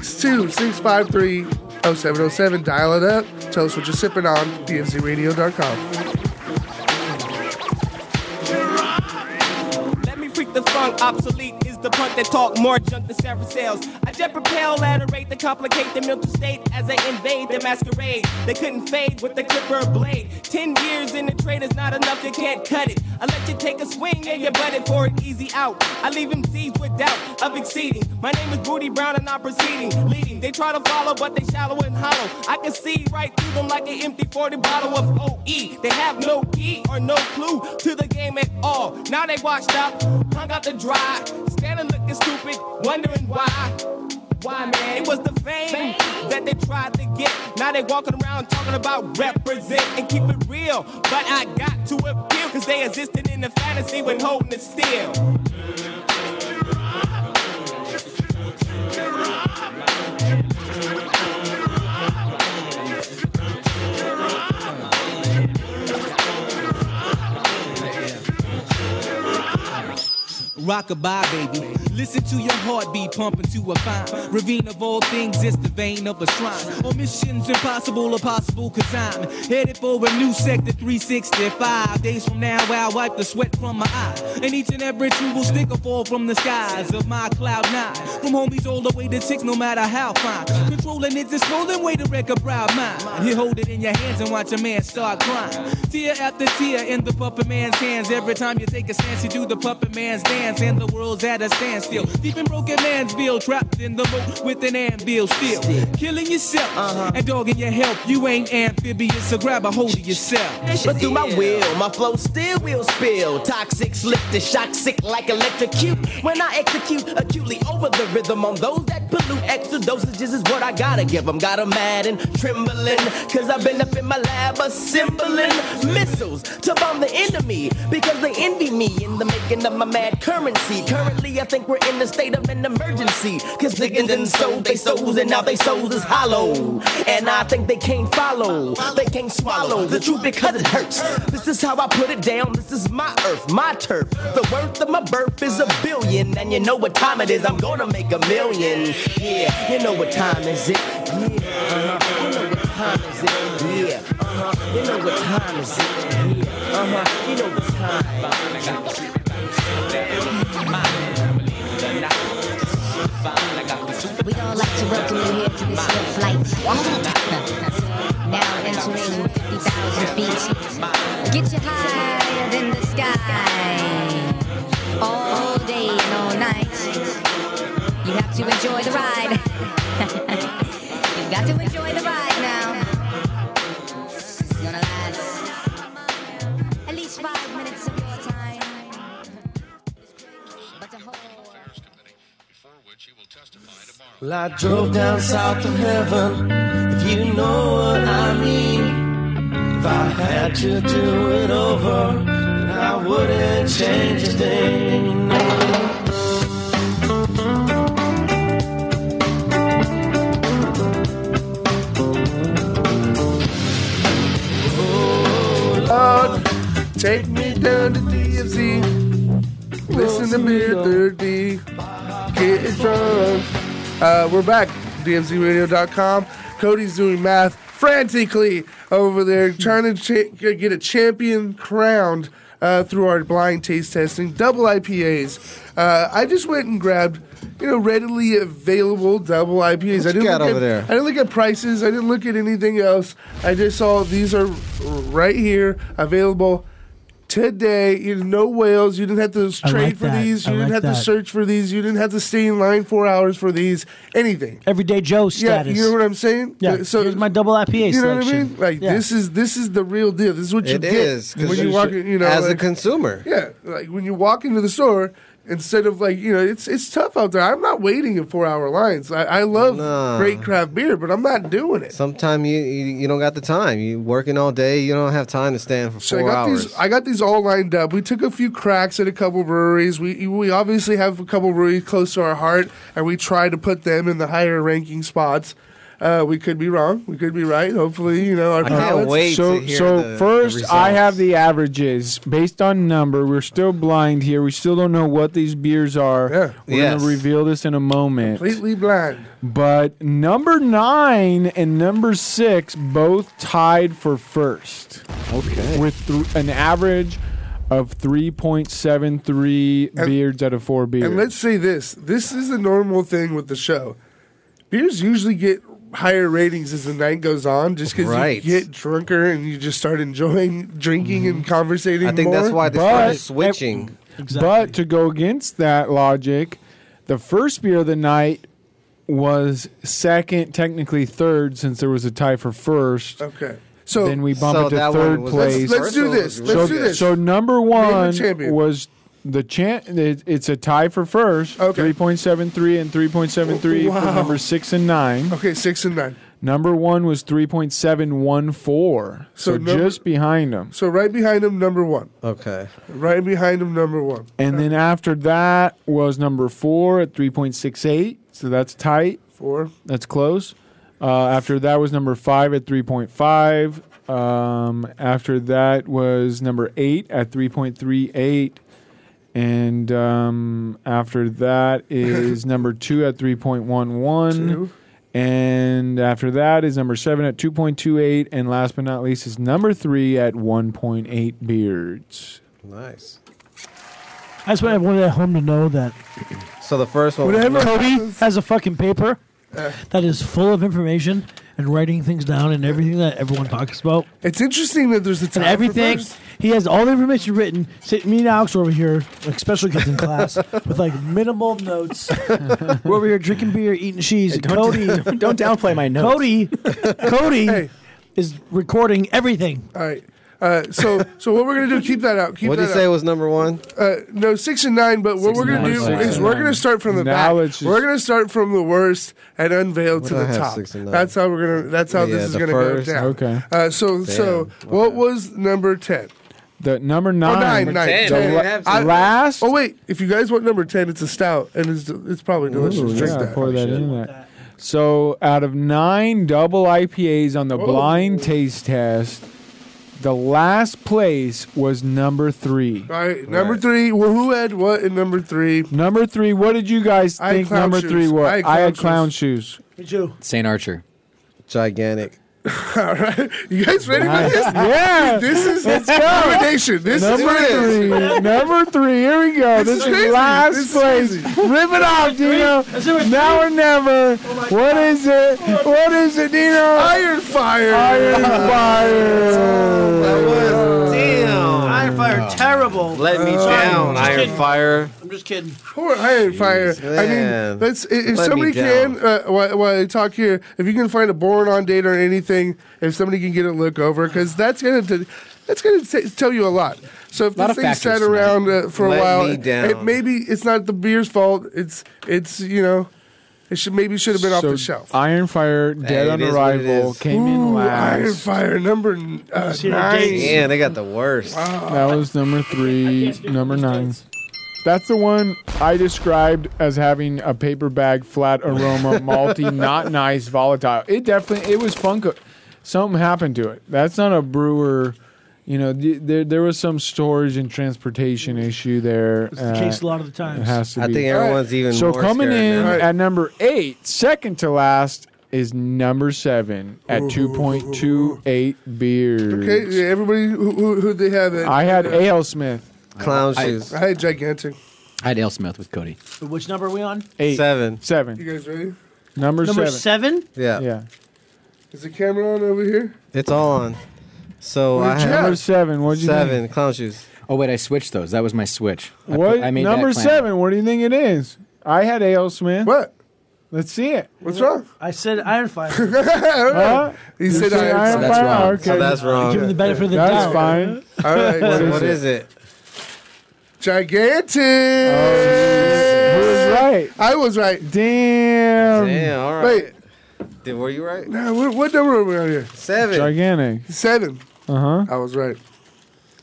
Speaker 2: 562-653-0707. Dial it up. Tell us what you're sipping on. dmzradio.com.
Speaker 16: Let me freak the funk. Obsolete is the punk that talk more junk than Sarah sales. I jet propel at a rate that complicate the mental state as they invade the masquerade. They couldn't fade with the clipper blade. Ten years in the trade is not enough. You can't cut it. I let you take a swing and you butt it for an easy out. I leave them seized with doubt of exceeding. My name is Booty Brown and I'm proceeding, leading. They try to follow, but they shallow and hollow. I can see right through them like an empty 40 bottle of OE. They have no key or no clue to the game at all. Now they washed up, hung out to dry, standing looking stupid, wondering why. Why, man? It was the fame that they tried to get. Now they walking around talking about represent and keep it real. But I got to appeal, cause they existed in the fantasy when holding it still. Rockabye, baby. Listen to your heartbeat pumping to a fine ravine of all things. It's the vein of a shrine. On missions impossible or possible, cause I'm headed for a new sector 365. Days from now, I'll wipe the sweat from my eye. And each and every tree will stick or fall from the skies of my cloud nine. From homies all the way to six, no matter how fine. Controlling it's a swollen way to wreck a proud mind. You hold it in your hands and watch a man start crying. Tear after tear in the puppet man's hands. Every time you take a stance, you do the puppet man's dance, and the world's at a standstill. Deep in broken Mansville, trapped in the moat with an anvil still. Killing yourself
Speaker 17: Uh-huh.
Speaker 16: and dogging your help. You ain't amphibious, so grab a hold of yourself.
Speaker 14: But through my will, my flow still will spill. Toxic, slick to shock, sick like electrocute. When I execute acutely over the rhythm on those that pollute, extra dosages is what I gotta give 'em. Got 'em mad and trembling, cause I've been up in my lab assembling missiles to bomb the enemy because they envy me in the making of my mad currency. emergency. Currently, I think we're in the state of an emergency. Cause niggas done sold they souls and now they souls is hollow. And I think they can't follow, they can't swallow the truth because it hurts. This is how I put it down. This is my earth, my turf. The worth of my birth is a billion. And you know what time it is, I'm gonna make a million. Yeah, you know what time is it? Yeah, uh-huh. you know what time is it? Yeah, uh-huh. you know what time is it? Yeah, uh-huh. you know what time is it?
Speaker 17: We all like to welcome you here to this little flight. now entering 50,000 feet. Get you higher than the sky. All day and all night. You have to enjoy the ride. You've got to enjoy the ride now. It's gonna last at least five minutes of your time. But the whole
Speaker 18: Well, I drove down south of heaven, if you know what I mean. If I had to do it over, then I wouldn't change a thing.
Speaker 2: Lord, take me down to DMZ. Listen to me, third D. Get drunk. Uh, we're back. DMZRadio.com. Cody's doing math frantically over there, trying to cha- get a champion crowned uh, through our blind taste testing. Double IPAs. Uh, I just went and grabbed, you know, readily available double IPAs. I
Speaker 6: you got
Speaker 2: look
Speaker 6: over
Speaker 2: at,
Speaker 6: there?
Speaker 2: I didn't look at prices. I didn't look at anything else. I just saw these are right here available today. You didn't know whales. You didn't have to
Speaker 5: I
Speaker 2: trade
Speaker 5: like
Speaker 2: for
Speaker 5: that.
Speaker 2: these. You
Speaker 5: I
Speaker 2: didn't
Speaker 5: like
Speaker 2: have to
Speaker 5: that.
Speaker 2: search for these. You didn't have to stay in line four hours for these. Anything.
Speaker 5: Everyday Joe status.
Speaker 2: Yeah, you know what I'm saying?
Speaker 5: Yeah,
Speaker 2: So
Speaker 5: here's my double IPA
Speaker 2: You know what I
Speaker 5: selection.
Speaker 2: mean? Like
Speaker 5: Yeah.
Speaker 2: this is this is the real deal. This is what you
Speaker 6: It
Speaker 2: get
Speaker 6: is, 'cause
Speaker 2: when you
Speaker 6: you
Speaker 2: walk.
Speaker 6: should-
Speaker 2: in, You know,
Speaker 6: as a
Speaker 2: like-
Speaker 6: consumer.
Speaker 2: Yeah, like when you walk into the store. Instead of like you know, it's it's tough out there. I'm not waiting in four hour lines. I, I love
Speaker 6: Nah.
Speaker 2: great craft beer, but I'm not doing it.
Speaker 6: Sometimes you, you you don't got the time. You working all day. You don't have time to stand for four
Speaker 2: So I got
Speaker 6: hours.
Speaker 2: these. I got these all lined up. We took a few cracks at a couple breweries. We we obviously have a couple breweries close to our heart, and we try to put them in the higher ranking spots. Uh, we could be wrong. We could be right. Hopefully, you know our palates-
Speaker 3: so so first I
Speaker 2: have.
Speaker 3: have the averages based on number. We're still blind here. We still don't know what these beers are. Yeah. We're
Speaker 2: Yes.
Speaker 3: gonna reveal this in a moment.
Speaker 2: completely blind.
Speaker 3: But number nine and number six both tied for first.
Speaker 4: Okay.
Speaker 3: With th- an average of three point seven three beards out of four beers.
Speaker 2: And let's say this: this is the normal thing with the show. Beers usually get higher ratings as the night goes on, just because
Speaker 6: Right.
Speaker 2: you get drunker and you just start enjoying drinking and conversating.
Speaker 6: Mm-hmm. I think that's
Speaker 2: more.
Speaker 6: why they
Speaker 3: But-
Speaker 6: started switching.
Speaker 3: But to go against that logic, the first beer of the night was second, technically third, since there was a tie for first.
Speaker 2: Okay. So
Speaker 3: then we bump it to third place.
Speaker 2: Let's, let's do this. Let's
Speaker 3: so,
Speaker 2: do this.
Speaker 3: So number one
Speaker 2: champion.
Speaker 3: was the champ. It, it's a tie for first. Three point seven three and three point seven three
Speaker 2: Wow.
Speaker 3: for number six and nine.
Speaker 2: Okay, six and nine.
Speaker 3: Number one was three point seven one four.
Speaker 2: So
Speaker 3: So,
Speaker 2: number-
Speaker 3: just behind them.
Speaker 2: so right behind him, number one.
Speaker 6: Okay.
Speaker 2: Right behind him, number one.
Speaker 3: And then after that was number four at 3.68. So that's tight.
Speaker 2: Four.
Speaker 3: That's close. Uh, after that was number five at 3.5. Um, after that was number eight at 3.38. And um, after that is number two at 3.11.
Speaker 2: Two.
Speaker 3: And after that is number seven at 2.28. And last but not least is number three at 1.8 beards.
Speaker 6: Nice.
Speaker 5: I just want everyone at home to know that
Speaker 6: So the first one.
Speaker 5: whenever Cody has a fucking paper that is full of information and writing things down and everything that everyone talks about.
Speaker 2: It's interesting that there's a time
Speaker 5: and
Speaker 2: for
Speaker 5: everything.
Speaker 2: first.
Speaker 5: He has all the information written. Sit me and Alex are over here, like special kids in class, with like minimal notes. We're over here drinking beer, eating cheese. Cody,
Speaker 2: don't downplay my notes.
Speaker 5: Cody, Cody
Speaker 2: Hey.
Speaker 5: is recording everything.
Speaker 2: All right. Uh, so, so what we're gonna do? Keep that out. Keep
Speaker 6: What
Speaker 2: that
Speaker 6: did you say
Speaker 2: out.
Speaker 6: was number one?
Speaker 2: Uh, no, six and nine. But what
Speaker 6: Six
Speaker 2: we're
Speaker 6: and
Speaker 2: gonna
Speaker 6: nine.
Speaker 2: do
Speaker 6: Six
Speaker 2: is
Speaker 6: and
Speaker 2: we're
Speaker 6: nine.
Speaker 2: gonna start from the
Speaker 3: Now
Speaker 2: back.
Speaker 3: it's just-
Speaker 2: we're gonna start from the worst and unveil to
Speaker 6: What
Speaker 2: the
Speaker 6: did I have,
Speaker 2: top.
Speaker 6: six and nine?
Speaker 2: That's how we're gonna. That's how
Speaker 6: Yeah,
Speaker 2: this is
Speaker 6: the
Speaker 2: gonna
Speaker 6: first,
Speaker 2: go down.
Speaker 6: okay.
Speaker 2: Uh, so, so
Speaker 6: Damn,
Speaker 2: what was number ten?
Speaker 3: the number nine.
Speaker 2: Oh, nine, nine,
Speaker 3: The
Speaker 2: ten.
Speaker 3: la-
Speaker 2: I-
Speaker 3: last.
Speaker 2: Oh wait, if you guys want number ten, it's a stout, and it's it's probably delicious.
Speaker 3: Ooh,
Speaker 2: Drink
Speaker 3: yeah,
Speaker 2: that.
Speaker 3: Pour that in there. So out of nine double IPAs on the
Speaker 2: Oh.
Speaker 3: blind taste test, the last place was number three.
Speaker 2: All right, number three. Well, who had what in number three?
Speaker 3: Number three. What did you guys
Speaker 2: I had
Speaker 3: think
Speaker 2: clown
Speaker 3: number
Speaker 2: shoes.
Speaker 3: three was?
Speaker 2: I had
Speaker 3: I had
Speaker 2: clown
Speaker 3: clown shoes.
Speaker 5: Me too.
Speaker 4: St. Archer.
Speaker 6: Gigantic.
Speaker 2: All right, you guys ready for this?
Speaker 3: yeah.
Speaker 2: this is
Speaker 3: Let's go.
Speaker 2: domination. This is
Speaker 3: number
Speaker 2: what it is.
Speaker 3: three. number three. Here we go.
Speaker 2: This
Speaker 3: This,
Speaker 2: is
Speaker 3: is,
Speaker 2: crazy.
Speaker 3: last
Speaker 2: This is
Speaker 3: place. Rip it off, Dino. Now or never. What is it? What is it, Dino? Iron
Speaker 2: fire.
Speaker 3: Iron fire. Ah.
Speaker 5: Damn. Iron Fire, terrible.
Speaker 6: Let me down, Iron Fire.
Speaker 5: I'm just kidding.
Speaker 2: Poor Iron Fire. I mean,
Speaker 6: man.
Speaker 2: let's, i- if
Speaker 6: Let
Speaker 2: somebody
Speaker 6: me down.
Speaker 2: can, uh, while, while I talk here, if you can find a born on date or anything, if somebody can get a look over, because that's gonna t- that's gonna t- tell you a lot. So if
Speaker 4: Lot
Speaker 2: this
Speaker 4: of
Speaker 2: thing
Speaker 4: factors
Speaker 2: sat around uh, for a
Speaker 6: Let
Speaker 2: while,
Speaker 6: me down.
Speaker 2: it maybe it's not the beer's fault. It's it's you know, it should maybe should have been off
Speaker 3: So
Speaker 2: the shelf.
Speaker 3: Iron Fire, Dead
Speaker 6: it
Speaker 3: on
Speaker 6: is what it
Speaker 3: Arrival,
Speaker 6: is.
Speaker 3: came in
Speaker 2: Ooh,
Speaker 3: last.
Speaker 2: Iron Fire number n- uh,
Speaker 5: See the
Speaker 2: nine.
Speaker 5: dates.
Speaker 6: Yeah, they got the worst.
Speaker 3: That was number three, number nine. That's the one I described as having a paper bag, flat aroma, malty, not nice, volatile. It definitely it was funko. Something happened to it. That's not a brewer. You know, th- there there was some storage and transportation issue there. uh,
Speaker 5: It's the case a lot of the times.
Speaker 3: It has to
Speaker 6: I
Speaker 3: be.
Speaker 6: think everyone's even
Speaker 3: so
Speaker 6: more
Speaker 3: coming
Speaker 6: scared
Speaker 3: in
Speaker 6: now.
Speaker 3: at number eight, second to last, is number seven at two point two eight beers.
Speaker 2: Okay, yeah, everybody who, who who they have. Uh,
Speaker 3: I had A.L. Smith.
Speaker 6: Clown
Speaker 4: I-
Speaker 6: shoes.
Speaker 2: I had gigantic.
Speaker 4: I had Ale Smith with Cody.
Speaker 5: Which number are we on?
Speaker 3: Eight.
Speaker 6: Seven.
Speaker 3: Seven.
Speaker 2: You guys ready?
Speaker 3: Number,
Speaker 5: Number
Speaker 3: seven.
Speaker 5: seven?
Speaker 6: Yeah.
Speaker 3: Yeah.
Speaker 2: Is the camera on over here?
Speaker 6: It's all on. So
Speaker 2: Where'd
Speaker 6: I
Speaker 2: you
Speaker 6: had
Speaker 2: have?
Speaker 3: Number seven. What'd you
Speaker 6: seven clown shoes.
Speaker 4: Oh wait, I switched those. That was my switch. I
Speaker 3: think? What
Speaker 4: put- I made that
Speaker 3: number
Speaker 4: clan.
Speaker 3: seven? What do you think it is? I had A.L. Smith.
Speaker 2: What?
Speaker 3: Let's see it.
Speaker 2: What's wrong?
Speaker 5: I said Iron Fire.
Speaker 3: Huh?
Speaker 2: He
Speaker 3: You
Speaker 2: said
Speaker 3: said
Speaker 2: Iron
Speaker 3: Iron
Speaker 2: Fire.
Speaker 4: That's
Speaker 3: Fire?
Speaker 4: wrong.
Speaker 3: Okay.
Speaker 6: So that's wrong.
Speaker 5: Give him the benefit of the
Speaker 3: That's
Speaker 5: doubt.
Speaker 3: fine.
Speaker 2: All right. what is
Speaker 6: what
Speaker 2: it?
Speaker 6: is it?
Speaker 2: Gigantic.
Speaker 3: Oh, Who was right?
Speaker 2: I was right.
Speaker 3: Damn.
Speaker 6: Damn. All right.
Speaker 2: Um, Wait,
Speaker 6: Did, were you right?
Speaker 2: now, what, what number are we on here?
Speaker 6: Seven.
Speaker 3: Gigantic.
Speaker 2: Seven.
Speaker 3: Uh huh.
Speaker 2: I was right.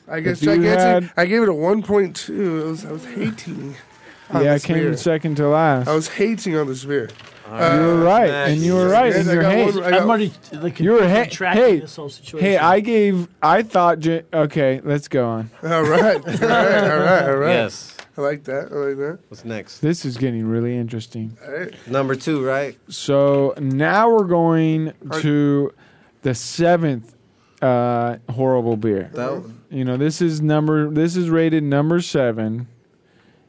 Speaker 2: I guess
Speaker 3: you
Speaker 2: gigantic.
Speaker 3: had-
Speaker 2: I gave it a one point two. I was I was hating. on
Speaker 3: Yeah, I
Speaker 2: this
Speaker 3: came
Speaker 2: beer.
Speaker 3: in second to last.
Speaker 2: I was hating on this beer.
Speaker 3: you were right, and you were right
Speaker 2: Yes,
Speaker 3: in
Speaker 2: I
Speaker 3: your
Speaker 2: got
Speaker 3: hate.
Speaker 2: one- I
Speaker 5: I'm
Speaker 2: got-
Speaker 5: already like,
Speaker 3: You were hey-
Speaker 5: tracking
Speaker 3: hey,
Speaker 5: this whole situation.
Speaker 3: Hey, I gave. I thought. J- okay, let's go on.
Speaker 2: All right, all right, all right, all right.
Speaker 6: Yes.
Speaker 2: I like that. I like that.
Speaker 6: What's next?
Speaker 3: This is getting really interesting.
Speaker 6: Number two, right?
Speaker 3: So now we're going to the seventh uh, horrible beer.
Speaker 6: That,
Speaker 3: You know, this is number. This is rated number seven.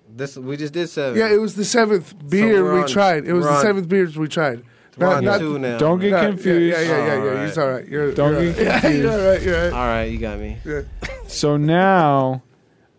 Speaker 6: this we just did seven.
Speaker 2: Yeah, it was the seventh beer
Speaker 6: we're
Speaker 2: we
Speaker 6: on-
Speaker 2: tried. It was
Speaker 6: we're
Speaker 2: the
Speaker 6: on-
Speaker 2: seventh beers we tried.
Speaker 6: We're on
Speaker 2: not-
Speaker 6: two now.
Speaker 3: Don't get
Speaker 2: Yeah,
Speaker 3: confused.
Speaker 2: Yeah, yeah, yeah, yeah. yeah.
Speaker 6: Alright.
Speaker 2: He's all right. You're,
Speaker 3: Don't
Speaker 2: you're
Speaker 3: get
Speaker 2: all right. Yeah, you're all right. You're all right.
Speaker 6: All right, you got me.
Speaker 3: So now,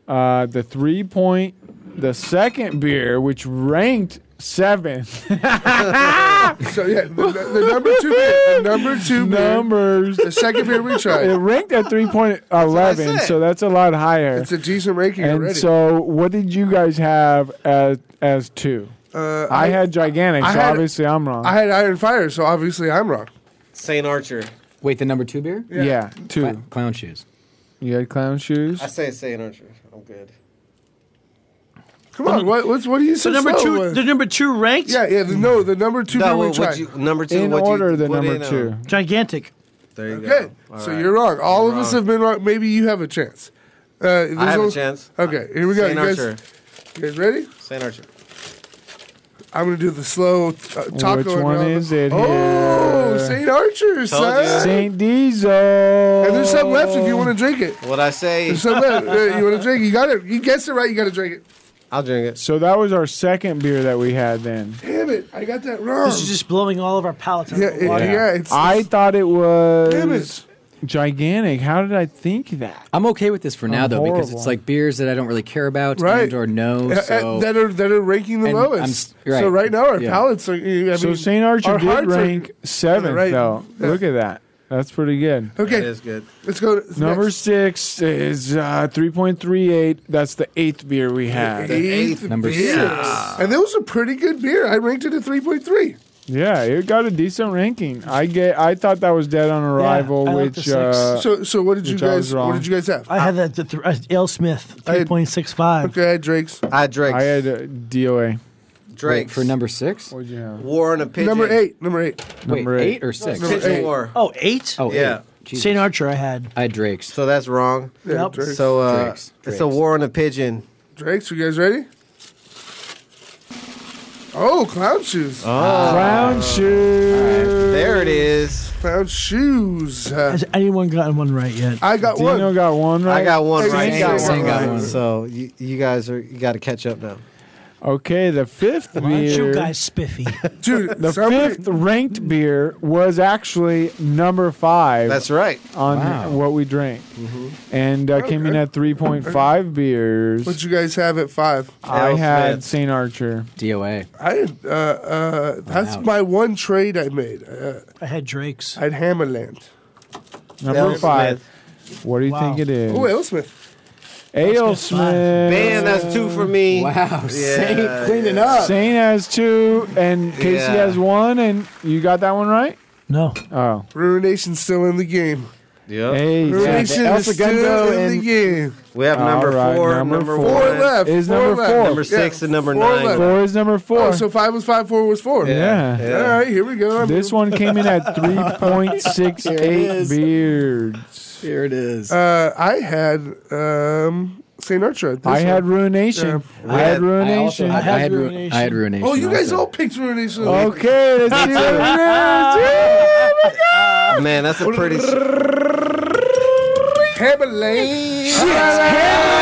Speaker 3: uh, the three point, the second beer, which ranked seventh,
Speaker 2: So yeah, the, the number two beer, the number two beer,
Speaker 3: numbers.
Speaker 2: the second beer we
Speaker 3: It
Speaker 2: tried.
Speaker 3: ranked at three point eleven,
Speaker 6: said.
Speaker 3: so that's a lot higher.
Speaker 2: It's a decent ranking
Speaker 3: and
Speaker 2: already.
Speaker 3: so, what did you guys have as as two?
Speaker 2: uh,
Speaker 3: I, had gigantic,
Speaker 2: I
Speaker 3: so
Speaker 2: had-
Speaker 3: obviously I'm wrong.
Speaker 2: I had Iron Fire, so obviously I'm wrong.
Speaker 6: Saint Archer.
Speaker 4: Wait, the number two beer?
Speaker 3: yeah. two.
Speaker 4: Cla- Clown shoes.
Speaker 3: You had clown shoes.
Speaker 6: I say Saint Archer. I'm good.
Speaker 2: Come on, what what's, what are you so
Speaker 5: so number
Speaker 2: slow
Speaker 5: two,
Speaker 2: with?
Speaker 5: the number two ranked?
Speaker 2: yeah, yeah, the, no, the number two beer
Speaker 6: No,
Speaker 2: we
Speaker 6: what,
Speaker 2: tried.
Speaker 6: what you, number two.
Speaker 3: in
Speaker 6: what
Speaker 3: order,
Speaker 6: you,
Speaker 3: the
Speaker 6: what
Speaker 3: number
Speaker 5: uh,
Speaker 6: in, um,
Speaker 3: two.
Speaker 5: Gigantic.
Speaker 6: There you
Speaker 2: okay,
Speaker 6: go. All
Speaker 2: so
Speaker 6: right.
Speaker 2: you're wrong. All of us
Speaker 6: wrong.
Speaker 2: have been wrong. Maybe you have a chance. Uh, there's
Speaker 6: I have
Speaker 2: only-
Speaker 6: a chance.
Speaker 2: Okay, here we go. You
Speaker 6: Saint
Speaker 2: guys,
Speaker 6: Archer.
Speaker 2: you guys ready?
Speaker 6: Saint Archer.
Speaker 2: I'm gonna do the slow uh, taco.
Speaker 3: Which
Speaker 2: and
Speaker 3: one
Speaker 2: all the-
Speaker 3: is it
Speaker 2: Oh,
Speaker 3: here?
Speaker 2: Saint Archer, son.
Speaker 3: Saint Diesel.
Speaker 2: And
Speaker 3: And
Speaker 2: there's some left if you want to drink it.
Speaker 6: What I say?
Speaker 2: There's some left. Uh, you want to drink? it? You got it. You guessed it right. You got to drink it.
Speaker 6: I'll drink it.
Speaker 3: So that was our second beer that we had then.
Speaker 2: Damn it! I got that wrong.
Speaker 5: This is just blowing all of our palates out
Speaker 2: yeah,
Speaker 5: of the
Speaker 2: it,
Speaker 5: water.
Speaker 2: yeah. It's,
Speaker 3: I
Speaker 2: it's-
Speaker 3: thought it was
Speaker 2: damn it.
Speaker 3: gigantic. How did I think that?
Speaker 4: I'm okay with this for now
Speaker 3: I'm
Speaker 4: though because
Speaker 3: horrible.
Speaker 4: it's like beers that I don't really care about
Speaker 2: Right.
Speaker 4: and or know.
Speaker 2: Uh, uh,
Speaker 4: So
Speaker 2: that are that are ranking the
Speaker 4: And I'm
Speaker 2: lowest.
Speaker 4: s- right.
Speaker 2: So right now our
Speaker 4: Yeah.
Speaker 2: palates are. I mean,
Speaker 3: so Saint Archer
Speaker 2: our
Speaker 3: did
Speaker 2: hearts are-
Speaker 3: rank seventh
Speaker 2: right.
Speaker 3: though.
Speaker 2: Yeah.
Speaker 3: Look at that. That's pretty good.
Speaker 6: That
Speaker 2: okay,
Speaker 6: is good.
Speaker 2: let's go. To,
Speaker 3: Number
Speaker 2: next.
Speaker 3: six is uh, three point three eight. That's the eighth beer we had.
Speaker 2: eighth
Speaker 4: Number
Speaker 2: beer.
Speaker 4: six.
Speaker 2: and that was a pretty good beer. I ranked it at three point three.
Speaker 3: Yeah, it got a decent ranking. I get. I thought that was dead on arrival,
Speaker 5: I like the
Speaker 3: which
Speaker 5: six.
Speaker 3: uh,
Speaker 5: So- so what did you
Speaker 3: which I was
Speaker 5: guys- what
Speaker 3: wrong.
Speaker 5: did you guys have? I had that. Th- uh, L. Smith, three point six five.
Speaker 2: Okay, I had Drake's.
Speaker 6: I had Drake's.
Speaker 3: I had uh, DOA.
Speaker 6: Drake's.
Speaker 4: for number six.
Speaker 3: What'd you have?
Speaker 6: War and a pigeon.
Speaker 2: Number eight. Number eight.
Speaker 4: Wait,
Speaker 3: Number
Speaker 4: eight.
Speaker 3: eight.
Speaker 4: or six?
Speaker 6: Number Pigeon eight. War.
Speaker 5: Oh, eight.
Speaker 4: Oh,
Speaker 6: Yeah.
Speaker 4: Jesus.
Speaker 5: St. Archer, I had.
Speaker 4: I had Drake's.
Speaker 6: So that's wrong.
Speaker 2: Yeah, Yep. Drake's.
Speaker 6: So uh,
Speaker 2: Drake's,
Speaker 6: it's
Speaker 2: Drake's.
Speaker 6: a war on a pigeon.
Speaker 2: Drake's, you guys ready? Oh, clown shoes.
Speaker 6: Ah. Clown
Speaker 3: shoes.
Speaker 6: There it is.
Speaker 2: Clown shoes. Uh,
Speaker 5: Has anyone gotten one right yet?
Speaker 2: I got
Speaker 5: Dino
Speaker 2: one.
Speaker 3: got one
Speaker 6: I got one
Speaker 2: Hey,
Speaker 6: right.
Speaker 2: you got one right.
Speaker 6: So you, you guys are you got to catch up now.
Speaker 3: Okay, the fifth beer.
Speaker 5: Aren't you guys spiffy?
Speaker 2: Dude,
Speaker 3: the
Speaker 2: somebody-
Speaker 3: fifth ranked beer was actually number five.
Speaker 6: That's right.
Speaker 3: On
Speaker 6: Wow.
Speaker 3: what we drank,
Speaker 2: Mm-hmm.
Speaker 3: and
Speaker 2: Oh,
Speaker 3: uh, came in at three point five beers.
Speaker 2: What'd you guys have at five?
Speaker 3: I had Saint Archer.
Speaker 4: DOA.
Speaker 2: I had, uh, uh, that's my one trade I made. Uh,
Speaker 5: I had Drake's.
Speaker 2: I had Hammerland.
Speaker 3: Number
Speaker 2: Aerosmith.
Speaker 3: five. What do you think it is?
Speaker 2: Oh, Aerosmith.
Speaker 3: Ale Smith.
Speaker 6: Man, that's two for me. Wow,
Speaker 3: Saint
Speaker 2: cleaning up.
Speaker 3: Saint has two, and Casey
Speaker 2: Yeah.
Speaker 3: has one, and you got that one right.
Speaker 5: No.
Speaker 3: Oh.
Speaker 2: Brewer Nation's still in the game.
Speaker 6: Yeah.
Speaker 3: Hey,
Speaker 2: Brewer
Speaker 3: yeah,
Speaker 2: Nation
Speaker 3: El
Speaker 2: is
Speaker 3: Segundo
Speaker 2: still in the
Speaker 3: and-
Speaker 2: game.
Speaker 6: We have
Speaker 3: All
Speaker 6: number
Speaker 3: right,
Speaker 6: four,
Speaker 3: number
Speaker 6: number
Speaker 3: four.
Speaker 6: one,
Speaker 2: Four left.
Speaker 3: Is
Speaker 2: four
Speaker 3: number
Speaker 2: left.
Speaker 3: four.
Speaker 6: number six, and number nine.
Speaker 2: left.
Speaker 3: Four is number four.
Speaker 2: Oh, so five was five, four was four.
Speaker 3: Yeah. Yeah.
Speaker 2: All right, here we go. I'm-
Speaker 3: this one came in at three point six eight beards.
Speaker 4: Here it is.
Speaker 2: Uh, I had um, St. Archer.
Speaker 3: I had ruination.
Speaker 2: Yeah.
Speaker 3: I had ruination.
Speaker 4: I had, ru- I had ruination.
Speaker 2: Oh, you guys
Speaker 4: also.
Speaker 2: all picked ruination.
Speaker 3: Okay, let's see what it is.
Speaker 6: Man, that's a pretty.
Speaker 2: Hammerland.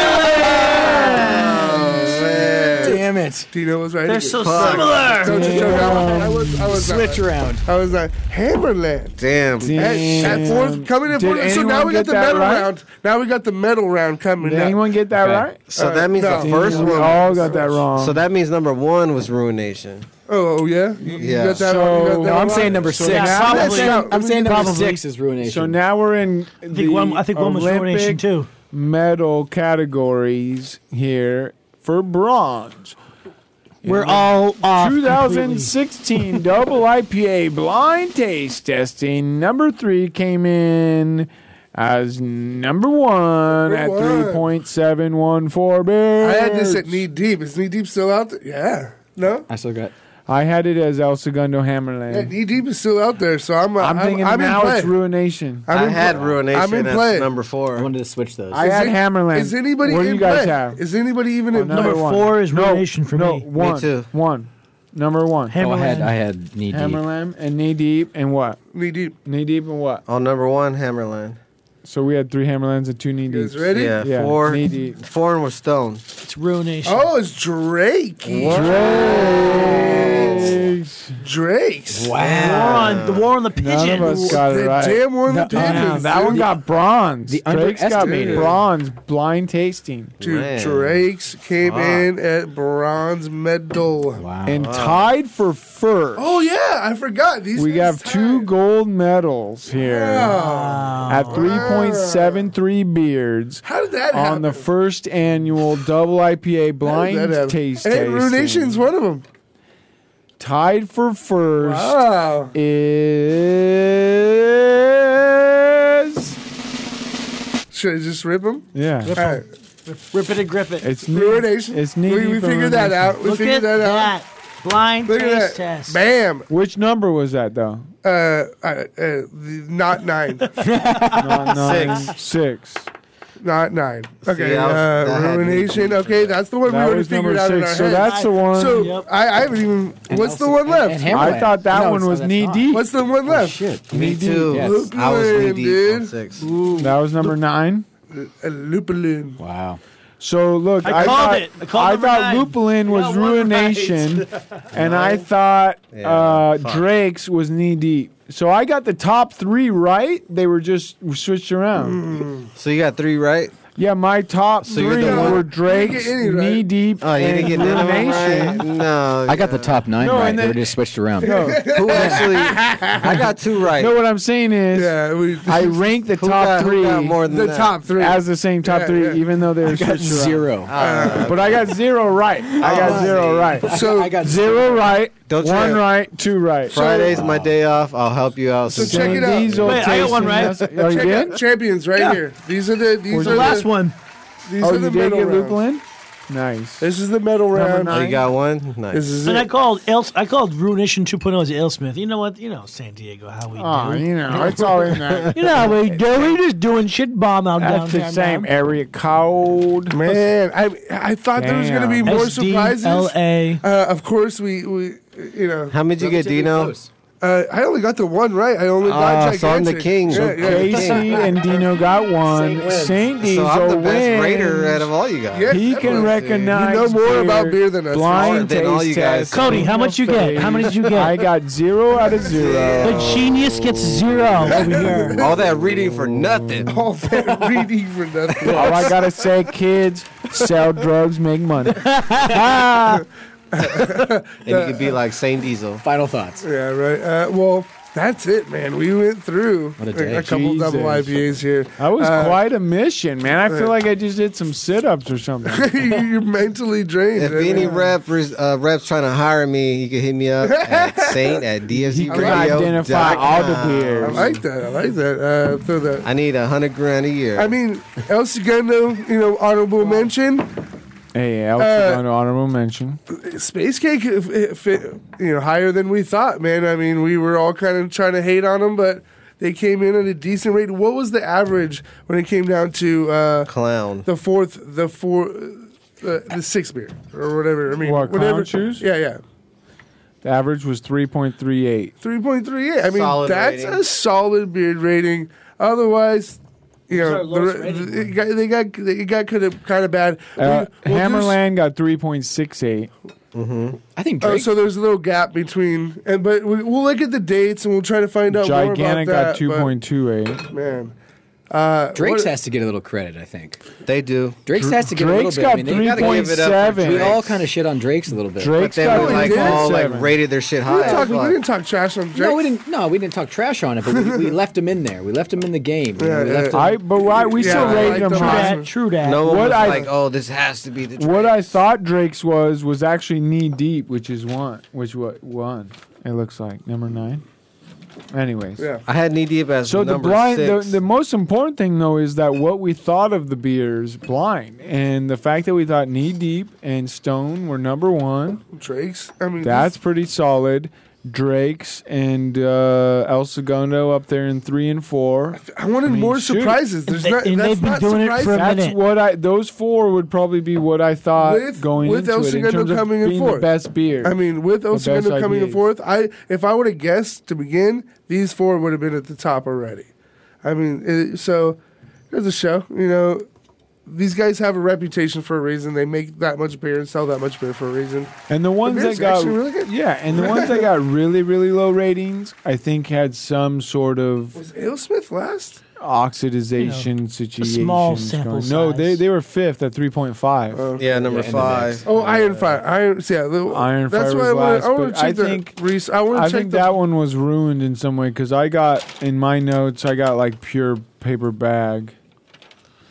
Speaker 4: Damn it.
Speaker 2: Dino was right.
Speaker 5: They're
Speaker 2: here.
Speaker 5: so
Speaker 2: Fuck.
Speaker 5: similar.
Speaker 2: Don't you joke. I was, I was not
Speaker 4: Switch
Speaker 2: right.
Speaker 4: around.
Speaker 2: I was like, Hammerland.
Speaker 6: Damn.
Speaker 2: At, at fourth, coming in
Speaker 3: Did
Speaker 2: fourth. So now
Speaker 3: anyone
Speaker 2: we got
Speaker 3: get
Speaker 2: the
Speaker 3: that
Speaker 2: medal
Speaker 3: right?
Speaker 2: round. Now we got the medal round coming.
Speaker 3: Did
Speaker 2: up.
Speaker 3: anyone get that
Speaker 4: Okay.
Speaker 3: right?
Speaker 6: So
Speaker 2: Uh,
Speaker 6: that means
Speaker 2: no.
Speaker 6: the first
Speaker 3: We
Speaker 6: one.
Speaker 3: all got that wrong.
Speaker 6: So that means number one was ruination.
Speaker 2: Oh, oh, yeah. You, you
Speaker 6: Yeah.
Speaker 2: got that
Speaker 3: So-
Speaker 2: one, you got that
Speaker 3: No,
Speaker 4: I'm
Speaker 2: one?
Speaker 4: saying number
Speaker 3: So
Speaker 4: six.
Speaker 3: now-
Speaker 4: I'm
Speaker 3: Probably.
Speaker 4: saying- I'm saying number
Speaker 5: Probably.
Speaker 4: six is ruination.
Speaker 3: So now we're in the
Speaker 5: think one- I think one was
Speaker 3: Olympic
Speaker 5: ruination, too.
Speaker 3: medal categories here for bronze.
Speaker 5: We're all off. completely.
Speaker 3: 2016 double IPA blind taste testing number three came in as number one
Speaker 2: Number
Speaker 3: at
Speaker 2: one.
Speaker 3: 3.714 beers.
Speaker 2: I had this at knee deep. Is knee deep still out there? Yeah. No.
Speaker 4: I still got.
Speaker 3: I had it as El Segundo
Speaker 2: Yeah,
Speaker 3: Hammerland.
Speaker 2: knee deep is still out there. So I'm. uh,
Speaker 3: I'm, thinking
Speaker 2: I'm
Speaker 3: now
Speaker 2: in play.
Speaker 3: it's ruination.
Speaker 2: I'm
Speaker 6: i
Speaker 2: in
Speaker 6: had
Speaker 2: play.
Speaker 6: ruination
Speaker 2: I'm in
Speaker 6: as
Speaker 2: play.
Speaker 6: number
Speaker 4: I
Speaker 6: four.
Speaker 4: wanted to switch those.
Speaker 3: I
Speaker 2: Is
Speaker 3: had
Speaker 2: it-
Speaker 3: Hammerland.
Speaker 2: Is anybody
Speaker 3: what
Speaker 2: in
Speaker 3: do you guys
Speaker 2: play?
Speaker 3: have?
Speaker 2: Is anybody even in
Speaker 5: Number
Speaker 2: play?
Speaker 3: one.
Speaker 5: four is
Speaker 3: No,
Speaker 5: ruination for
Speaker 3: no,
Speaker 5: me.
Speaker 3: One,
Speaker 6: too.
Speaker 3: One. Number one.
Speaker 5: Hammer
Speaker 4: oh, I had
Speaker 5: Land.
Speaker 4: I had knee deep.
Speaker 3: Hammerland and knee deep and what?
Speaker 2: Knee deep.
Speaker 3: Knee deep and what?
Speaker 6: On Oh, number one, Hammerland.
Speaker 3: So we had three Hammerlands and two knee
Speaker 2: You
Speaker 3: deeps.
Speaker 2: guys ready?
Speaker 6: Yeah,
Speaker 3: Yeah,
Speaker 6: four.
Speaker 3: knee deep.
Speaker 6: Four and was stone.
Speaker 5: It's ruination.
Speaker 2: Oh, it's Drake.
Speaker 3: Drake's.
Speaker 2: Drake's.
Speaker 5: The war on the war on the
Speaker 3: None of us
Speaker 5: pigeon.
Speaker 3: got
Speaker 2: The
Speaker 3: it right.
Speaker 2: damn one that did
Speaker 3: No, no,
Speaker 2: this,
Speaker 3: that
Speaker 2: dude.
Speaker 3: one got bronze.
Speaker 4: The
Speaker 3: Drake's got
Speaker 4: underestimated.
Speaker 3: bronze blind tasting.
Speaker 2: Dude,
Speaker 6: Man.
Speaker 2: Drake's came
Speaker 6: Fuck.
Speaker 3: Ah.
Speaker 2: in at bronze medal.
Speaker 4: Wow.
Speaker 3: And tied for first.
Speaker 2: Oh yeah, I forgot these.
Speaker 3: we
Speaker 2: guys
Speaker 3: have two
Speaker 2: tied.
Speaker 3: gold medals here
Speaker 2: Wow.
Speaker 3: at 3.73 beards
Speaker 2: How did that happen?
Speaker 3: on the first annual double IPA blind taste
Speaker 2: Hey,
Speaker 3: tasting.
Speaker 2: Ruination's one of them.
Speaker 3: tied for first
Speaker 2: Wow.
Speaker 3: is
Speaker 2: Should I just rip them?
Speaker 3: yeah.
Speaker 2: All right.
Speaker 5: Rip it and grip it.
Speaker 3: It's knee,
Speaker 2: Ruination.
Speaker 3: It's knee
Speaker 2: We, we
Speaker 3: deep in
Speaker 2: figured that
Speaker 3: ruination.
Speaker 2: out. We
Speaker 5: Look at
Speaker 2: figured that,
Speaker 5: that,
Speaker 2: out.
Speaker 5: blind
Speaker 2: Look
Speaker 5: taste
Speaker 2: at that.
Speaker 5: test.
Speaker 2: Bam.
Speaker 3: Which number was that though?
Speaker 2: Uh, uh, uh, the- not nine.
Speaker 3: Not nine, six.
Speaker 2: not nine. Okay.
Speaker 6: that was- that
Speaker 2: uh,
Speaker 6: had me
Speaker 2: ruination. Okay, that's the one we
Speaker 3: That
Speaker 2: already
Speaker 3: was
Speaker 2: figured
Speaker 3: number
Speaker 2: out in our
Speaker 3: six. So
Speaker 2: head.
Speaker 3: that's the one.
Speaker 2: So
Speaker 5: Yep.
Speaker 2: I, I haven't even. What's the one
Speaker 4: And
Speaker 2: left?
Speaker 4: Hammerland.
Speaker 3: I thought that
Speaker 4: No,
Speaker 3: one
Speaker 4: so
Speaker 3: was
Speaker 4: that's
Speaker 3: knee
Speaker 4: not.
Speaker 3: deep.
Speaker 2: What's the one left?
Speaker 4: Shit.
Speaker 6: Oh, Me too.
Speaker 4: Yes.
Speaker 6: I was knee
Speaker 2: Lupulin,
Speaker 6: deep on
Speaker 2: dude.
Speaker 6: six.
Speaker 3: That was number nine.
Speaker 2: A lupulin.
Speaker 4: Wow.
Speaker 3: So look,
Speaker 5: I
Speaker 3: I,
Speaker 5: called
Speaker 3: thought,
Speaker 5: it. I called number
Speaker 3: thought
Speaker 5: nine.
Speaker 3: Lupulin was
Speaker 5: got one
Speaker 3: ruination, and I thought
Speaker 6: Yeah,
Speaker 3: uh,
Speaker 6: fuck.
Speaker 3: Drake's was knee deep. So I got the top three right. They were just switched around.
Speaker 5: Mm.
Speaker 6: So you got three right.
Speaker 3: Yeah, my top
Speaker 6: So you're
Speaker 3: three
Speaker 6: the one-
Speaker 3: were
Speaker 6: You
Speaker 3: Drake's,
Speaker 2: any, right?
Speaker 3: knee deep,
Speaker 6: Oh, you
Speaker 3: and
Speaker 6: didn't get that one
Speaker 3: ruination.
Speaker 6: right. No,
Speaker 4: I got the top nine
Speaker 3: No,
Speaker 4: right.
Speaker 3: and
Speaker 4: they were
Speaker 3: then-
Speaker 4: just switched around.
Speaker 3: No,
Speaker 6: Who actually? I got two right.
Speaker 3: no, what I'm saying is,
Speaker 2: Yeah, we,
Speaker 3: I ranked the
Speaker 6: who
Speaker 3: top
Speaker 6: got, who
Speaker 3: three
Speaker 6: got more than
Speaker 2: the
Speaker 6: that?
Speaker 2: top three.
Speaker 3: as the same top
Speaker 2: Yeah,
Speaker 3: three,
Speaker 2: yeah.
Speaker 3: even though they were
Speaker 4: I got
Speaker 3: switched around.
Speaker 4: zero.
Speaker 6: Uh,
Speaker 3: But I got zero right. I got zero right.
Speaker 2: so
Speaker 4: I got
Speaker 3: Zero right.
Speaker 6: Don't
Speaker 3: One
Speaker 6: trip.
Speaker 3: right, two right.
Speaker 6: Friday's my day off. I'll help you out.
Speaker 2: So check it out.
Speaker 6: Are
Speaker 2: Check
Speaker 3: Oh,
Speaker 2: out champions right
Speaker 6: Yeah.
Speaker 2: here. These are the these
Speaker 6: Where's
Speaker 2: are
Speaker 6: the last
Speaker 5: one?
Speaker 2: These
Speaker 3: Oh,
Speaker 2: are the
Speaker 3: you did
Speaker 2: middle
Speaker 3: get Luke
Speaker 2: round.
Speaker 3: Lynn? Nice.
Speaker 2: This is the middle round.
Speaker 6: Oh, you got one. Nice.
Speaker 5: and I called El- I called Ruination 2.0 as Ale Smith. You know what? You know San Diego how we
Speaker 3: Aw,
Speaker 5: do.
Speaker 3: uh, you know, it's all in there.
Speaker 5: you know how we do. We're just doing shit bomb out
Speaker 3: That's the
Speaker 5: downtown.
Speaker 3: same area code.
Speaker 2: Man, I I thought there was going to be
Speaker 3: Damn.
Speaker 2: more
Speaker 3: SDLA.
Speaker 2: surprises. Uh, of course, we we uh, you know.
Speaker 6: How many did you get, Dino?
Speaker 2: Uh, I only got the one right. I only got
Speaker 6: Ah, so I'm the
Speaker 2: gigantic.
Speaker 6: king.
Speaker 2: Yeah,
Speaker 6: So
Speaker 2: yeah.
Speaker 3: Casey and Dino got one. St. Diesel
Speaker 6: So I'm the
Speaker 3: wins.
Speaker 6: best raider out of all you guys.
Speaker 3: he can recognize.
Speaker 2: You know more about beer than us.
Speaker 3: Blind
Speaker 6: Than
Speaker 3: taste
Speaker 6: all you guys.
Speaker 3: test.
Speaker 6: Cody,
Speaker 5: how much you get? How many did you get?
Speaker 3: I got zero out of zero.
Speaker 5: The genius gets zero over here.
Speaker 6: All that reading for nothing.
Speaker 2: All that reading for nothing.
Speaker 3: All I gotta say, kids, sell drugs, make money.
Speaker 6: And you could be like Saint Diesel.
Speaker 4: Final thoughts.
Speaker 2: Yeah, right. Uh, well, that's it, man. We went through
Speaker 6: What a day.
Speaker 2: couple double IPAs
Speaker 3: Jesus.
Speaker 2: here.
Speaker 3: That was
Speaker 2: Uh,
Speaker 3: quite a mission, man. I feel
Speaker 2: uh,
Speaker 3: like I just did some sit-ups or something.
Speaker 2: You're mentally drained.
Speaker 6: If any rep is, uh, reps trying to hire me, you can hit me up at Saint at DFC
Speaker 3: can identify all the beers.
Speaker 2: I like that. I like that. Uh, throw that.
Speaker 6: I need a hundred grand a year.
Speaker 2: I mean, El Segundo, you know, honorable mention.
Speaker 3: Hey, El
Speaker 2: Uh,
Speaker 3: Segundo, honorable mention.
Speaker 2: Space Cake, if- if it- you know, higher than we thought, man. I mean, we were all kind of trying to hate on them, but they came in at a decent rate. What was the average when it came down to uh,
Speaker 6: clown?
Speaker 2: The fourth, the four, uh, the sixth beer or whatever. I mean,
Speaker 3: What, clown
Speaker 2: whatever.
Speaker 3: shoes?
Speaker 2: Yeah, yeah.
Speaker 3: The average was 3.38.
Speaker 2: Three point three eight. I mean,
Speaker 3: Solid
Speaker 2: that's
Speaker 3: rating.
Speaker 2: a solid beard rating. Otherwise, you
Speaker 3: Those
Speaker 2: know,
Speaker 3: are
Speaker 2: the,
Speaker 3: lowest
Speaker 2: re-
Speaker 3: rating.
Speaker 2: the, it got, they got they got kind of kind of bad.
Speaker 3: Uh,
Speaker 2: We- we'll do
Speaker 3: Hammerland got 3.68. Mm-hmm.
Speaker 4: I think
Speaker 2: Oh, so there's a little gap between, and but we, we'll look at the dates and we'll try to find out more about
Speaker 3: Gigantic
Speaker 2: that.
Speaker 3: got
Speaker 2: but,
Speaker 3: 2.28.
Speaker 2: Man, uh,
Speaker 4: Drake's
Speaker 2: what-
Speaker 4: has to get a little credit, I think.
Speaker 6: They do.
Speaker 4: Drake's has to get
Speaker 3: Drake's
Speaker 4: a little bit.
Speaker 3: got
Speaker 4: I mean, they gotta give it up for
Speaker 3: 3.7.
Speaker 4: Drake. We all kind of shit on Drake's a little bit.
Speaker 3: Drake's
Speaker 4: But
Speaker 6: They
Speaker 4: then
Speaker 6: were
Speaker 4: we
Speaker 6: like
Speaker 4: did.
Speaker 6: all like rated their shit
Speaker 2: we,
Speaker 6: high.
Speaker 2: didn't talk,
Speaker 6: as
Speaker 2: we
Speaker 6: fuck.
Speaker 2: didn't talk trash on Drake.
Speaker 4: No, we didn't. No, we didn't talk trash on it, but we, we left him in there. We left him in the game. you know, we left him-
Speaker 3: I, but why, we still rated him high.
Speaker 6: No
Speaker 3: What
Speaker 6: one was
Speaker 3: I-
Speaker 6: like, oh, this has to be the. Drake.
Speaker 3: What I thought Drake's was was actually knee deep, which is one, which what one it looks like number nine. Anyways,
Speaker 6: Yeah. I had knee deep as
Speaker 3: so the
Speaker 6: number
Speaker 3: blind. The,
Speaker 6: six.
Speaker 3: the most important thing though is that what we thought of the beers blind, and the fact that we thought knee deep and Stone were number one.
Speaker 2: Drake's. I mean,
Speaker 3: That's pretty solid. Drake's and uh, El Segundo up there in three and four.
Speaker 2: I wanted more surprises. There's And they- not- and that's they've been not doing it for a surprising.
Speaker 3: That's
Speaker 2: minute.
Speaker 3: what I. Those four would probably be what I thought
Speaker 2: With-
Speaker 3: going
Speaker 2: with
Speaker 3: into
Speaker 2: El
Speaker 3: it in
Speaker 2: Segundo
Speaker 3: terms of
Speaker 2: coming in
Speaker 3: being the
Speaker 2: fourth.
Speaker 3: best beer.
Speaker 2: I mean, with
Speaker 3: The
Speaker 2: El Segundo
Speaker 3: best
Speaker 2: coming in
Speaker 3: IPAs.
Speaker 2: fourth, I if I would have guessed to begin, these four would have been at the top already. I mean, it, so there's a show. You know, these guys have a reputation for a reason. They make that much beer and sell that much beer for a reason.
Speaker 3: And the ones
Speaker 2: beer's
Speaker 3: that got
Speaker 2: actually really good.
Speaker 3: yeah, and the ones that got really really low ratings, I think had some sort of
Speaker 2: was Ale Smith last.
Speaker 3: oxidization situation.
Speaker 2: small
Speaker 3: going-
Speaker 2: sample
Speaker 3: No, they they were fifth at three point five.
Speaker 6: yeah, number five.
Speaker 2: Oh, Iron Fire. Iron, yeah, the,
Speaker 3: Iron
Speaker 2: that's
Speaker 3: Fire
Speaker 2: why I wanna-
Speaker 3: was last,
Speaker 2: I want
Speaker 3: but
Speaker 2: to check
Speaker 3: I
Speaker 2: the
Speaker 3: think-
Speaker 2: Reese. I want
Speaker 3: I
Speaker 2: to check
Speaker 3: think
Speaker 2: the,
Speaker 3: that one was ruined in some way because I got in my notes I got like pure paper bag.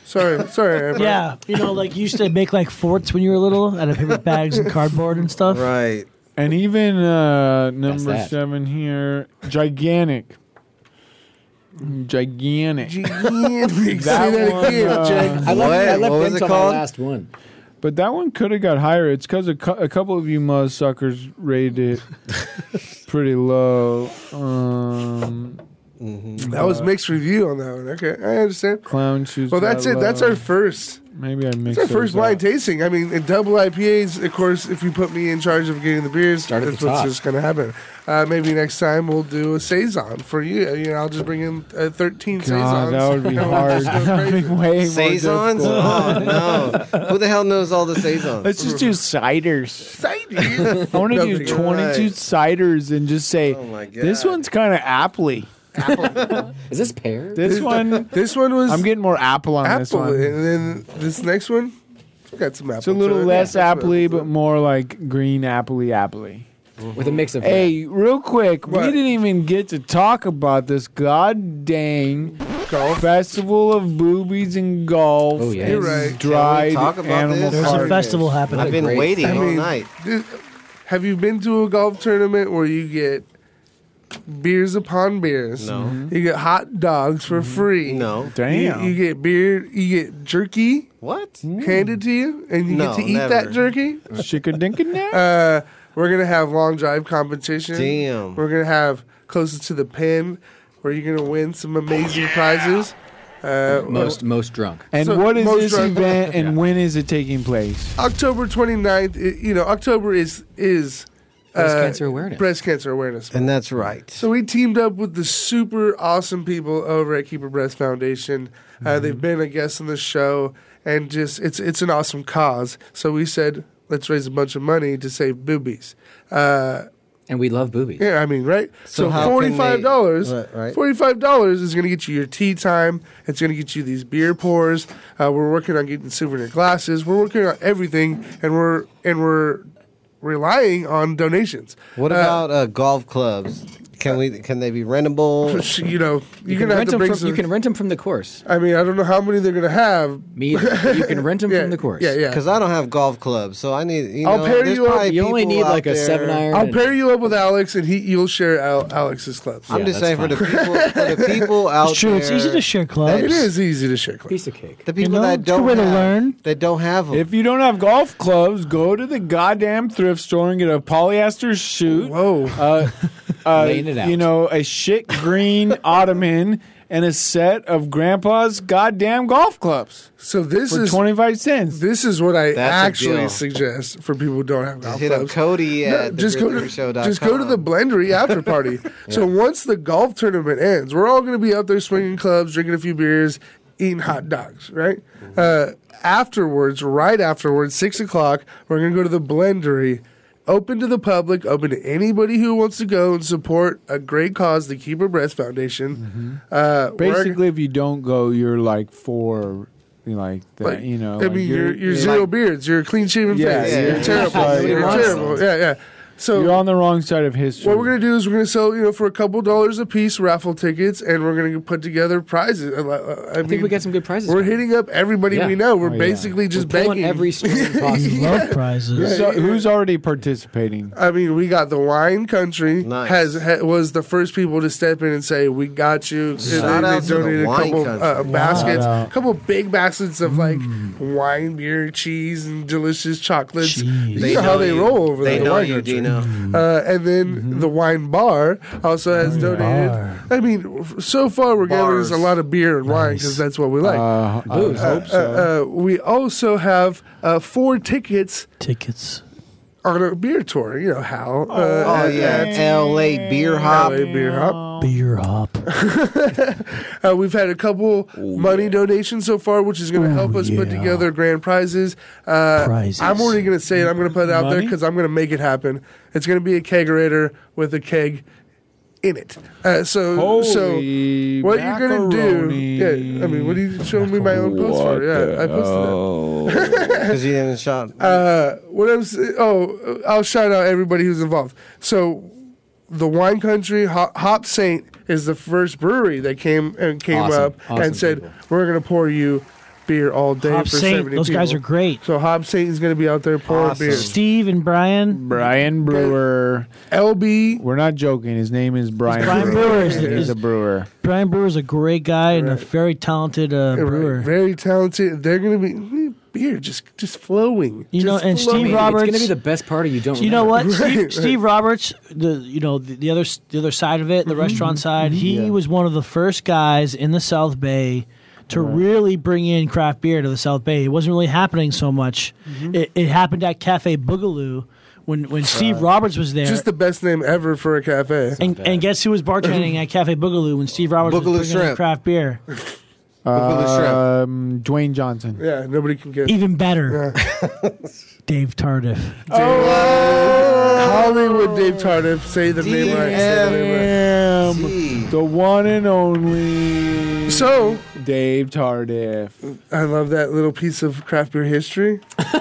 Speaker 2: Sorry, sorry. Amber.
Speaker 5: Yeah, you know, like you used to make like forts when you were little out of paper bags and cardboard and stuff.
Speaker 6: Right.
Speaker 3: And even uh, number
Speaker 5: that.
Speaker 3: seven here, gigantic, gigantic.
Speaker 2: Gigantic.
Speaker 3: uh,
Speaker 2: Say that again, Jake.
Speaker 4: I left, I left him till my last one.
Speaker 3: But that one could have got higher. It's because a, cou- a couple of you muzz suckers rated it pretty low. Um,
Speaker 2: Mm-hmm.
Speaker 4: Mm-hmm.
Speaker 2: That was mixed review on that one. Okay, I understand.
Speaker 3: Clown shoes.
Speaker 2: Well, that's
Speaker 3: got
Speaker 2: it. That's
Speaker 3: low.
Speaker 2: our first.
Speaker 3: Maybe I
Speaker 2: It's
Speaker 3: mixed
Speaker 2: our first
Speaker 3: those up.
Speaker 2: blind tasting. I mean, in double IPAs, of course, if you put me in charge of getting the beers,
Speaker 4: at
Speaker 2: that's
Speaker 4: the
Speaker 2: what's
Speaker 4: top.
Speaker 2: just going to happen. Uh, maybe next time we'll do a saison for you. Uh, You know, I'll just bring in uh, thirteen saisons.
Speaker 3: God, that would be
Speaker 2: and we'll
Speaker 3: hard.
Speaker 2: just go
Speaker 3: That would be way more
Speaker 6: Saisons?
Speaker 3: difficult.
Speaker 6: Oh no! Who the hell knows all the saisons?
Speaker 3: Let's just do ciders. I want to
Speaker 6: No,
Speaker 3: do
Speaker 6: you're
Speaker 3: 22
Speaker 6: right.
Speaker 3: ciders and just
Speaker 2: Oh
Speaker 3: say, this one's kind of appley.
Speaker 4: Is this pear?
Speaker 3: This one,
Speaker 2: this one was.
Speaker 3: I'm getting more apple on this
Speaker 2: apple,
Speaker 3: one.
Speaker 2: and then this next one it's got some apple.
Speaker 3: It's a little
Speaker 2: to it.
Speaker 3: less
Speaker 2: Yeah, that's what-
Speaker 3: appley, but more like green appley appley.
Speaker 4: With a
Speaker 2: Mm-hmm.
Speaker 4: mix of
Speaker 3: Hey, real quick,
Speaker 4: What?
Speaker 3: we didn't even get to talk about this god dang festival of boobies and golf.
Speaker 4: Oh, yeah.
Speaker 3: and
Speaker 4: You're right.
Speaker 3: Dried
Speaker 6: Can we talk about
Speaker 3: animal
Speaker 6: this? There's a
Speaker 3: carcass.
Speaker 6: festival happening. I've been waiting all
Speaker 2: mean,
Speaker 6: night.
Speaker 2: this- Have you been to a golf tournament where you get beers upon beers?
Speaker 6: No. Mhm.
Speaker 4: Mm-hmm.
Speaker 2: You get hot dogs for free.
Speaker 6: No.
Speaker 2: You, you get beer. You get jerky.
Speaker 6: What?
Speaker 4: Mm.
Speaker 2: Handed to you, and you
Speaker 6: No,
Speaker 2: get to eat
Speaker 6: never.
Speaker 2: that jerky.
Speaker 3: Chicken dinkin'
Speaker 2: Uh, we're gonna have long drive competition.
Speaker 6: Damn.
Speaker 2: We're gonna have closest to the pin, where you're gonna win some amazing prizes. Uh,
Speaker 4: Most most drunk.
Speaker 3: And
Speaker 2: So,
Speaker 3: what is
Speaker 2: most
Speaker 3: this
Speaker 2: drunk-
Speaker 3: event and when is it taking place?
Speaker 2: October 29th, i- you know, October is is uh,
Speaker 3: Breast cancer awareness.
Speaker 2: Breast cancer awareness.
Speaker 6: And that's right.
Speaker 2: So we teamed up with the super awesome people over at Keeper Breast Foundation.
Speaker 4: Mm-hmm.
Speaker 2: Uh, they've been a guest on the show, and just it's it's an awesome cause. So we said let's raise a bunch of money to save boobies. Uh,
Speaker 4: and we love boobies.
Speaker 2: Yeah, I mean, right?
Speaker 4: So
Speaker 2: So,
Speaker 4: how can they-
Speaker 2: forty five dollars,
Speaker 4: Right, right.
Speaker 2: forty five dollars is going to get you your tea time. It's going to get you these beer pours. Uh, we're working on getting souvenir glasses. We're working on everything, and we're and we're relying on donations.
Speaker 6: What
Speaker 2: Uh,
Speaker 6: about uh, golf clubs? Can we? Can they be rentable?
Speaker 2: you know,
Speaker 6: You
Speaker 2: you're
Speaker 6: can
Speaker 2: gonna have
Speaker 6: rent
Speaker 2: to
Speaker 6: 'em
Speaker 2: bring
Speaker 6: from-
Speaker 2: some,
Speaker 6: you can
Speaker 4: rent them from the course.
Speaker 2: I mean, I don't know how many they're gonna have.
Speaker 4: Me, you can rent them
Speaker 2: from the course. Yeah, yeah.
Speaker 6: Because I don't have golf clubs, so I need. You
Speaker 2: I'll
Speaker 6: know,
Speaker 2: pair
Speaker 6: there's
Speaker 2: you up.
Speaker 6: probably people out there-
Speaker 2: I'll pair you up with Alex, and he you'll share Al- Alex's clubs.
Speaker 6: I'm just saying for the people, for the people out
Speaker 2: It's true,
Speaker 6: there.
Speaker 2: it's easy to share clubs. It is easy to share clubs.
Speaker 4: Piece of cake.
Speaker 6: The people that
Speaker 3: it's a good
Speaker 6: don't
Speaker 3: way to
Speaker 6: have,
Speaker 3: learn.
Speaker 6: They don't have them.
Speaker 3: If you don't have golf clubs, go to the goddamn thrift store and get a polyester suit.
Speaker 2: Whoa.
Speaker 3: Uh, uh,
Speaker 4: Laying it out.
Speaker 3: You know, a shit green ottoman and a set of grandpa's goddamn golf clubs.
Speaker 2: So this
Speaker 3: for
Speaker 2: is
Speaker 3: 25 cents.
Speaker 2: This is what I
Speaker 3: That's a
Speaker 2: actually
Speaker 3: deal.
Speaker 2: suggest for people who don't have golf
Speaker 6: hit up
Speaker 2: clubs.
Speaker 6: Cody at thegreathershow.com.
Speaker 2: just go to the blendery after party. So once the golf tournament ends, we're all going to be up there swinging clubs, drinking a few beers, eating hot dogs. Right
Speaker 6: Mm-hmm.
Speaker 2: uh, afterwards, right afterwards, six o'clock, we're going to go to the blendery. Open to the public, open to anybody who wants to go and support a great cause, the Keeper Breast
Speaker 6: Mm-hmm.
Speaker 2: Foundation. Uh, we're-
Speaker 3: Basically, if you don't go, you're like for like that.
Speaker 2: Like,
Speaker 3: you know,
Speaker 2: I mean, you're, you're, zero beards. You're a clean shaven
Speaker 3: Yeah,
Speaker 2: face.
Speaker 3: yeah,
Speaker 2: you're
Speaker 3: yeah.
Speaker 2: terrible.
Speaker 3: Yeah,
Speaker 2: you're
Speaker 3: yeah.
Speaker 2: terrible. Yeah, yeah. So
Speaker 3: you're on the wrong side of history.
Speaker 2: What we're gonna do is we're gonna sell, you know, for a couple dollars a piece, raffle tickets, and we're gonna put together prizes. I, I, I
Speaker 4: think we got some good prizes.
Speaker 2: We're hitting up everybody
Speaker 4: Yeah.
Speaker 2: we know. We're
Speaker 3: Oh, yeah.
Speaker 2: basically just
Speaker 4: We're pulling
Speaker 2: begging
Speaker 4: every string possible.
Speaker 2: Yeah. Yeah,
Speaker 3: So,
Speaker 2: yeah.
Speaker 3: who's already participating?
Speaker 2: I mean, we got the wine country
Speaker 3: Nice.
Speaker 2: has ha, was the first people to step in and say, "We got you."
Speaker 6: Shout
Speaker 2: And
Speaker 6: out to the
Speaker 2: a
Speaker 6: wine
Speaker 2: couple
Speaker 6: country. Mm.
Speaker 2: uh, baskets,
Speaker 6: Wow.
Speaker 2: a couple big baskets of like wine, beer, cheese, and delicious chocolates. You
Speaker 6: They
Speaker 2: know how
Speaker 6: know
Speaker 2: they
Speaker 6: you.
Speaker 2: roll over
Speaker 6: They
Speaker 2: there. the
Speaker 6: know
Speaker 2: wine
Speaker 6: you,
Speaker 2: country.
Speaker 6: Dino.
Speaker 2: Uh, and then the wine bar also has donated. I mean, f- so far we're gathering is a
Speaker 6: Bars.
Speaker 2: lot of beer and wine because that's what we like.
Speaker 3: Uh, I would
Speaker 2: Uh,
Speaker 3: hope so.
Speaker 2: uh, uh, we also have uh, four tickets
Speaker 5: Tickets.
Speaker 2: on a beer tour. You know how? Oh,
Speaker 6: Oh, yeah, L.A. Beer Hop.
Speaker 2: LA beer hop.
Speaker 5: Beer hop.
Speaker 2: Uh, we've had a couple money donations so far, which is going to help us put together grand prizes. Uh,
Speaker 5: Prizes.
Speaker 2: I'm already going to say it. I'm going to put it out there
Speaker 5: Money?
Speaker 2: because I'm going to make it happen. It's going to be a kegerator with a keg in it. Uh, so, so
Speaker 3: Holy
Speaker 2: what you're going to do? Yeah, I mean, what are you showing me my own post for? Yeah, I posted it.
Speaker 6: Because you didn't shop.
Speaker 2: Uh, what I'm s- oh, I'll shout out everybody who's involved. So, the Wine Country Hop, Hop Saint is the first brewery that came and came
Speaker 5: Awesome.
Speaker 2: up
Speaker 5: Awesome
Speaker 2: and said we're gonna pour you beer all day
Speaker 5: Hop
Speaker 2: for
Speaker 5: Saint,
Speaker 2: 70
Speaker 5: those guys
Speaker 2: people."
Speaker 5: are great.
Speaker 2: So Hop Saint is gonna be out there pouring
Speaker 3: Awesome.
Speaker 2: beer.
Speaker 5: Steve and Brian.
Speaker 3: Brian Brewer.
Speaker 2: LB.
Speaker 3: We're not joking. His name is Brian,
Speaker 5: Brian Brewer.
Speaker 3: He's, a brewer.
Speaker 5: Brian Brewer's a great guy and a very talented uh, brewer.
Speaker 2: Very talented. They're gonna be eh, beer just just flowing.
Speaker 5: You know,
Speaker 2: Just
Speaker 5: and Steve
Speaker 2: flowing.
Speaker 5: Roberts.
Speaker 4: best party you don't.
Speaker 5: You know what,
Speaker 2: remember.
Speaker 5: Steve,
Speaker 2: Right, right.
Speaker 5: Steve Roberts, the you know the, the other s- the other side of
Speaker 2: Mm-hmm.
Speaker 5: it, the restaurant side. He was one of the first guys in the South Bay to really bring in craft beer to the South Bay. It wasn't really happening so much.
Speaker 2: Mm-hmm.
Speaker 5: It, it happened at Cafe Boogaloo when when Steve Roberts was there.
Speaker 2: Just the best name ever for a cafe.
Speaker 5: and, and guess who was bartending at Cafe Boogaloo when Steve Roberts
Speaker 2: Boogaloo
Speaker 5: was bringing
Speaker 2: shrimp.
Speaker 5: in craft beer?
Speaker 3: Um, Dwayne Johnson.
Speaker 2: yeah, nobody can get
Speaker 5: Even better, Dave Tardiff.
Speaker 2: Hollywood Dave Tardiff. Say the name right. Say the name right.
Speaker 3: Damn. The one and only.
Speaker 2: So
Speaker 3: Dave Tardiff.
Speaker 2: I love that little piece of craft beer history.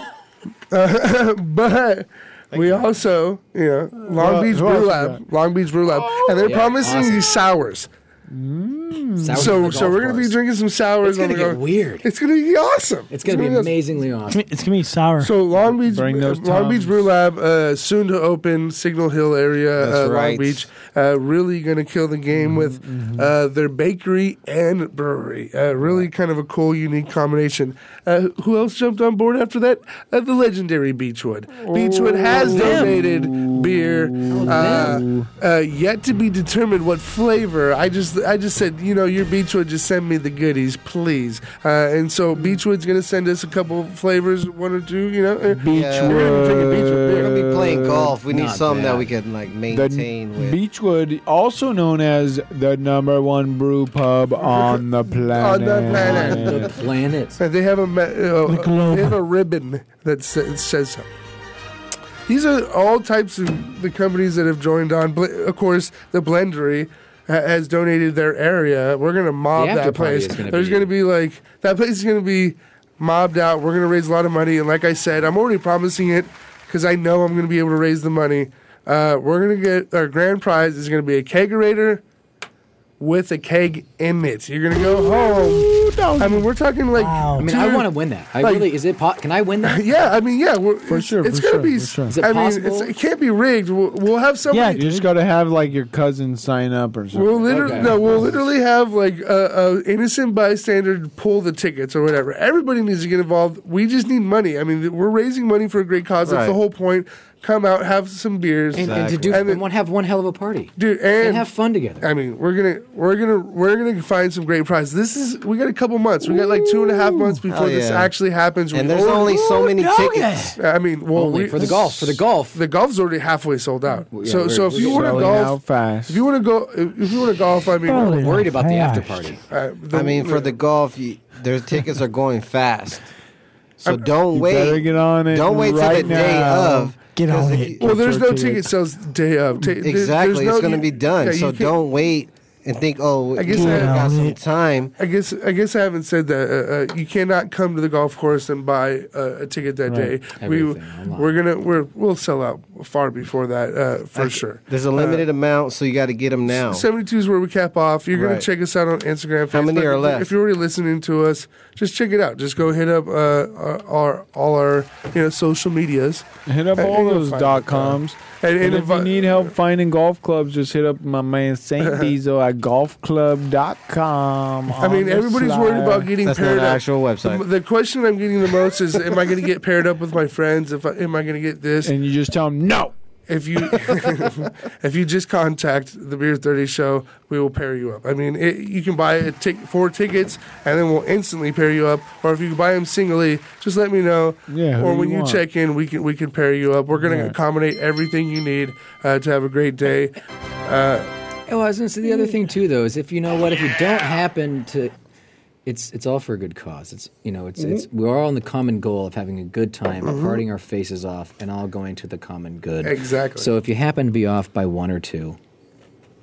Speaker 2: Uh, but we also, you know, Long
Speaker 3: Who-
Speaker 2: Beach
Speaker 3: who else
Speaker 2: Brew
Speaker 3: we
Speaker 4: Oh,
Speaker 2: Lab, Long Beach Brew Lab, and they're
Speaker 3: yeah,
Speaker 2: promising
Speaker 3: awesome.
Speaker 2: these sours.
Speaker 4: Mm. Sours on
Speaker 2: so
Speaker 4: the
Speaker 2: so
Speaker 4: golf
Speaker 2: we're gonna be
Speaker 4: course.
Speaker 2: drinking some sours.
Speaker 4: It's
Speaker 2: on
Speaker 4: gonna
Speaker 2: the
Speaker 4: get
Speaker 2: golf-
Speaker 4: weird.
Speaker 2: It's gonna be awesome.
Speaker 4: It's gonna be
Speaker 2: awesome.
Speaker 4: amazing. It's
Speaker 5: gonna, it's gonna be sour.
Speaker 2: So Long Beach,
Speaker 3: Bring those
Speaker 2: Long Beach
Speaker 3: Tums.
Speaker 2: Brew Lab, uh, soon to open, Signal Hill area,
Speaker 3: That's
Speaker 2: uh, Long
Speaker 3: right. Mm-hmm,
Speaker 2: Beach, uh, really going to kill the game with uh, their bakery and brewery. Uh, really kind of a cool, unique combination. Uh, who else jumped on board after that? Uh, the legendary Beechwood. Beechwood has donated beer. Uh, uh, yet to be determined what flavor. I just I just said you know your Beechwood just send me the goodies, please. Uh, and so Beechwood's gonna send us a couple flavors, one or two. You know, Uh, We're gonna drink a Beechwood beer.
Speaker 6: We're gonna be playing golf. We need
Speaker 3: Not
Speaker 6: something that
Speaker 3: bad.
Speaker 6: we can like
Speaker 3: The
Speaker 6: maintain with.
Speaker 3: Beechwood, also known as the number one brew pub on the
Speaker 2: On
Speaker 3: planet.
Speaker 2: the planet.
Speaker 4: the planet.
Speaker 2: And they have a ma- uh,
Speaker 3: globe.
Speaker 2: they have a ribbon that sa- says so. These are all types of the companies that have joined on. Bl- Of course, the Blendery ha- has donated their area. We're gonna mob
Speaker 4: after
Speaker 2: that
Speaker 4: party
Speaker 2: place.
Speaker 4: is gonna
Speaker 2: There's
Speaker 4: be-
Speaker 2: gonna be like that place is gonna be mobbed out. We're gonna raise a lot of money, and like I said, I'm already promising it because I know I'm gonna be able to raise the money. Uh, we're gonna get our grand prize is gonna be a kegerator with a keg in it. You're gonna go home. I mean, we're talking like.
Speaker 4: I mean, I want to win that. I
Speaker 2: like-
Speaker 4: really is it? Po- can I win that?
Speaker 2: Yeah, I mean, yeah, we're,
Speaker 4: For
Speaker 2: it's,
Speaker 4: sure,
Speaker 2: It's
Speaker 4: for
Speaker 2: gonna
Speaker 4: sure,
Speaker 2: be.
Speaker 4: for sure. Is it
Speaker 2: I mean,
Speaker 4: possible?
Speaker 2: It's, it can't be rigged. We'll, we'll have
Speaker 3: Yeah,
Speaker 2: somebody.
Speaker 3: you just gotta have like your cousin sign up or something.
Speaker 2: We'll literally no. We'll literally have like a, a innocent bystander pull the tickets or whatever. Everybody needs to get involved. We just need money. I mean, we're raising money for a great cause. That's the
Speaker 4: Right.
Speaker 2: whole point. Come out, have some beers,
Speaker 4: And, and to do
Speaker 2: And
Speaker 4: and,
Speaker 2: then-
Speaker 4: one, have one hell of a party.
Speaker 2: dude, and,
Speaker 4: And have fun together.
Speaker 2: I mean, we're gonna we're gonna we're gonna find some great prizes. This is we got a couple months. We got like two and a half months before
Speaker 6: Hell
Speaker 2: this
Speaker 6: yeah.
Speaker 2: actually happens.
Speaker 6: And
Speaker 2: We Oh,
Speaker 6: there's only so many Ooh, tickets.
Speaker 2: I mean, well,
Speaker 4: Only for the golf, for the golf.
Speaker 2: the golf's already halfway sold out.
Speaker 4: yeah,
Speaker 2: so
Speaker 4: we're-
Speaker 2: so if
Speaker 4: we're
Speaker 2: you want to
Speaker 3: selling
Speaker 2: golf,
Speaker 3: out fast.
Speaker 2: if you want to go, if if you want to golf, I mean,
Speaker 6: Holy Worried about the after gosh.
Speaker 4: party.
Speaker 6: I mean, for the golf, you, their tickets are going fast. So don't
Speaker 3: You
Speaker 6: wait.
Speaker 3: better get on it
Speaker 6: Don't wait
Speaker 3: right
Speaker 6: till the day
Speaker 3: now.
Speaker 6: of.
Speaker 5: Get on it.
Speaker 2: well, there's no
Speaker 6: Get your
Speaker 2: ticket sales day of. Ta- there- there's
Speaker 6: Exactly.
Speaker 2: no-
Speaker 6: it's going to be done.
Speaker 2: yeah, you
Speaker 6: so
Speaker 2: can't-
Speaker 6: don't wait and think, oh,
Speaker 2: I guess
Speaker 6: we
Speaker 2: I-
Speaker 6: got some time.
Speaker 2: I guess I guess I haven't said that. Uh, uh, you cannot come to the golf course and buy uh, a ticket that
Speaker 6: Right.
Speaker 2: day. We
Speaker 6: Everything online.
Speaker 2: we're gonna we're we'll sell out far before that uh, for
Speaker 6: I-
Speaker 2: sure. Uh,
Speaker 6: There's a limited amount, so you got to get them now.
Speaker 2: Seventy two is where we cap off. You're gonna
Speaker 6: Right.
Speaker 2: check us out on Instagram.
Speaker 6: How many
Speaker 2: Facebook.
Speaker 6: are
Speaker 2: If you-
Speaker 6: left?
Speaker 2: If you're already listening to us, just check it out. Just go hit up uh, our, our all our you know social medias.
Speaker 3: Hit up
Speaker 2: Uh,
Speaker 3: all
Speaker 2: you'll
Speaker 3: those
Speaker 2: find
Speaker 3: dot
Speaker 2: it, uh,
Speaker 3: coms.
Speaker 2: And, and,
Speaker 3: if you
Speaker 2: invi-
Speaker 3: need help finding golf clubs, just hit up my man Saint Diesel at golfclub.com.
Speaker 2: I mean, everybody's worried about getting paired up. The,
Speaker 3: website.
Speaker 2: the question I'm getting the most is, am I going to get paired up with my friends? If I, am I going to get this?
Speaker 3: And you just tell them no.
Speaker 2: If you if you just contact the Beer Thirty Show, we will pair you up. I mean, it, you can buy a tic- four tickets, and then we'll instantly pair you up. Or if you buy them singly, just let me know.
Speaker 3: Yeah, who
Speaker 2: Or
Speaker 3: you
Speaker 2: when you,
Speaker 3: want.
Speaker 2: check in, we can we can pair you up. We're going to
Speaker 3: Yeah.
Speaker 2: accommodate everything you need uh, to have a great day. Uh,
Speaker 4: Oh, I was going to say the other thing too, though, is if you know what, if you don't happen to, it's it's all for a good cause. It's you know, it's it's
Speaker 2: Mm-hmm.
Speaker 4: we're all in the common goal of having a good time,
Speaker 2: Mhm.
Speaker 4: parting our faces off, and all going to the common good.
Speaker 2: Exactly.
Speaker 4: So if you happen to be off by one or two,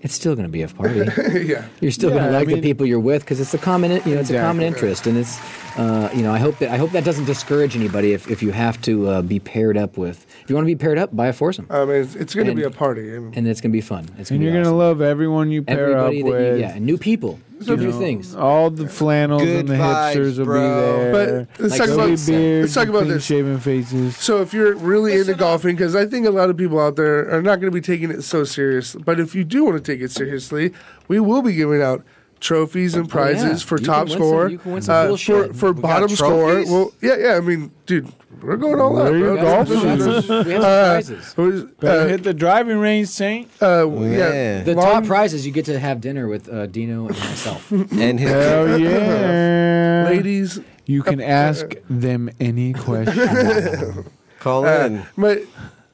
Speaker 4: it's still going to be a party.
Speaker 2: yeah.
Speaker 4: You're still going
Speaker 2: Yeah,
Speaker 4: to
Speaker 2: I
Speaker 4: like
Speaker 2: mean-
Speaker 4: the people you're with because it's a common, you know, it's a common
Speaker 2: Exactly.
Speaker 4: interest, and it's, uh, you know, I hope that I hope that doesn't discourage anybody if, if you have to uh, be paired up with. If you want to be paired up, buy a foursome,
Speaker 2: I mean, it's, it's going to
Speaker 4: And-
Speaker 2: be a party. I mean,
Speaker 4: and it's going to be fun. It's
Speaker 3: And you're
Speaker 4: gonna be
Speaker 3: going to
Speaker 4: awesome.
Speaker 3: love everyone you pair
Speaker 4: everybody
Speaker 3: up
Speaker 4: that
Speaker 3: with.
Speaker 4: you, yeah, and new people, do new things.
Speaker 3: All the flannels
Speaker 4: Good
Speaker 3: and the
Speaker 4: vibes,
Speaker 3: hipsters will
Speaker 4: bro.
Speaker 3: be there.
Speaker 2: But let's talk
Speaker 3: There'll
Speaker 2: about-
Speaker 3: be beards
Speaker 2: let's talk
Speaker 3: and
Speaker 2: about
Speaker 3: clean
Speaker 2: this.
Speaker 3: shaven faces.
Speaker 2: So if you're really into golfing, because I think a lot of people out there are not going to be taking it so serious, but if you do want to take it seriously, we will be giving out trophies and prizes
Speaker 4: Oh, yeah.
Speaker 2: for
Speaker 4: You
Speaker 2: top
Speaker 4: can win some-
Speaker 2: score,
Speaker 4: you can win some
Speaker 2: uh,
Speaker 4: cool
Speaker 2: for
Speaker 4: shit.
Speaker 2: for
Speaker 4: We got
Speaker 2: bottom score.
Speaker 4: trophies?
Speaker 2: Well, yeah, yeah. I mean, dude, we're going all out.
Speaker 3: There you
Speaker 2: bro. Uh,
Speaker 3: go. Golf shoes.
Speaker 4: We have prizes.
Speaker 2: who's-
Speaker 3: Better
Speaker 2: uh,
Speaker 3: hit the driving range, Saint. Oh,
Speaker 2: Uh,
Speaker 3: yeah.
Speaker 4: The
Speaker 3: Long-
Speaker 4: top prize is you get to have dinner with uh, Dino and myself.
Speaker 6: And his
Speaker 3: Hell yeah.
Speaker 2: Ladies. uh,
Speaker 3: You can ask them any question.
Speaker 6: Call
Speaker 2: Uh, But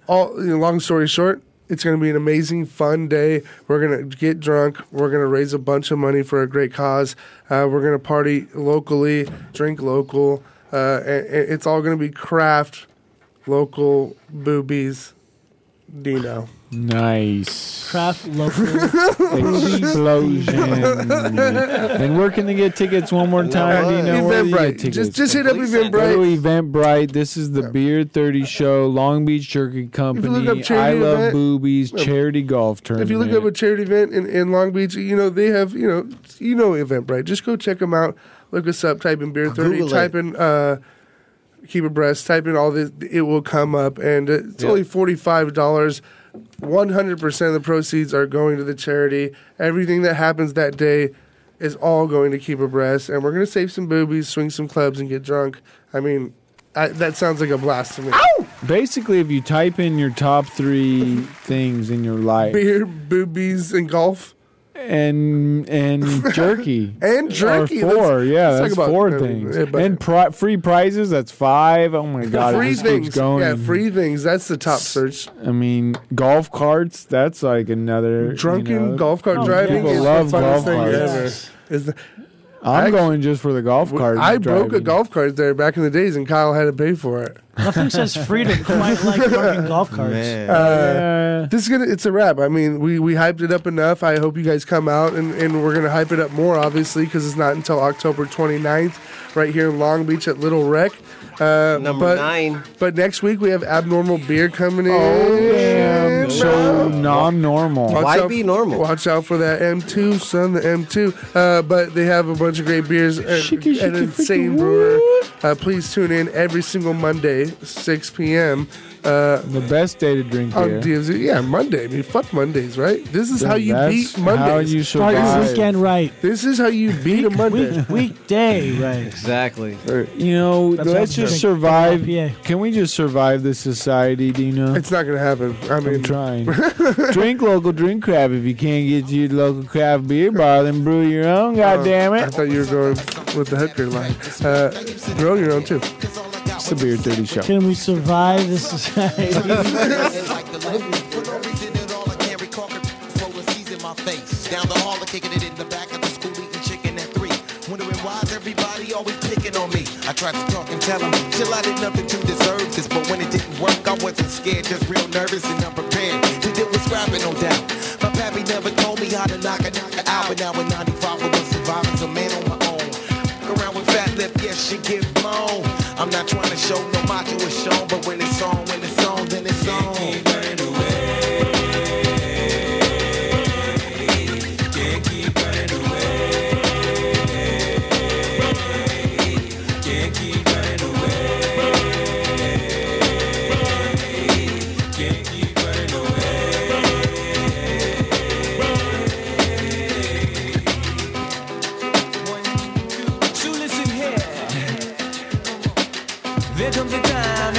Speaker 2: all you know, long story short, it's going to be an amazing, fun day. We're going to get drunk. We're going to raise a bunch of money for a great cause. Uh, we're going to party locally, drink local. Uh, and, it's all going to be craft, local boobies, Dino.
Speaker 3: Nice.
Speaker 5: Craft local
Speaker 3: Explosion. and where can they get tickets one more time? Do you know where do you get
Speaker 2: uh, Eventbrite.
Speaker 3: tickets?
Speaker 2: Just- just hit up Eventbrite.
Speaker 3: Go to Eventbrite. This is the Beard 30 show, Long Beach Jerky Company.
Speaker 2: up
Speaker 3: I
Speaker 2: charity
Speaker 3: love
Speaker 2: event-
Speaker 3: boobies,
Speaker 2: Yeah.
Speaker 3: charity golf tournament.
Speaker 2: If you look up a charity event in, in Long Beach, you know they have you know you know Eventbrite. Just go check them out. Look us up. Type in beer thirty.
Speaker 6: Google
Speaker 2: type
Speaker 6: it.
Speaker 2: in uh, keep abreast. Type in all this. It will come up, and it's
Speaker 6: Yeah.
Speaker 2: only forty five dollars. One hundred percent of the proceeds are going to the charity. Everything that happens that day is all going to keep abreast, and we're going to save some boobies, swing some clubs, and get drunk. I mean, I, that sounds like a blast to me.
Speaker 3: Basically, if you type in your top three things in your life,
Speaker 2: Beer, boobies, and golf.
Speaker 3: and and jerky
Speaker 2: And jerky,
Speaker 3: are
Speaker 2: let's-
Speaker 3: four. yeah,
Speaker 2: let's talk
Speaker 3: that's
Speaker 2: about-
Speaker 3: four
Speaker 2: uh,
Speaker 3: things.
Speaker 2: uh, but-
Speaker 3: and pri- free prizes. That's five. Oh my god, it
Speaker 2: free
Speaker 3: just keeps
Speaker 2: things.
Speaker 3: going.
Speaker 2: Yeah, free things. That's the top search.
Speaker 3: I mean, golf carts. That's like another
Speaker 2: Drunken
Speaker 3: you know, Oh,
Speaker 2: golf cart
Speaker 3: people
Speaker 2: driving is the
Speaker 3: love
Speaker 2: funnest
Speaker 3: golf
Speaker 2: thing
Speaker 3: carts.
Speaker 2: ever. Is the,
Speaker 3: I'm going just for the golf cart.
Speaker 2: I broke a golf cart there back in the days, and Kyle had to pay for it.
Speaker 5: Nothing says freedom quite like broken golf carts.
Speaker 2: Uh, this is gonna it's a wrap. I mean, we we hyped it up enough. I hope you guys come out and, and we're gonna hype it up more obviously because it's not until October 29th right here in Long Beach at Little Rec. Uh, but,
Speaker 6: Number nine.
Speaker 2: But next week we have abnormal beer coming in.
Speaker 3: Oh, damn. So non-normal.
Speaker 2: Watch out- Watch out for that M2, son. The M2. Uh, but they have a bunch of great beers at at an insane brewer. Uh, please tune in every single Monday, 6 p.m. Uh,
Speaker 3: the best day to drink
Speaker 2: on
Speaker 3: beer.
Speaker 2: DMZ. Yeah, Monday. I mean, fuck Mondays, right? This is
Speaker 3: Yeah,
Speaker 2: how you
Speaker 3: that's
Speaker 2: beat Mondays.
Speaker 3: how you Start your survive. weekend
Speaker 5: right.
Speaker 2: This is how you beat a Monday.
Speaker 5: weekday right.
Speaker 6: Exactly.
Speaker 3: You know,
Speaker 6: That's
Speaker 3: let's
Speaker 6: what I'm
Speaker 3: just
Speaker 6: thinking.
Speaker 3: survive. Can we just survive this society, Dino?
Speaker 2: It's not gonna happen. I mean,
Speaker 3: am trying. drink local, drink crab. If you can't get your local craft beer bar, then brew your own. God damn
Speaker 2: Uh, I
Speaker 3: it!
Speaker 2: thought you were going with the hooker line. Uh, grow your own too.
Speaker 3: It's the Beer 30 Show.
Speaker 5: Can we survive this society?
Speaker 19: Down the hall and kicking it in the back of the school eating chicken at three. Wondering why's everybody always picking on me. I tried to talk and tell them, chill, I did nothing to deserve this. But when it didn't work, I wasn't scared, just real nervous and unprepared to deal with scrapping, no doubt. My pappy never told me how to knock a knock it out, but now in 95 I was surviving, so man on my own. Fuck around with fat lip, yes, she get blown. I'm not trying to show no macho is shown, but when it's on, when it's on, then it's on.
Speaker 10: So listen here. There comes a time.